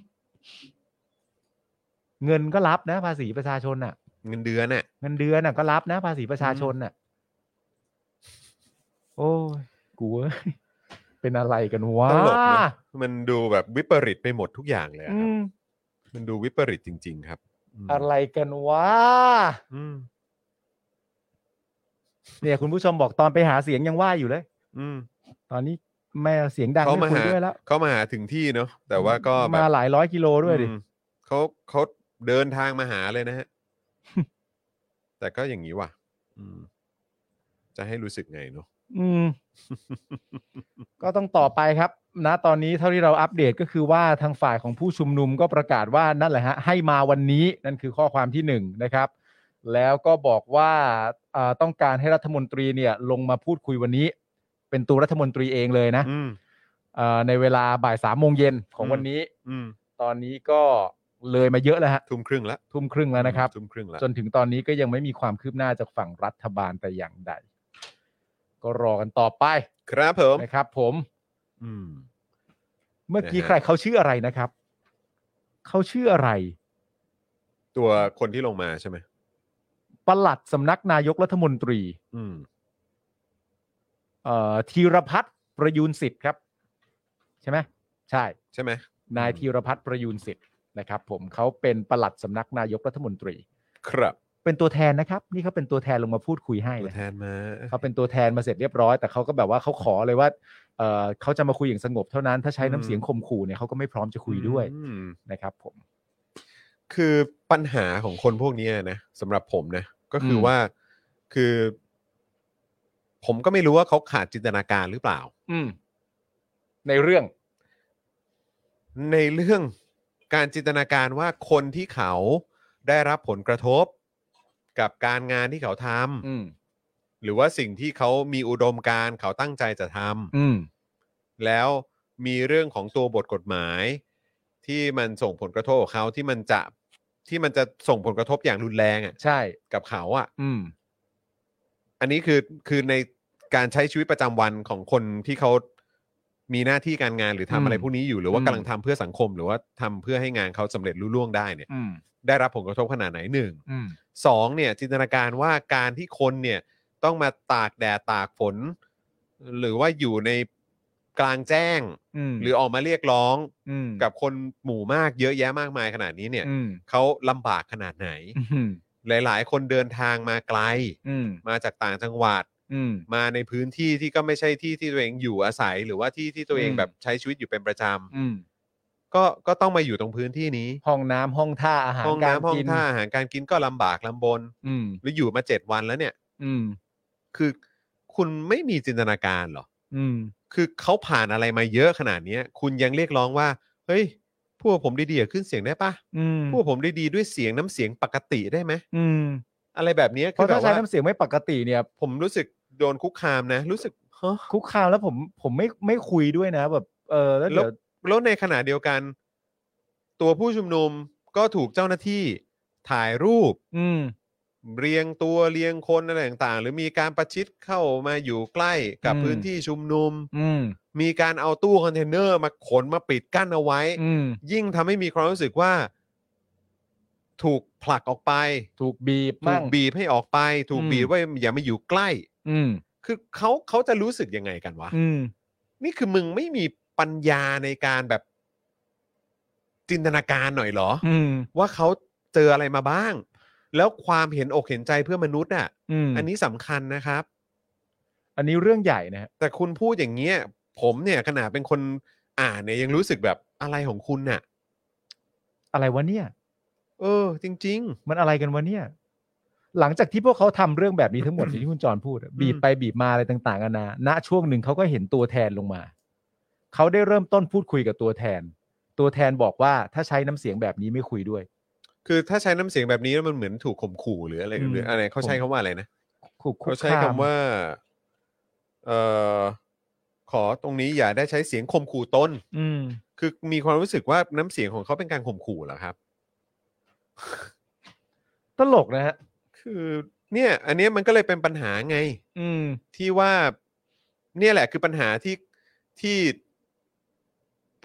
เงินก็รับนะ ภาษีประชาชนน่ะ เงินเดือนน่ะ เงินเดือนน่ะก็รับนะ ภาษีประชาชนน่ะ โอ้ยกูเว้ยเป็นอะไรกันวะ ตลกนะ มันดูแบบวิปริตไปหมดทุกอย่างเลยอะคอืรับ ม มันดูวิปริตจริง ๆ ครับม อะไรกันวะ อืม เนี่ย คุณผู้ชมบอกตอนไปหาเสียงยังว่าอยู่เลย อืม ตอนนี้แม่เสียงดัง เขา ไม่ มา คุย หา ด้วยแล้ว เขามาหาถึงที่เนอะแต่ว่าก็แบ มา บ หลายร้อยกิโลด้วยดิ อืมเขาเขาเดินทางมาหาเลยนะ ฮะ แต่ก็อย่างนี้ว่ะ อืม จะให้รู้สึกไงเนอะ อืม ก็ต้องต่อไปครับนะตอนนี้เท่าที่เราอัปเดตก็คือว่าทางฝ่ายของผู้ชุมนุมก็ประกาศว่านั่นแหละฮะให้มาวันนี้นั่นคือข้อความที่หนึ่งนะครับ แล้วก็บอกว่าเอ่อต้องการให้รัฐมนตรีเนี่ยลงมาพูดคุยวันนี้ เป็นตัวรัฐมนตรีเองเลยนะ อืม เอ่อในเวลาบ่ายสามโมงเย็นของวันนี้ อืม ตอนนี้ก็เลยมาเยอะแล้วฮะ ทุ่มครึ่งละ ทุ่มครึ่งแล้วนะครับ ทุ่มครึ่งละ จนถึงตอนนี้ก็ยังไม่มีความคืบหน้าจากฝั่งรัฐบาลแต่อย่างใด ก็รอกันต่อไป ครับผม นะครับ ผม อืม เมื่อกี้ นะฮะ ใครเขาชื่ออะไรนะครับ เขาชื่ออะไร ตัวคนที่ลงมาใช่ไหม ปลัดสำนักนายกรัฐมนตรี อืม เอ่อธีรพัฒน์ประยูนสิทธิ์ครับ ใช่ไหมใช่ ใช่ไหม นาย อืม ธีรพัฒน์ประยูนสิทธิ์นะครับ ผมเขาเป็นปลัดสำนักนายกรัฐมนตรี ครับ เป็นตัวแทนนะครับ นี่เขาเป็นตัวแทนลงมาพูดคุยให้ ตั เล วย แทนมา เขาเป็นตัวแทนมาเสร็จเรียบร้อย แต่เขาก็แบบว่าเขาขอเลยว่าเอ่อเขาจะมาคุยอย่างสงบเท่านั้นถ้าใช้น้ำเสียงข่มขู่เนี่ยเขาก็ไม่พร้อมจะคุยด้วย อืม นะครับ ผม คือปัญหาของคนพวกเนี้ยนะสำหรับผมนะ ก็คืออ ม ว่าคือ ผมก็ไม่รู้ว่าเขาขาดจินตนาการหรือเปล่า อืม ในเรื่อง ในเรื่องการจินตนาการว่าคนที่เขาได้รับผลกระทบ กับการงานที่เขาท อืม ำหรือว่าสิ่งที่เขามีอุดมการณ์เขาตั้งใจจะทำ อืม แล้วมีเรื่องของตัวบทกฎหมาย ที่มันส่งผลกระทบกับเขาที่มันจะที่มันจะส่งผลกระทบอย่างรุนแรงอะ ใช่ กับเขาอะ่ะ อืม อันนี้คือคือในการใช้ชีวิตประจำวันของคนที่เขามีหน้าที่การงานหรือทำ อืม อะไรพวกนี้อยู่หรือว่า อืม กำลังทำเพื่อสังคม หรือว่าทำเพื่อให้งานเขาสำเร็จลุล่วงได้เนี่ย อืม ได้รับผลกระทบขนาดไหนหนึ่ง อืม สองเนี่ยจินตนาการว่าการที่คนเนี่ยต้องมาตากแดดตากฝน หรือว่าอยู่ในกลางแจ้ง อืม หรือออกมาเรียกร้อง อืม กับคนหมู่มากเยอะแยะมากมายขนาดนี้เนี่ย อืม เขาลำบากขนาดไหน อืม หลาย ๆ คนเดินทางมาไกล อืม มาจากต่างจังหวัด อืม มาในพื้นที่ที่ก็ไม่ใช่ที่ที่ตัวเองอยู่อาศัย หรือว่าที่ที่ตัวเอง อืม แบบใช้ชีวิตอยู่เป็นประจ อืม ำก็ก็ต้องมาอยู่ตรงพื้นที่นี้ ห้องน้ำห้องท่าอาหาร ห้อง การ น้ำห้อง กิน ท่าอาหารการกินก็ลำบากลำบน อืม หรืออยู่มาเจ็ดวันแล้วเนี่ย อืม คือ คุณไม่มีจินตนาการเหรอ อืม คือเขาผ่านอะไรมาเยอะขนาดเนี้ยคุณยังเรียกร้องว่า เฮ้ยพวกผมดีๆอะขึ้นเสียงได้ปะ อืม พูดผมดีๆด้วยเสียงน้ำเสียงปกติได้ไหม อืม อะไรแบบเนี้ย เพ คือ ราะ แบบถ้าใช้ ว่า น้ำเสียงไม่ปกติเนี่ย ผมรู้สึกโดนคุกคามนะ รู้สึกฮะ คุกคามแล้วผมผมไม่ไม่คุยด้วยนะ แบบ เออแล้ว แล้ เดี๋ ว ยว แล้วในขณะเดียวกัน ตัวผู้ชุมนุมก็ถูกเจ้าหน้าที่ถ่ายรูป อืม เรียงตัวเรียงคนอะไรต่างๆ หรือมีการประชิดเข้ามาอยู่ใกล้กับ อืม พื้นที่ชุมนุม อืม มีการเอาตู้คอนเทนเนอร์มาขนมาปิดกั้นเอาไว้ อืม ยิ่งทำให้มีความรู้สึกว่า ถูกผลักออกไป ถูกบีบ ถู มั่ ก ง บีบให้ออกไป ถูก อืม บีบว่าอย่ามาอยู่ใกล้ อืม คือเขาเขาจะรู้สึกยังไงกันวะ อืม นี่คือมึงไม่มีปัญญาในการแบบ จินตนาการหน่อยเหรออ อืม ว่าเขาเจออะไรมาบ้าง แล้วความเห็นอกเห็นใจเพื่อนมนุษย์อ่ะ อืม อันนี้สำคัญนะครับ อันนี้เรื่องใหญ่นะฮะ แต่คุณพูดอย่างเงี้ย ผมเนี่ยขนาดเป็นคนอ่านเนี่ยยังรู้สึกแบบอะไรของคุณน่ะ อะไรวะเนี่ย เออ จริง มันอะไรกันวะเนี่ย หลังจากที่พวกเขาทำเรื่องแบบนี้ ทั้งหมด ที่คุณจรพูดอะบีบไปบีบมาอะไรต่างๆนานาณช่วงหนึ่งเขาก็เห็นตัวแทนลงมา เขาได้เริ่มต้นพูดคุยกับตัวแทน ตัวแทนบอกว่าถ้าใช้น้ำเสียงแบบนี้ไม่คุยด้วย ๆ คือถ้าใช้น้ำเสียงแบบนี้แล้วมันเหมือนถูกข่มขู่หรืออะไร อืม หรืออะไรเขาใช้คำว่าอะไรนะ ขู่คุ เขา ก ใช้ คาม คำว่าเอ่อขอตรงนี้อย่าได้ใช้เสียงข่มขู่ตน อืม คือมีความรู้สึกว่าน้ำเสียงของเขาเป็นการข่มขู่เหรอครับ ตลกนะฮะ คือเนี่ยอันเนี้ยมันก็เลยเป็นปัญหาไง อืม ที่ว่าเนี่ยแหละคือปัญหาที่ที่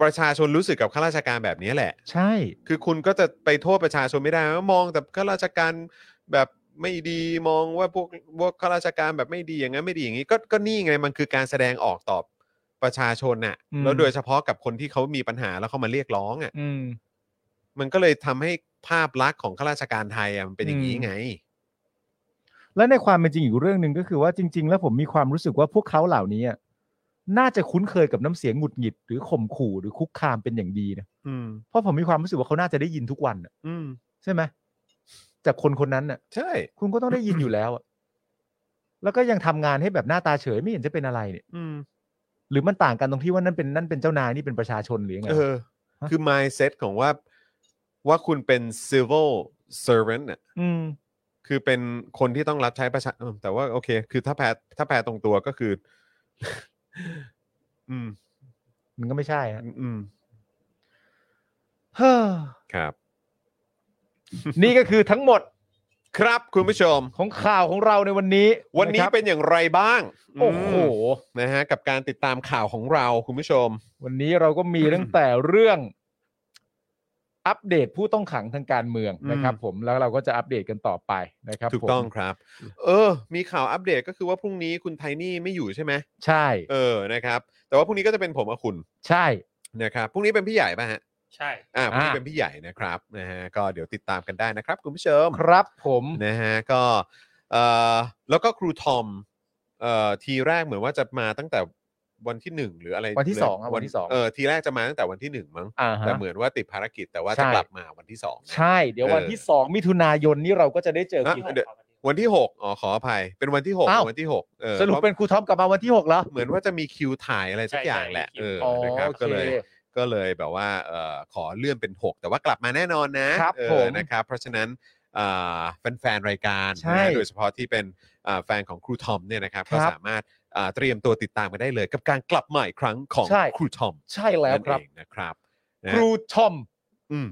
ประชาชนรู้สึกกับข้าราชการแบบนี้แหละ ใช่ คือคุณก็จะไปโทษประชาชนไม่ได้ว่ามองแต่ข้าราชการแบบไม่ดีมองว่าพวกพวกข้าราชการแบบไม่ดีอย่างนั้นไม่ดีอย่างนี้ ก็ก็นี่ไงมันคือการแสดงออกต่อประชาชนน่ะ อืม แล้วโดยเฉพาะกับคนที่เขามีปัญหาแล้วเขามาเรียกร้องอ่ะ อืม มันก็เลยทำให้ภาพลักษณ์ของข้าราชการไทยอ่ะมันเป็นอย่างนี้ไง และในความเป็นจริงอยู่เรื่องหนึ่งก็คือว่าจริง ๆ แล้วผมมีความรู้สึกว่าพวกเขาเหล่านี้อะน่าจะคุ้นเคยกับน้ำเสียงหงุดหงิดหรือข่มขู่หรือคุกคามเป็นอย่างดีนะ อืม เพราะผมมีความรู้สึกว่าเขาน่าจะได้ยินทุกวันอะ อืม ใช่ไหมจากคนคนนั้นน่ะ ใช่ คุณก็ต้องได้ยินอยู่แล้วอะแล้วก็ยังทำงานให้แบบหน้าตาเฉยไม่เห็นจะเป็นอะไรเนี่ย อืม หรือมันต่างกันตรงที่ว่านั่นเป็นนั่นเป็นเจ้านายนี่เป็นประชาชนหรือยังไง เออ ฮะ คือ mindset ของว่าว่าคุณเป็น civil servant น่ะ อืม คือเป็นคนที่ต้องรับใช้ประชาเออแต่ว่าโอเค คือถ้าแปลถ้าแปลตรงตัวก็คือ อืม มันก็ไม่ใช่ฮะ อืม เฮ้อ ครับ นี่ก็คือทั้งหมด ครับคุณผู้ชม ของข่าวของเราในวันนี้ วันนี้ ะครับ เป็นอย่างไรบ้าง โอ้โห มนะฮะ กับการติดตามข่าวของเราคุณผู้ชม วันนี้เราก็มี ตั้งแต่เรื่องอัปเดตผู้ต้องขังทางการเมืองนะครับ ผมแล้วเราก็จะอัปเดตกันต่อไปนะครับ ถูกต้อง ผม ครับ เออ มีข่าวอัปเดตก็คือว่าพรุ่งนี้คุณไทนี่ไม่อยู่ใช่ไหม ใช่ เออนะครับ แต่ว่าพรุ่งนี้ก็จะเป็นผมกับคุณ ใช่ นะครับพรุ่งนี้เป็นพี่ใหญ่ป่ะฮะ ใช่ อ่าพรุ่งนี้ อ่า เป็นพี่ใหญ่นะครับนะฮะก็เดี๋ยวติดตามกันได้นะครับคุณผู้ชม ครับผม นะฮะก็เอ่อแล้วก็ครูทอมเอ่อทีแรกเหมือนว่าจะมาตั้งแต่วันที่หนึ่งหรืออะไร วันที่ เลย สองอะวันที่สอง เออทีแรกจะมาตั้งแต่วันที่หนึ่งมั้ง อ่า แต่ ฮะ เหมือนว่าติดภารกิจแต่ว่า ใช่ จะกลับมาวันที่สอง ใช่ เดี๋ยววัน เออ ที่สองมิถุนายนนี้เราก็จะได้เจอ อ่ะ คุณ เดี๋ยว วันที่หกอ๋อขออภัยเป็นวันที่หก อ้าว วันที่หกเออ สรุปเป็นครูท็อปกลับมาวันที่หกแล้ว เหมือนว่าจะมีคิวถ่ายอะไรสัก ใช่ อย่าง ใช่ แหละ มีคิ เออวอ๋อ นะครับ โอเค ก็เลยก็เลยแบบว่าเอ่อขอเลื่อนเป็นหกแต่ว่ากลับมาแน่นอนนะครับ เออ ผม นะครับเพราะฉะนั้นเอ่อแฟนๆรายการ ใช่ นะโดยเฉพาะที่เป็นเอ่อแฟนของครูทอมเนี่ยนะครับ ครั ก็ บ สามารถเอ่อเตรียมตัวติดตามกันได้เลย กับการกลับมาอีกครั้งของ ใช่ ครูทอม ใช่แล้ว นั่น ครับ เองนะครับนะ ครูทอม อืม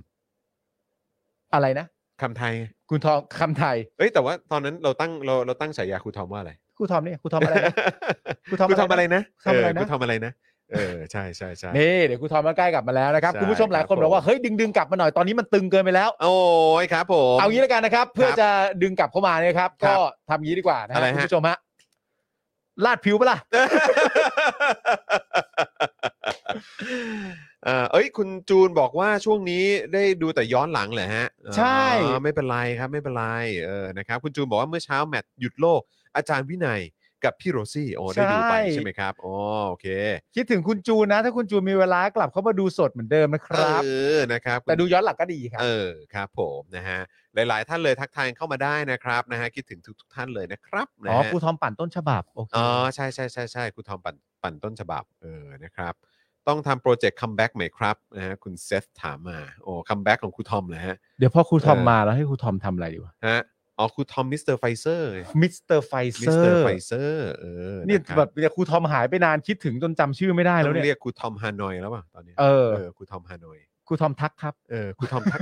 อะไรนะ คำไทย ครูทอมคำไทย เอ้ยแต่ว่าตอนนั้นเราตั้งเราเราตั้งฉายาครูทอมว่าอะไร ครูทอมเนี่ยครูทอมอะไรนะ ครูทอมอะไรนะ ครูทอมอะไรนะเครูทอมอะไรนะเออใช่ใช่ใช่ นี่เดี๋ยวครูทอมมาใกล้กลับมาแล้วนะครับ ใช่ คุณผู้ชมหลายคน ครับ บอกว่า ผม เฮ้ยดึงดึงกลับมาหน่อยตอนนี้มันตึงเกินไปแล้ว โอ้ยครับผม เอางี้แล้วกันนะครับ เพื่อจะดึงกลับเข้ามาเนี่ยครับ ครั ก็ บ ทำงี้ดีกว่านะค อะไร รับ ฮะ คุณผู้ชมฮะลาดผิวปะล่ะ เออเอ้ย คุณจูนบอกว่าช่วงนี้ได้ดูแต่ย้อนหลังเหรอฮะ ใช่ อ๋อไม่เป็นไรครับไม่เป็นไรเออนะครับ คุณจูนบอกว่าเมื่อเช้าแมตช์หยุดโลก อาจารย์วินัยกับพี่โรซี่โอ้ได้ดูไปใช่ไหมครับอ๋อโอเค คิดถึงคุณจูนนะ ถ้าคุณจูนมีเวลากลับเข้ามาดูสดเหมือนเดิมนะครับ เออนะครับ แต่ดูย้อนหลังก็ดีครับ เออครับผมนะฮะหลาย ๆ ท่านเลยทักทายเข้ามาได้นะครับนะฮะคิดถึงทุก ๆ ท่านเลยนะครับนะ อ๋อ ฮะ ครูทอมปั่นต้นฉบับโอเค อ๋อใช่ใช่ใช่ใช่คุณทอมปั่นปั่นต้นฉบับเออนะครับ ต้องทำโปรเจกต์คัมแบ็กไหมครับนะฮะคุณเซฟถามมาโอ้คัมแบ็กของครูทอมเลยฮะ เดี๋ยวพอครูทอม เออ มาแล้วให้ครูทอมทำอะไรดีวะ ฮะอ๋อครูทอมมิสเตอร์ไฟเซอร์ มิสเตอร์ไฟเซ มิ อ สเตอร์ ร์ ไฟเซอร์เออ นี่ ะครับ แบบเนี่ยครูทอมหายไปนานคิดถึงจนจำชื่อไม่ได้แล้ว ต้อเนี่งเรี ย ยกครูทอมฮานอยแล้วป่ะตอนนี้ เออ เออครูทอมฮานอย ครูทอมทักครับ เออครูทอม ทัก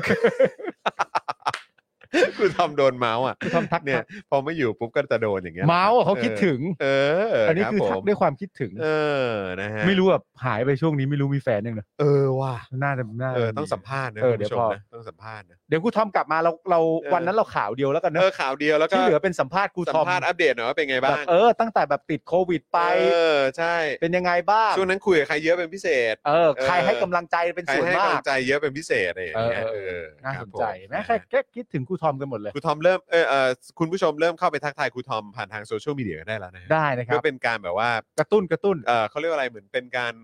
ครูทอมโดนเมาส์อ่ะ ครูทอมทัก เนี่ย ครับ พอไม่อยู่ปุ๊บก็จะโดนอย่างเงี้ย เมาส์อะเขาคิดถึง เออ อั อั นนี้คือทักด้วยความคิดถึง เออนะฮะ ไม่รู้แบบหายไปช่วงนี้ไม่รู้มีแฟนยังนะ เออว่ะ น่าจะน่าจะ เออต้อง มี สัมภาษณ์นะ เออ คุณผู้ชม เดี๋ยวพอ นะต้องสัมภาษณ์นะ เดี๋ยวครูทอมกลับมาเราเรา เออ วันนั้นเราข่าวเดียวแล้วกัน เอ เน อ อะ ข่าวเดียวแล้วก็ ที่เหลือเป็นสัมภาษณ์ครู สั ท ม อม ภาษณ์อัปเดตหน่อยว่าเป็นไง แบบ บ้าง เออตั้งแต่แบบติดโควิดไป เออใช่ เป็นยังไงบ้าง ช่วงนั้นคุยกับใครเยอะเป็นพิเศษ เออ เออ ใครให้กำลังใจเป็น ใคร ส่วน ให้ มาก ำลั ก งใจเยอะเป็นพิเศษอะไรอย่างเงี้ย เออ เอ เออ อ น่า ค ส รับ น ผม ใจแม้ นะ ใคร ฮะ แค่คิดถึงครูทอมกันหมดเลย ครูทอมเริ่มเออเออคุณผู้ชมเริ่มเข้าไปทักทายครูทอมผ่านทางโซเชียลมีเดียก็ได้แล้วนะฮะ ได้นะค เพื่ รั อบ เป็นการแบบว่า กระตุ้นกระตุ้น เอ่อเขาเรียกว่าอะไรเหมือนเป็นการ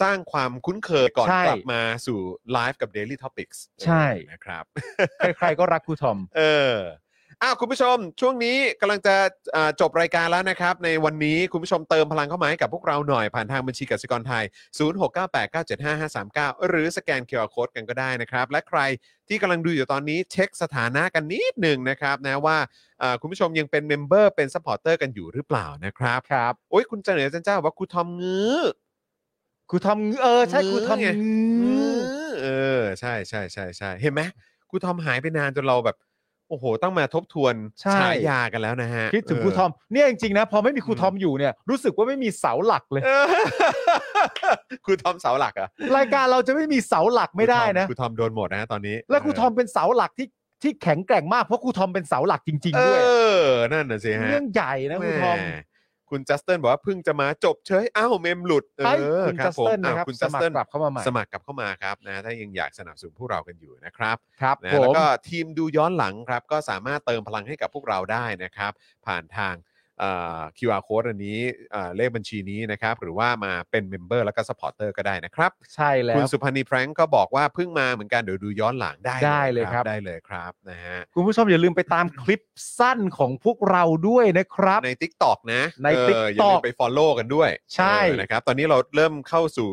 สร้างความคุ้นเคยก่อน ใช่ กลับมาสู่ไลฟ์กับ Daily Topics ใช่ นะครับ ใครๆก็รักครูทอม เออ อ้าวคุณผู้ชม ช่วงนี้กำลังจะอ่าจบรายการแล้วนะครับ ในวันนี้คุณผู้ชมเติมพลังเข้ามาให้กับพวกเราหน่อย ผ่านทางบัญชีกสิกรไทย 0698975539 หรือสแกน QR Code กันก็ได้นะครับ และใครที่กำลังดูอยู่ตอนนี้เช็คสถานะกันนิดหนึ่งนะครับนะว่าอ่าคุณผู้ชมยังเป็นเมมเบอร์เป็นซัพพอร์เตอร์กันอยู่หรือเปล่านะครับ ครับ โอ้ยคุณเจเนอจันเจ้าบอกว่าครูทอมงื้อ ครูทอมงื้อเออใช่ครูทอม งื้อไง งื้อ เออใช่ใช่ใช่ใช่เห็นไหมครูทอมหายไปนานจนเราแบบ โอ้โห ต้องมาทบทวน ใช่ ฉายากันแล้วนะฮะ คิดถึง เ ครูทอมเนี่ยจริงๆนะพอไม่มีครูทอมอยู่เนี่ยรู้สึกว่าไม่มีเสาหลักเลย เออครูทอมเสาหลักเหรอะ รายการเราจะไม่มีเสาหลักไม่ได้นะ ครูทอมโดนหมดนะตอนนี้ และครูทอมเป็นเสาหลักที่ที่แข็งแกร่งมากเพราะครูทอมเป็นเสาหลักจริง เอ ๆ ด้วย อ นั่นน่ะสิฮะ เรื่องใหญ่นะครูทอม แหคุณจัสเตินบอกว่าเพิ่งจะมาจบเฉยอ้าวเมมหลุดเอ ใช่ อ คุณ รับ จัสเติน ผม นะครัอ้าบวคุณ ส จัส มัคร เติน กลับเข้ามาใหม่ สมัครกลับเข้ามาครับนะถ้ายังอยากสนับสนุนพวกเรากันอยู่นะครับ ครับ นะ ผ แล้ว ม ก็ทีมดูย้อนหลังครับ ก็สามารถเติมพลังให้กับพวกเราได้นะครับ ผ่านทางเอ่อ QR code อันนี้เอ่อเลขบัญชีนี้นะครับ หรือว่ามาเป็นเมมเบอร์แล้วก็สปอร์เตอร์ก็ได้นะครับ ใช่แล้ คุณ ว สุพันธ์นีแฟรงก์ก็บอกว่าเพิ่งมาเหมือนกันเดี๋ยวดูย้อนหลังได้ ได้เลยครับ ได้เลยครับนะฮะ คุณผู้ชมอย่าลืมไปตามคลิปสั้นของพวกเราด้วยนะครับ ใน Tik t o อกนะ ใน เออ TikTok อย่าลืมไป Follow กันด้วย ใช่ เออนะครับ ตอนนี้เราเริ่มเข้าสู่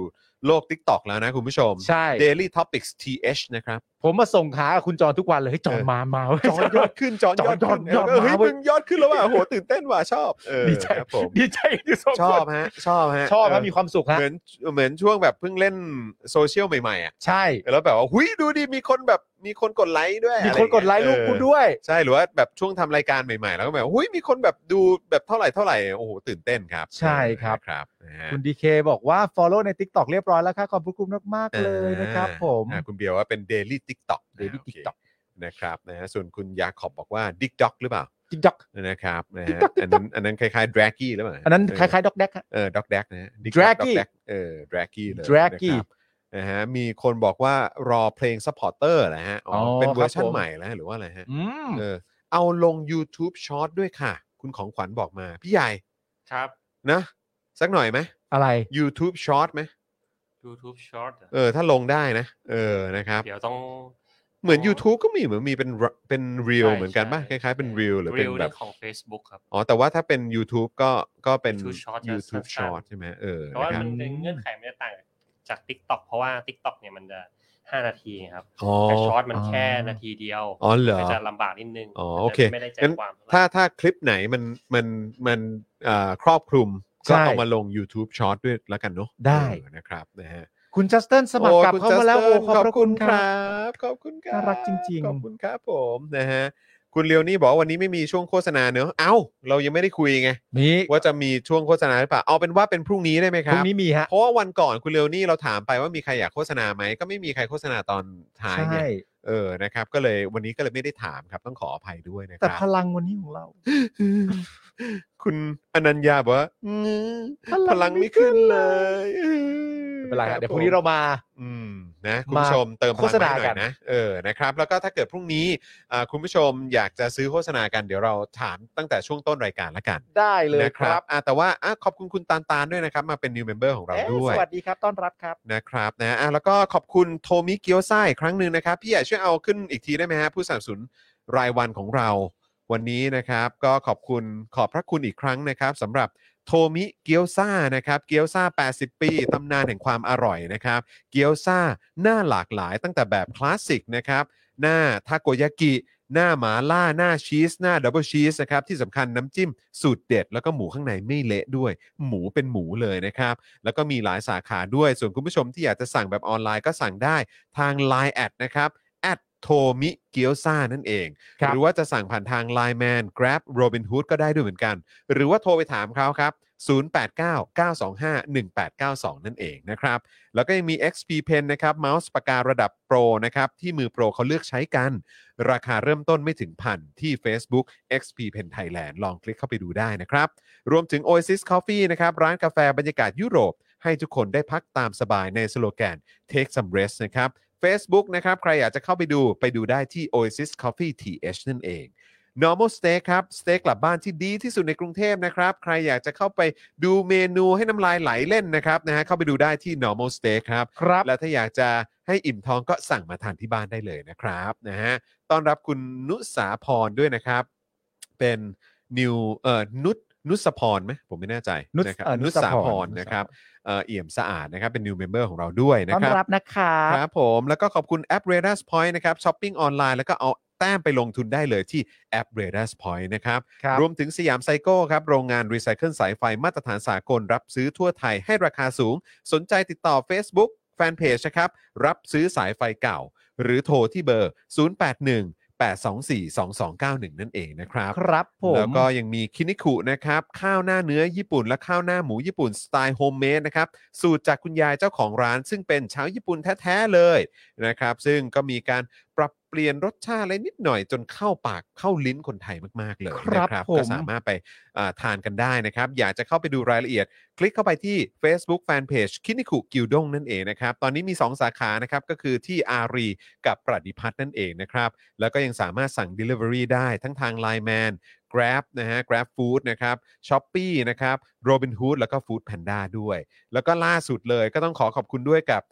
โลก Tik t o อกแล้วนะคุณผู้ชม ใช่ Daily Topics TH นะครับ ผมมาส่งขากับคุณจอนทุกวันเลยเฮ้ยจอน เออ มามาเว้ย จอนยอดขึ้นจอนยอดขึ้น จอนยอด เออเฮ้ย มาเว้ มึ ย งยอดขึ้นแล้วว่ะโหตื่นเต้นว่ะชอบเออ ดีใจ ครับผม ดีใจที่สอง ช ค อบ น ฮะ ชอบฮะ ชอบนะ เ มีความสุขฮะ เหมือนเหมือนช่วงแบบเพิ่งเล่นโซเชียลใหม่ๆอ่ะ ใช่ แล้วแบบว่าหุยดูดิมีคนแบบมีคนกดไลค์ด้วย มี อะร คนกดไลค์ เงี้ยลูก เออ คุณด้วย ใช่หรือว่าแบบช่วงทำรายการใหม่ๆ แล้วก็แบบหุยมีคนแบบดูแบบเท่าไหร่เท่าไหร่โอ้โหตื่นเต้นครับ ใช่ครับ เออนะครับนะฮะ คุณดีเคบอกว่า Follow ใน TikTok เรียบร้อยแล้วค่ะขอบพระคุณมาก ๆ เลยนะครับผม อ่าคุณเบียร์ว่าเป็น Daily TikTok นะ Daily โอเค TikTok นะครับนะฮะส่วนคุณยาขอบบอกว่า Dick Dog หรือเปล่า TikTok นะครับนะฮะ TikTok อันนั้นอันนั้นคล้ายๆ Draggy หรือเปล่า อันนั้น เ คล้ายๆด็อกแดกฮะ เออด็อกแดกนะฮะ Dick Dog Draggy Dog Dag เออดรากี้เลยนะ Draggy ครับนะฮะมีคนบอกว่ารอเพลง s u p p อร์เตอร์นะฮะอ๋ออ อ เป็นเวอร์ชัน ครับผม ใหม่แล้วหรือว่าอะไรฮะ อืม เออเอาลง YouTube Short ด้วยค่ะ คุณของขวัญบอกมา พี่ใหญ่ ครับ นะ สักหน่อยไหม อะไร YouTube Short ไหม YouTube Short อะ เออ ถ้าลงได้นะ เออนะครับ เดี๋ยวต้อง เหมือน YouTube ก็มีเหมือนมีเป็นเป็นเรียล ใช่ เหมือนกันป่ะ ค ใช่ ล้ายๆเป็นเรียลหรือเป็น Reel แบบ ของ Facebook ครับ อ๋อแต่ว่าถ้าเป็น YouTube ก็ก็เป็น YouTube Short จะ YouTube สั้นๆ Short ใช่ไหมเออ เพราะ นะ ว่า ครับ มันเป็นเงื่อนไขมันจะต่างจาก TikTok เพราะว่า TikTok เนี่ยมันจะ 5 นาทีครับ อ๋อ แต่ช็อตมันแค่ อ๋อ นาทีเดียว อ๋อเหรอ มันจะลำบากนิดนึง อ๋อ มันจะ โอเค ไม่ได้ใจ งั้น ความเท่ไหร่ ถ้าถ้าคลิปไหนมันมันมันเอ่อครอบคลุมก็ ใช่ เอามาลง YouTube Short ด้วยแล้วกันเนาะ ได้ เออนะครับนะฮะ คุณจัสเตินสมัครกลับ โอ้ เข้ามาแล้วโอ้ คุณ ขอบ จัสเติ้ลพระคุณครับ บขอบคุณครับ น่ารักจริงๆ ขอบคุณครับผมนะฮะคุณเลียวนี่บอกว่าวันนี้ไม่มีช่วงโฆษณาเนอะเอ้า เรายังไม่ได้คุยไง มี ว่าจะมีช่วงโฆษณาหรือเปล่าเอาเป็นว่าเป็นพรุ่งนี้ได้ไหมค พรุ่ รั ง บ นี้มีฮะ เพราะว่าวันก่อนคุณเลียวนี่เราถามไปว่ามีใครอยากโฆษณาไหมก็ไม่มีใครโฆษณาตอนท้ายไง ใช่ เออนะครับก็เลยวันนี้ก็เลยไม่ได้ถามครับต้องขออภัยด้วยนะค แต่ รับ พลังวันนี้ของเรา คุณอนัญญาบอกว่าอื้อพลังไม่ขึ้นเลยอื้อ ไม่เป็นไร ค ฮะ บ เดี๋ยวพรุ่งนี้เรา ผม มา อืมนะคุณผู้ชมเติมพลัง โฆษณา ให้หน่กัอน ยนะเออนะครับ แล้วก็ถ้าเกิดพรุ่งนี้อ่าคุณผู้ชมอยากจะซื้อโฆษณากันเดี๋ยวเราถามตั้งแต่ช่วงต้นรายการละกัน ได้เลย นะค ค รั รั บบอ่ะแต่ว่าอ่ะขอบคุณคุณตาลตาลด้วยนะครับ มาเป็น new member ของเรา เอ๊ะ ด้วย สวัสดีครับต้อนรับครับ นะครับนะอ่ะแล้วก็ขอบคุณโทมิเกียวไซาอีกครั้งหนึ่งนะครับ พี่ใหญ่ช่วยเอาขึ้นอีกทีได้ไหมฮะ ผู้สนับสนุนรายวันของเราวันนี้นะครับ ก็ขอบคุณขอบพระคุณอีกครั้งนะครับสำหรับโทมิเกียวซานะครับ เกียวซา80 ปีตำนานแห่งความอร่อยนะครับ เกียวซาหน้าหลากหลายตั้งแต่แบบคลาสสิกนะครับ หน้าทาโกยากิ หน้าหมาล่า หน้าชีส หน้าดับเบิลชีสนะครับ ที่สำคัญน้ำจิ้มสูตรเด็ด แล้วก็หมูข้างในไม่เละด้วย หมูเป็นหมูเลยนะครับ แล้วก็มีหลายสาขาด้วย ส่วนคุณผู้ชมที่อยากจะสั่งแบบออนไลน์ก็สั่งได้ทาง Line แอดนะครับแอดโทมิเกียวซานั่นเอง ครัหบรือว่าจะสั่งผ่านทาง Line Man Grab Robinhood ก็ได้ด้วยเหมือนกัน หรือว่าโทรไปถามเขาครับ 0899251892 นั่นเองนะครับ แล้วก็ยังมี XP Pen นะครับเมาส์ปากการะดับโปรนะครับ ที่มือโปรเขาเลือกใช้กัน ราคาเริ่มต้นไม่ถึงพันที่ Facebook XP Pen Thailand ลองคลิกเข้าไปดูได้นะครับ รวมถึง Oasis Coffee นะครับ ร้านกาแฟบรรยากาศยุโรป ให้ทุกคนได้พักตามสบายในสโลแกน Take some rest นะครับ Facebook นะครับ ใครอยากจะเข้าไปดูไปดูได้ที่ Oasis Coffee TH นั่นเอง Normal Steak ครับสเต็กกลับบ้านที่ดีที่สุดในกรุงเทพนะครับ ใครอยากจะเข้าไปดูเมนูให้น้ำลายไหลเล่นนะครับนะฮะเข้าไปดูได้ที่ Normal Steak ครับ ครับ และถ้าอยากจะให้อิ่มท้องก็สั่งมาทานที่บ้านได้เลยนะครับนะฮะ ต้อนรับคุณนุสาพรด้วยนะครับ เป็นนิวเอ่อนุชนุสพรไหมผมไม่แน่ใจ นุช ะครับ เอ่อนุ นุ ส สา พร พรนะครับเอ่อเอี่ยมสะอาดนะครับเป็น new member ของเราด้วยนะ ต้อน ครับ รับนะคะ ครับผมแล้วก็ขอบคุณแอป r a d a r Point นะครับช้อปปิ้งออนไลน์แล้วก็เอาแต้มไปลงทุนได้เลยที่แอป r a d a r Point นะครับ ครับ รวมถึงสยามไซโก้ครับ โรงงานรีไซเคิลสายไฟมาตรฐานสากล รับซื้อทั่วไทยให้ราคาสูง สนใจติดต่อ Facebook แฟนเพจนะครับ รับซื้อสายไฟเก่า หรือโทรที่เบอร์ 081 824 2291 นั่นเองนะครับ ครับผม แล้วก็ยังมีคินิคุนะครับ ข้าวหน้าเนื้อญี่ปุ่น และข้าวหน้าหมูญี่ปุ่น สไตล์โฮมเมดนะครับ สูตรจากคุณยายเจ้าของร้าน ซึ่งเป็นชาวญี่ปุ่นแท้ ๆ เลยนะครับ ซึ่งก็มีการปรับเปลี่ยนรสชาติอะไรนิดหน่อยจนเข้าปากเข้าลิ้นคนไทยมาก ๆ เลย ครับ นะครับ ผม ก็สามารถไปอ่าทานกันได้นะครับ อยากจะเข้าไปดูรายละเอียด คลิกเข้าไปที่ Facebook Fanpage คินิคุกิวด้งนั่นเองนะครับ ตอนนี้มี 2 สาขานะครับ ก็คือที่อารีกับประดิพัฒน์นั่นเองนะครับ แล้วก็ยังสามารถสั่ง Delivery ได้ทั้งทาง Line Man Grab นะฮะ Grab Food นะครับ s h o p e e นะครับ Robinhood แล้วก็ Food Panda ด้วย แล้วก็ล่าสุดเลยก็ต้องขอขอบคุณด้วยกับ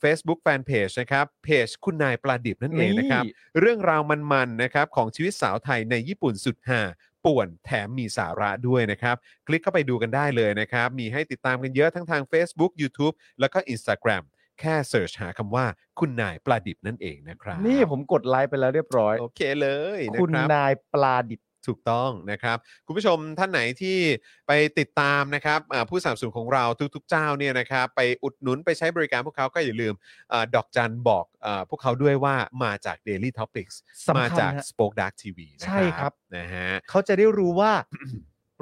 เฟซบุ๊กแฟนเพจนะครับเพจคุณนายปลาดิบนั่นเองนะครับ เรื่องราวมันๆนะครับของชีวิตสาวไทยในญี่ปุ่นสุดฮาป่วนแถมมีสาระด้วยนะครับ คลิกเข้าไปดูกันได้เลยนะครับ มีให้ติดตามกันเยอะทั้งทาง Facebook YouTube แล้วก็ Instagram แค่เสิร์ชหาคำว่า คุณนายปลาดิบนั่นเองนะครับ นี่ผมกดไลค์ไปแล้วเรียบร้อย โอเคเลยนะ คุณ รับ นายปลาดิบ ถูกต้องนะครับ คุณผู้ชมท่านไหนที่ไปติดตามนะครับอ่าผู้สามสูนของเราทุกๆเจ้าเนี่ยนะครับไปอุดหนุนไปใช้บริการพวกเขาก็อย่าลืมอาดอกจันบอกอาพวกเขาด้วยว่ามาจาก Daily Topics สำคัญ มาจาก ฮะ Spoke Dark TV นะ ใช่ ค ครั รับบ นะฮะ เขาจะได้รู้ ว่า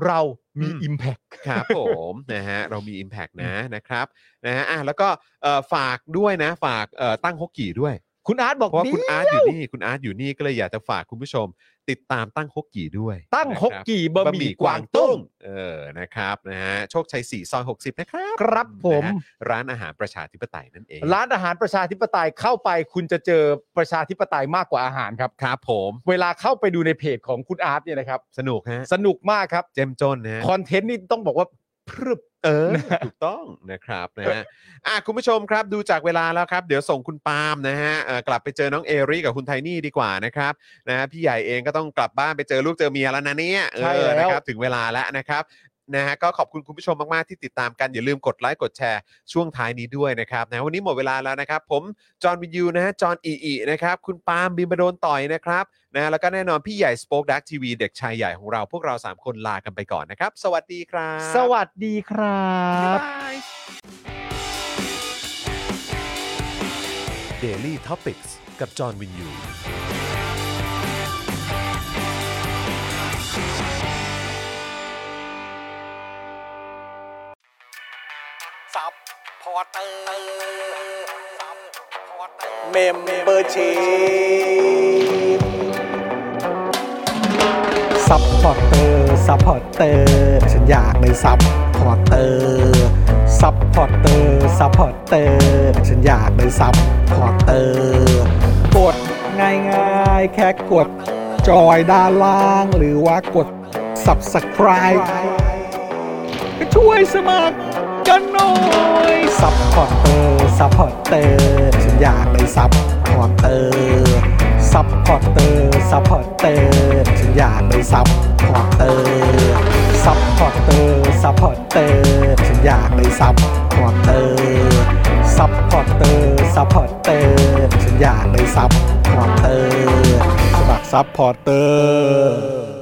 เรามี อืม Impact ครับผม นะฮะเรามี Impact นะนะครับนะฮะอ่ะแล้วก็เอ่อฝากด้วยนะฝากเอ่อตั้งฮกกี่ด้วย คุณอาร์ตบอก เพราะว่า ดี คุณอาร์ตอยู่นี่คุณอาร์ตอยู่นี่ก็เลยอยากจะฝากคุณผู้ชม ติดตามตั้งฮกกี่ด้วย ตั้ง นะ ฮก ครับ กี่บะ บะหหมี่ มี่ กวาวกาง ง ตุ้ ตุ้ ง ง เออ นะครับนะฮะ โชคชัย 4 ซอย 60 นะครับ ครับผม นะฮะร้านอาหารประชาธิปไตยนั่นเอง ร้านอาหารประชาธิปไตยเข้าไปคุณจะเจอประชาธิปไตยมากกว่าอาหารครับ ครับผม เวลาเข้าไปดูในเพจของคุณอาร์ตเนี่ยนะครับ สนุกฮะ สนุกมากครับ เจมจนนะฮะ คอนเทนต์นี่ต้องบอกว่าพรึบ เออ ถูกต้องนะครับนะฮะอ่ะคุณผู้ชมครับดูจากเวลาแล้วครับ เดี๋ยวส่งคุณปาล์มนะฮะเอ่อกลับไปเจอน้องเอริกับคุณไทนี่ดีกว่านะครับนะฮะพี่ใหญ่เองก็ต้องกลับบ้านไปเจอลูกเจอเมียแล้วนะเนี่ยเอ ใช่ อ แล้ว นะครับถึงเวลาแล้วนะครับนะฮะก็ขอบคุณคุณผู้ชมมาก ๆ ที่ติดตามกัน อย่าลืมกดไลค์กดแชร์ช่วงท้ายนี้ด้วยนะครับนะวันนี้หมดเวลาแล้วนะครับ ผมจอห์นวินยูนะฮะจอห์นอีอีนะครับคุณปาล์มบิมบโดนต่อยนะครับนะฮะแล้วก็แน่นอนพี่ใหญ่สป็อคดักทีวีเด็กชายใหญ่ของเราพวกเราสามคนลากันไปก่อนนะครับสวัสดีครับ สวัสดีครับ Daily Topics กับจอห์นวินยู ซับพอร์เตอร์ซับพอร์เตอร์ เมมเบอร์ชีซัพพอร์เตอร์ซัพพอร์เตอร์ฉันอยากเป็นซัพพอร์เตอร์ซัพพอร์เตอร์ซัพพอร์เตอร์ฉันอยากเป็นซัพพอร์เตอร์กดง่ายๆ แค่กด จอยด้านล่าง หรือว่ากด subscribe ก็ช่วยสมัคร กันหน่อยซัพพอร์เตอร์ซัพพอร์เตอร์ฉันอยากเป็นซัพพอร์เตอร์ซัพพอร์เตอร์ซัพพอร์เตอร์ฉันอยากเป็นซัพพอร์เตอร์ซัพพอร์เตอร์ซัพพอร์เตอร์ฉันอยากเป็นซัพพอร์เตอร์ซัพพอร์เตอร์ซัพพอร์เตอร์ฉันอยากเป็นซัพพอร์เตอร์สมัครซัพพอร์เตอร์